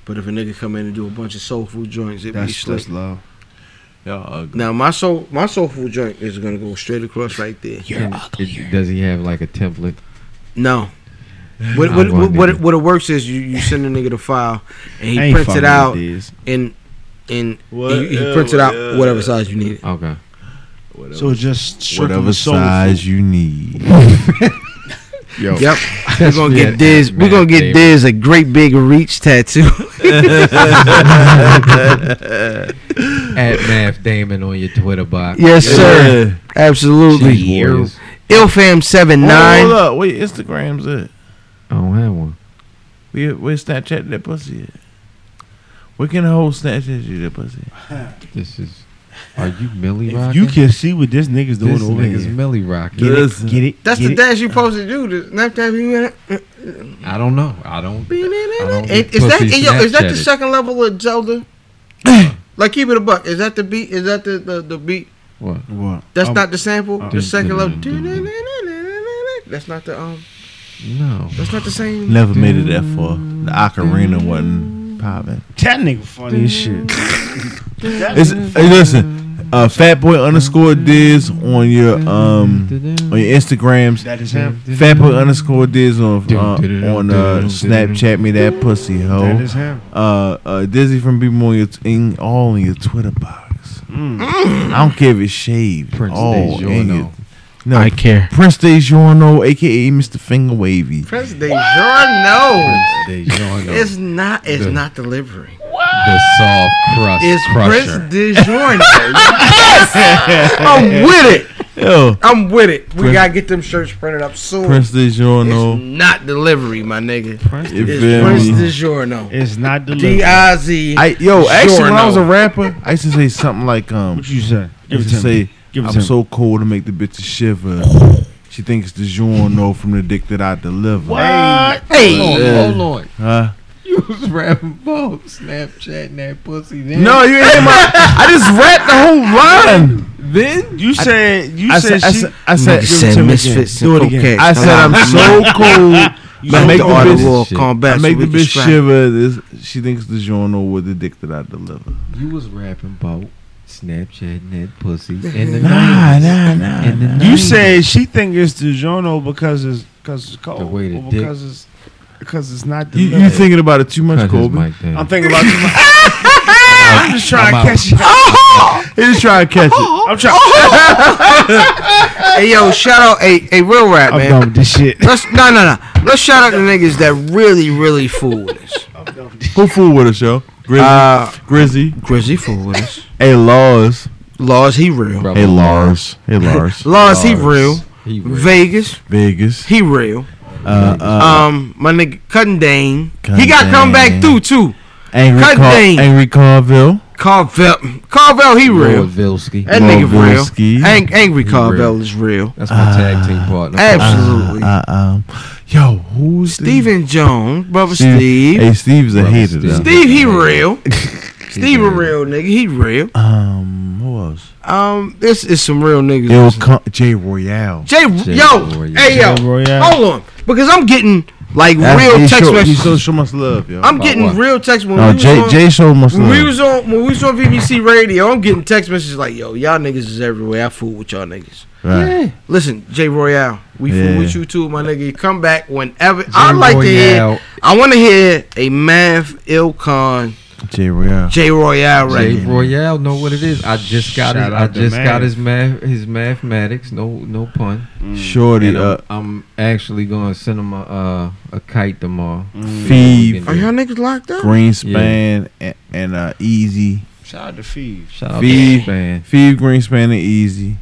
Speaker 1: But if a nigga come in and do a bunch of soul food joints, it be
Speaker 4: That's
Speaker 1: slick.
Speaker 4: that's love.
Speaker 3: Y'all ugly.
Speaker 1: Now my soul my soul food joint is gonna go straight across right there.
Speaker 5: And it- does he have like a template?
Speaker 1: No. What
Speaker 5: I'm
Speaker 1: what, what,
Speaker 5: going
Speaker 1: what,
Speaker 5: there.
Speaker 1: it, what it works is you, you send a nigga the file and
Speaker 2: I
Speaker 1: he
Speaker 2: ain't
Speaker 1: prints
Speaker 2: fucking
Speaker 1: it
Speaker 2: with
Speaker 1: out
Speaker 2: this.
Speaker 1: and and
Speaker 3: What?
Speaker 1: he, he
Speaker 3: Yeah,
Speaker 1: prints it out
Speaker 3: yeah.
Speaker 1: whatever size you need it.
Speaker 5: Okay.
Speaker 3: Whatever,
Speaker 2: So just strictly
Speaker 3: whatever
Speaker 2: soul
Speaker 3: size you need.
Speaker 5: Yo,
Speaker 1: Yep, we're gonna
Speaker 5: yeah,
Speaker 1: get Diz.
Speaker 5: man,
Speaker 1: We're gonna
Speaker 5: they-
Speaker 1: get Diz a great big reach tattoo.
Speaker 5: at Math Damon on your Twitter box.
Speaker 1: yes, sir.
Speaker 3: Yeah.
Speaker 1: Absolutely.
Speaker 5: Jeez, Warriors.
Speaker 1: Ilfam seven
Speaker 3: Hold
Speaker 1: nine.
Speaker 3: up, wait, Instagram's it.
Speaker 5: I don't have one.
Speaker 3: We we Snapchat that pussy. At? We can hold Snapchat you that pussy.
Speaker 5: This is. Are you Millie
Speaker 2: food. If
Speaker 5: rocking?
Speaker 2: you can see what this nigga's doing
Speaker 5: This
Speaker 2: over
Speaker 5: nigga's
Speaker 2: here.
Speaker 5: Millie rocking.
Speaker 2: Get it,
Speaker 3: Listen.
Speaker 2: get it,
Speaker 1: That's
Speaker 2: get
Speaker 1: the
Speaker 2: it.
Speaker 1: dance you're supposed to do. The Snapchat. you-
Speaker 5: I don't know. I don't. I don't
Speaker 1: Is
Speaker 5: get
Speaker 1: is that
Speaker 5: pussy
Speaker 1: yo, is that the
Speaker 5: Snapchatted.
Speaker 1: second level of Zelda? like keep it a buck. Is that the beat? Is that the the, the beat?
Speaker 5: What?
Speaker 2: What?
Speaker 1: That's
Speaker 2: Um,
Speaker 1: not the sample.
Speaker 5: uh, dun,
Speaker 1: the second level.
Speaker 5: dun, dun, dun.
Speaker 1: That's not the um.
Speaker 5: No.
Speaker 1: That's not the same.
Speaker 3: Never made it that far. The ocarina wasn't popping.
Speaker 2: That nigga funny as shit.
Speaker 3: It's, hey, listen, uh, Fatboy underscore Diz on your um on your Instagrams.
Speaker 2: That is him.
Speaker 3: Fatboy underscore Diz on uh, on uh, Snapchat me that pussy
Speaker 2: That
Speaker 3: hoe.
Speaker 2: is him.
Speaker 3: Uh, uh, Dizzy from B More your in all in your Twitter box.
Speaker 2: Mm.
Speaker 3: I don't care if it's shaved.
Speaker 5: Prince
Speaker 3: all in
Speaker 5: DiGiorno.
Speaker 3: your- no,
Speaker 6: care.
Speaker 3: Prince DiGiorno, aka Mr. Finger Wavy.
Speaker 1: Prince DeJour,
Speaker 5: Prince DiGiorno.
Speaker 1: no. It's not. It's
Speaker 5: Good.
Speaker 1: not delivery.
Speaker 5: the soft crust
Speaker 1: It's
Speaker 5: crusher.
Speaker 1: Prince DeJour. I'm with it.
Speaker 3: Yo,
Speaker 1: I'm with it. We
Speaker 3: Prince-
Speaker 1: gotta get them shirts printed up soon.
Speaker 3: Prince
Speaker 1: it's
Speaker 3: DiGiorno.
Speaker 1: not delivery, my nigga.
Speaker 3: You
Speaker 1: It's
Speaker 3: feel
Speaker 1: Prince
Speaker 3: me?
Speaker 1: DiGiorno.
Speaker 2: It's not
Speaker 1: D
Speaker 2: delivered.
Speaker 1: I Z.
Speaker 3: I yo, actually, when I was a
Speaker 1: Giorno.
Speaker 3: rapper, I used to say something like, um,
Speaker 2: What you say?
Speaker 3: I used to
Speaker 2: to me.
Speaker 3: say,
Speaker 2: Give it
Speaker 3: I'm
Speaker 2: to me.
Speaker 3: so cold to make the bitches shiver. She thinks the giorno from the dick that I deliver.
Speaker 2: What?
Speaker 5: Hold
Speaker 1: Hey,
Speaker 5: on,
Speaker 3: Yeah.
Speaker 5: hold on.
Speaker 3: Huh?
Speaker 5: You was rapping about Snapchatting that pussy then.
Speaker 3: No, you ain't my. I just rapped the whole line.
Speaker 5: Then
Speaker 2: You said you
Speaker 3: I
Speaker 2: said,
Speaker 3: said, I
Speaker 2: she
Speaker 3: said, I said,
Speaker 2: Give it to me again. Do it again.
Speaker 3: I said I'm so cold.
Speaker 1: I make
Speaker 3: I make
Speaker 1: the
Speaker 3: the
Speaker 1: art of
Speaker 3: bitch-
Speaker 1: war
Speaker 5: shit.
Speaker 1: combat.
Speaker 3: I make
Speaker 1: so
Speaker 3: the
Speaker 1: we can
Speaker 3: bitch
Speaker 1: scrap.
Speaker 3: shiver. This, she thinks the giorno with the dick that I deliver.
Speaker 5: you was rapping about Snapchatting that pussy in the
Speaker 3: Nah,
Speaker 5: night.
Speaker 3: nah, nah.
Speaker 5: In the
Speaker 2: You
Speaker 5: 90s.
Speaker 2: say she think it's DiGiorno because it's because it's cold,
Speaker 5: The way the
Speaker 2: or
Speaker 5: dick-
Speaker 2: because it's because it's not
Speaker 3: You,
Speaker 2: delivered.
Speaker 3: you thinking about it too much,
Speaker 5: Cut his
Speaker 3: Kobe?
Speaker 5: mic down.
Speaker 2: I'm thinking about. too much. I'm just trying
Speaker 5: I'm
Speaker 2: to
Speaker 5: out.
Speaker 2: catch you.
Speaker 3: He just trying to catch it.
Speaker 1: Oh,
Speaker 2: I'm trying.
Speaker 1: Hey yo, shout out a hey, real rap
Speaker 2: I'm
Speaker 1: man.
Speaker 2: done with this shit.
Speaker 1: Let's no no no. Let's shout out the niggas that really really fool with us.
Speaker 3: Who fool with us, yo? Grizzy,
Speaker 1: Uh,
Speaker 3: Grizzy.
Speaker 1: Grizzly fool with us.
Speaker 3: Hey, Lars.
Speaker 1: Laws he real.
Speaker 5: Brother
Speaker 3: Hey, Lars. Hey, Lars.
Speaker 1: Laws he real.
Speaker 5: He real.
Speaker 1: Vegas
Speaker 3: Vegas.
Speaker 1: he real.
Speaker 3: Uh, uh,
Speaker 1: Um, my nigga Cutting Dane.
Speaker 3: Cutting
Speaker 1: He got come back
Speaker 3: Dane.
Speaker 1: through too.
Speaker 3: Angry,
Speaker 1: Cut
Speaker 3: Car-
Speaker 1: Dane.
Speaker 3: Angry Carville.
Speaker 1: Carvel, Carvel, he real.
Speaker 5: Vilsky.
Speaker 1: That nigga real.
Speaker 3: Wilski.
Speaker 1: Ang- angry Carvel is real. uh,
Speaker 5: That's my tag team partner.
Speaker 1: Absolutely.
Speaker 3: Uh, uh, um, yo, who's
Speaker 1: Steven Jones, brother
Speaker 3: Steve-
Speaker 1: Steve.
Speaker 3: Hey, Steve's a
Speaker 5: Brother
Speaker 3: hater.
Speaker 5: Steve.
Speaker 3: though.
Speaker 1: Steve, he real. Steve a
Speaker 5: real.
Speaker 1: real nigga. He real.
Speaker 3: Um, who else?
Speaker 1: Um, this is some real niggas.
Speaker 3: Yo, Con- Jay Royale.
Speaker 1: Jay,
Speaker 5: Jay
Speaker 1: yo,
Speaker 5: Royale.
Speaker 1: hey yo,
Speaker 2: Jay Royale.
Speaker 3: Oh,
Speaker 1: hold on, because I'm getting like
Speaker 3: That's-
Speaker 1: real
Speaker 3: he
Speaker 1: text
Speaker 3: show, He
Speaker 1: messages.
Speaker 3: so show much love, yo.
Speaker 1: I'm getting
Speaker 5: what?
Speaker 1: real text when
Speaker 3: no,
Speaker 1: we was
Speaker 3: Jay,
Speaker 1: on,
Speaker 3: Jay show much
Speaker 1: when we
Speaker 3: love.
Speaker 1: was on when we was on BBC radio. I'm getting text messages like, yo, y'all niggas is everywhere. I fool with y'all niggas.
Speaker 3: Right.
Speaker 1: Listen, Jay Royale, we
Speaker 3: Yeah.
Speaker 1: fool with you too, my nigga. You come back whenever. I like to hear. I want to hear a Math Ilcon
Speaker 3: Jay Royale.
Speaker 1: Jay Royale
Speaker 5: Ray
Speaker 1: record.
Speaker 5: Royale know what it is. I just got
Speaker 2: Shout
Speaker 5: his,
Speaker 2: out
Speaker 5: I
Speaker 2: to
Speaker 5: just
Speaker 2: Math.
Speaker 5: got his math his mathematics. No no pun.
Speaker 2: Mm.
Speaker 3: Shorty,
Speaker 5: And I'm,
Speaker 3: uh,
Speaker 5: I'm actually going to send him a, uh, a kite tomorrow.
Speaker 3: Feeve,
Speaker 1: Are y'all niggas locked up?
Speaker 3: Greenspan, and, and uh, Easy.
Speaker 4: Shout out to Feeve.
Speaker 5: Shout out
Speaker 3: Feeve.
Speaker 5: to fan.
Speaker 3: Feeve, Greenspan, and Easy.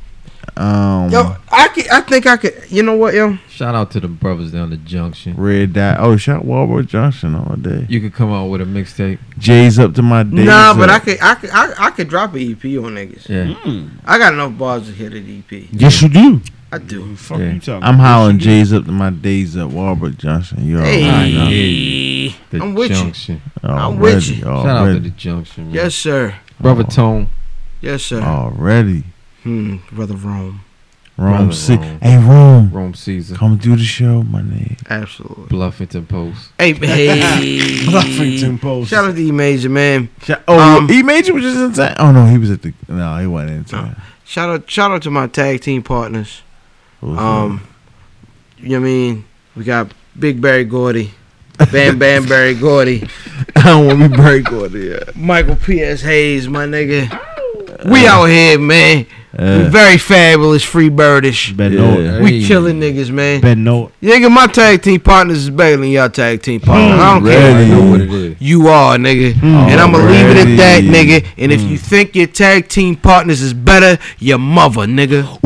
Speaker 3: Um,
Speaker 1: Yo, I can, I think I could. You know what, yo?
Speaker 5: Shout out to the brothers down the junction.
Speaker 3: Red Dot. Oh, shot Walbert Johnson all day.
Speaker 5: You could come out with a mixtape.
Speaker 3: Jay's up to my days.
Speaker 1: nah, but I
Speaker 3: up.
Speaker 1: could I could I, I could drop an EP on niggas.
Speaker 5: Yeah.
Speaker 1: I got enough bars to hit an EP.
Speaker 3: Yes, you do.
Speaker 1: I do.
Speaker 4: Fuck
Speaker 5: Yeah.
Speaker 4: you talking
Speaker 3: I'm hollering Jay's up to my days up. Walbert Johnson. You already know.
Speaker 1: Hey,
Speaker 5: The
Speaker 1: I'm with you.
Speaker 5: junction.
Speaker 1: I'm with
Speaker 3: Already,
Speaker 1: you.
Speaker 5: Shout out to the
Speaker 3: Already.
Speaker 5: junction. Man.
Speaker 1: yes sir,
Speaker 5: Brother Tone.
Speaker 1: yes sir.
Speaker 3: Oh. Already.
Speaker 1: Hmm, brother Rome,
Speaker 3: Rome
Speaker 5: Brother
Speaker 3: City.
Speaker 5: Rome.
Speaker 3: Hey, Rome.
Speaker 5: Rome Caesar.
Speaker 3: Come do the show, my nigga.
Speaker 1: absolutely.
Speaker 5: Bluffington Post.
Speaker 1: Hey, hey.
Speaker 4: Bluffington Post.
Speaker 1: Shout out to E Major, man.
Speaker 3: Oh,
Speaker 1: Um,
Speaker 3: E Major was just in town. Oh no, he was at the. No, he wasn't in town.
Speaker 1: Shout out, shout out to my tag team partners.
Speaker 3: Who was
Speaker 1: Um, you know what I mean? We got Big Barry Gordy, Bam Bam Barry Gordy,
Speaker 3: that? I don't want me break on it.
Speaker 1: Michael P.S. Hayes, my nigga. We out here, man. We
Speaker 3: Uh,
Speaker 1: very fabulous, free birdish.
Speaker 3: yeah.
Speaker 2: Ben Nolan.
Speaker 1: We
Speaker 5: Hey.
Speaker 1: killing niggas, man.
Speaker 2: Ben Nolan.
Speaker 1: Nigga, my tag team partners is better than y'all tag team partners. I don't care.
Speaker 5: I
Speaker 3: Already.
Speaker 5: know what it is.
Speaker 1: You are, nigga. And I'm gonna leave it at that, nigga. And if you think your tag team partners is better, your mother, nigga.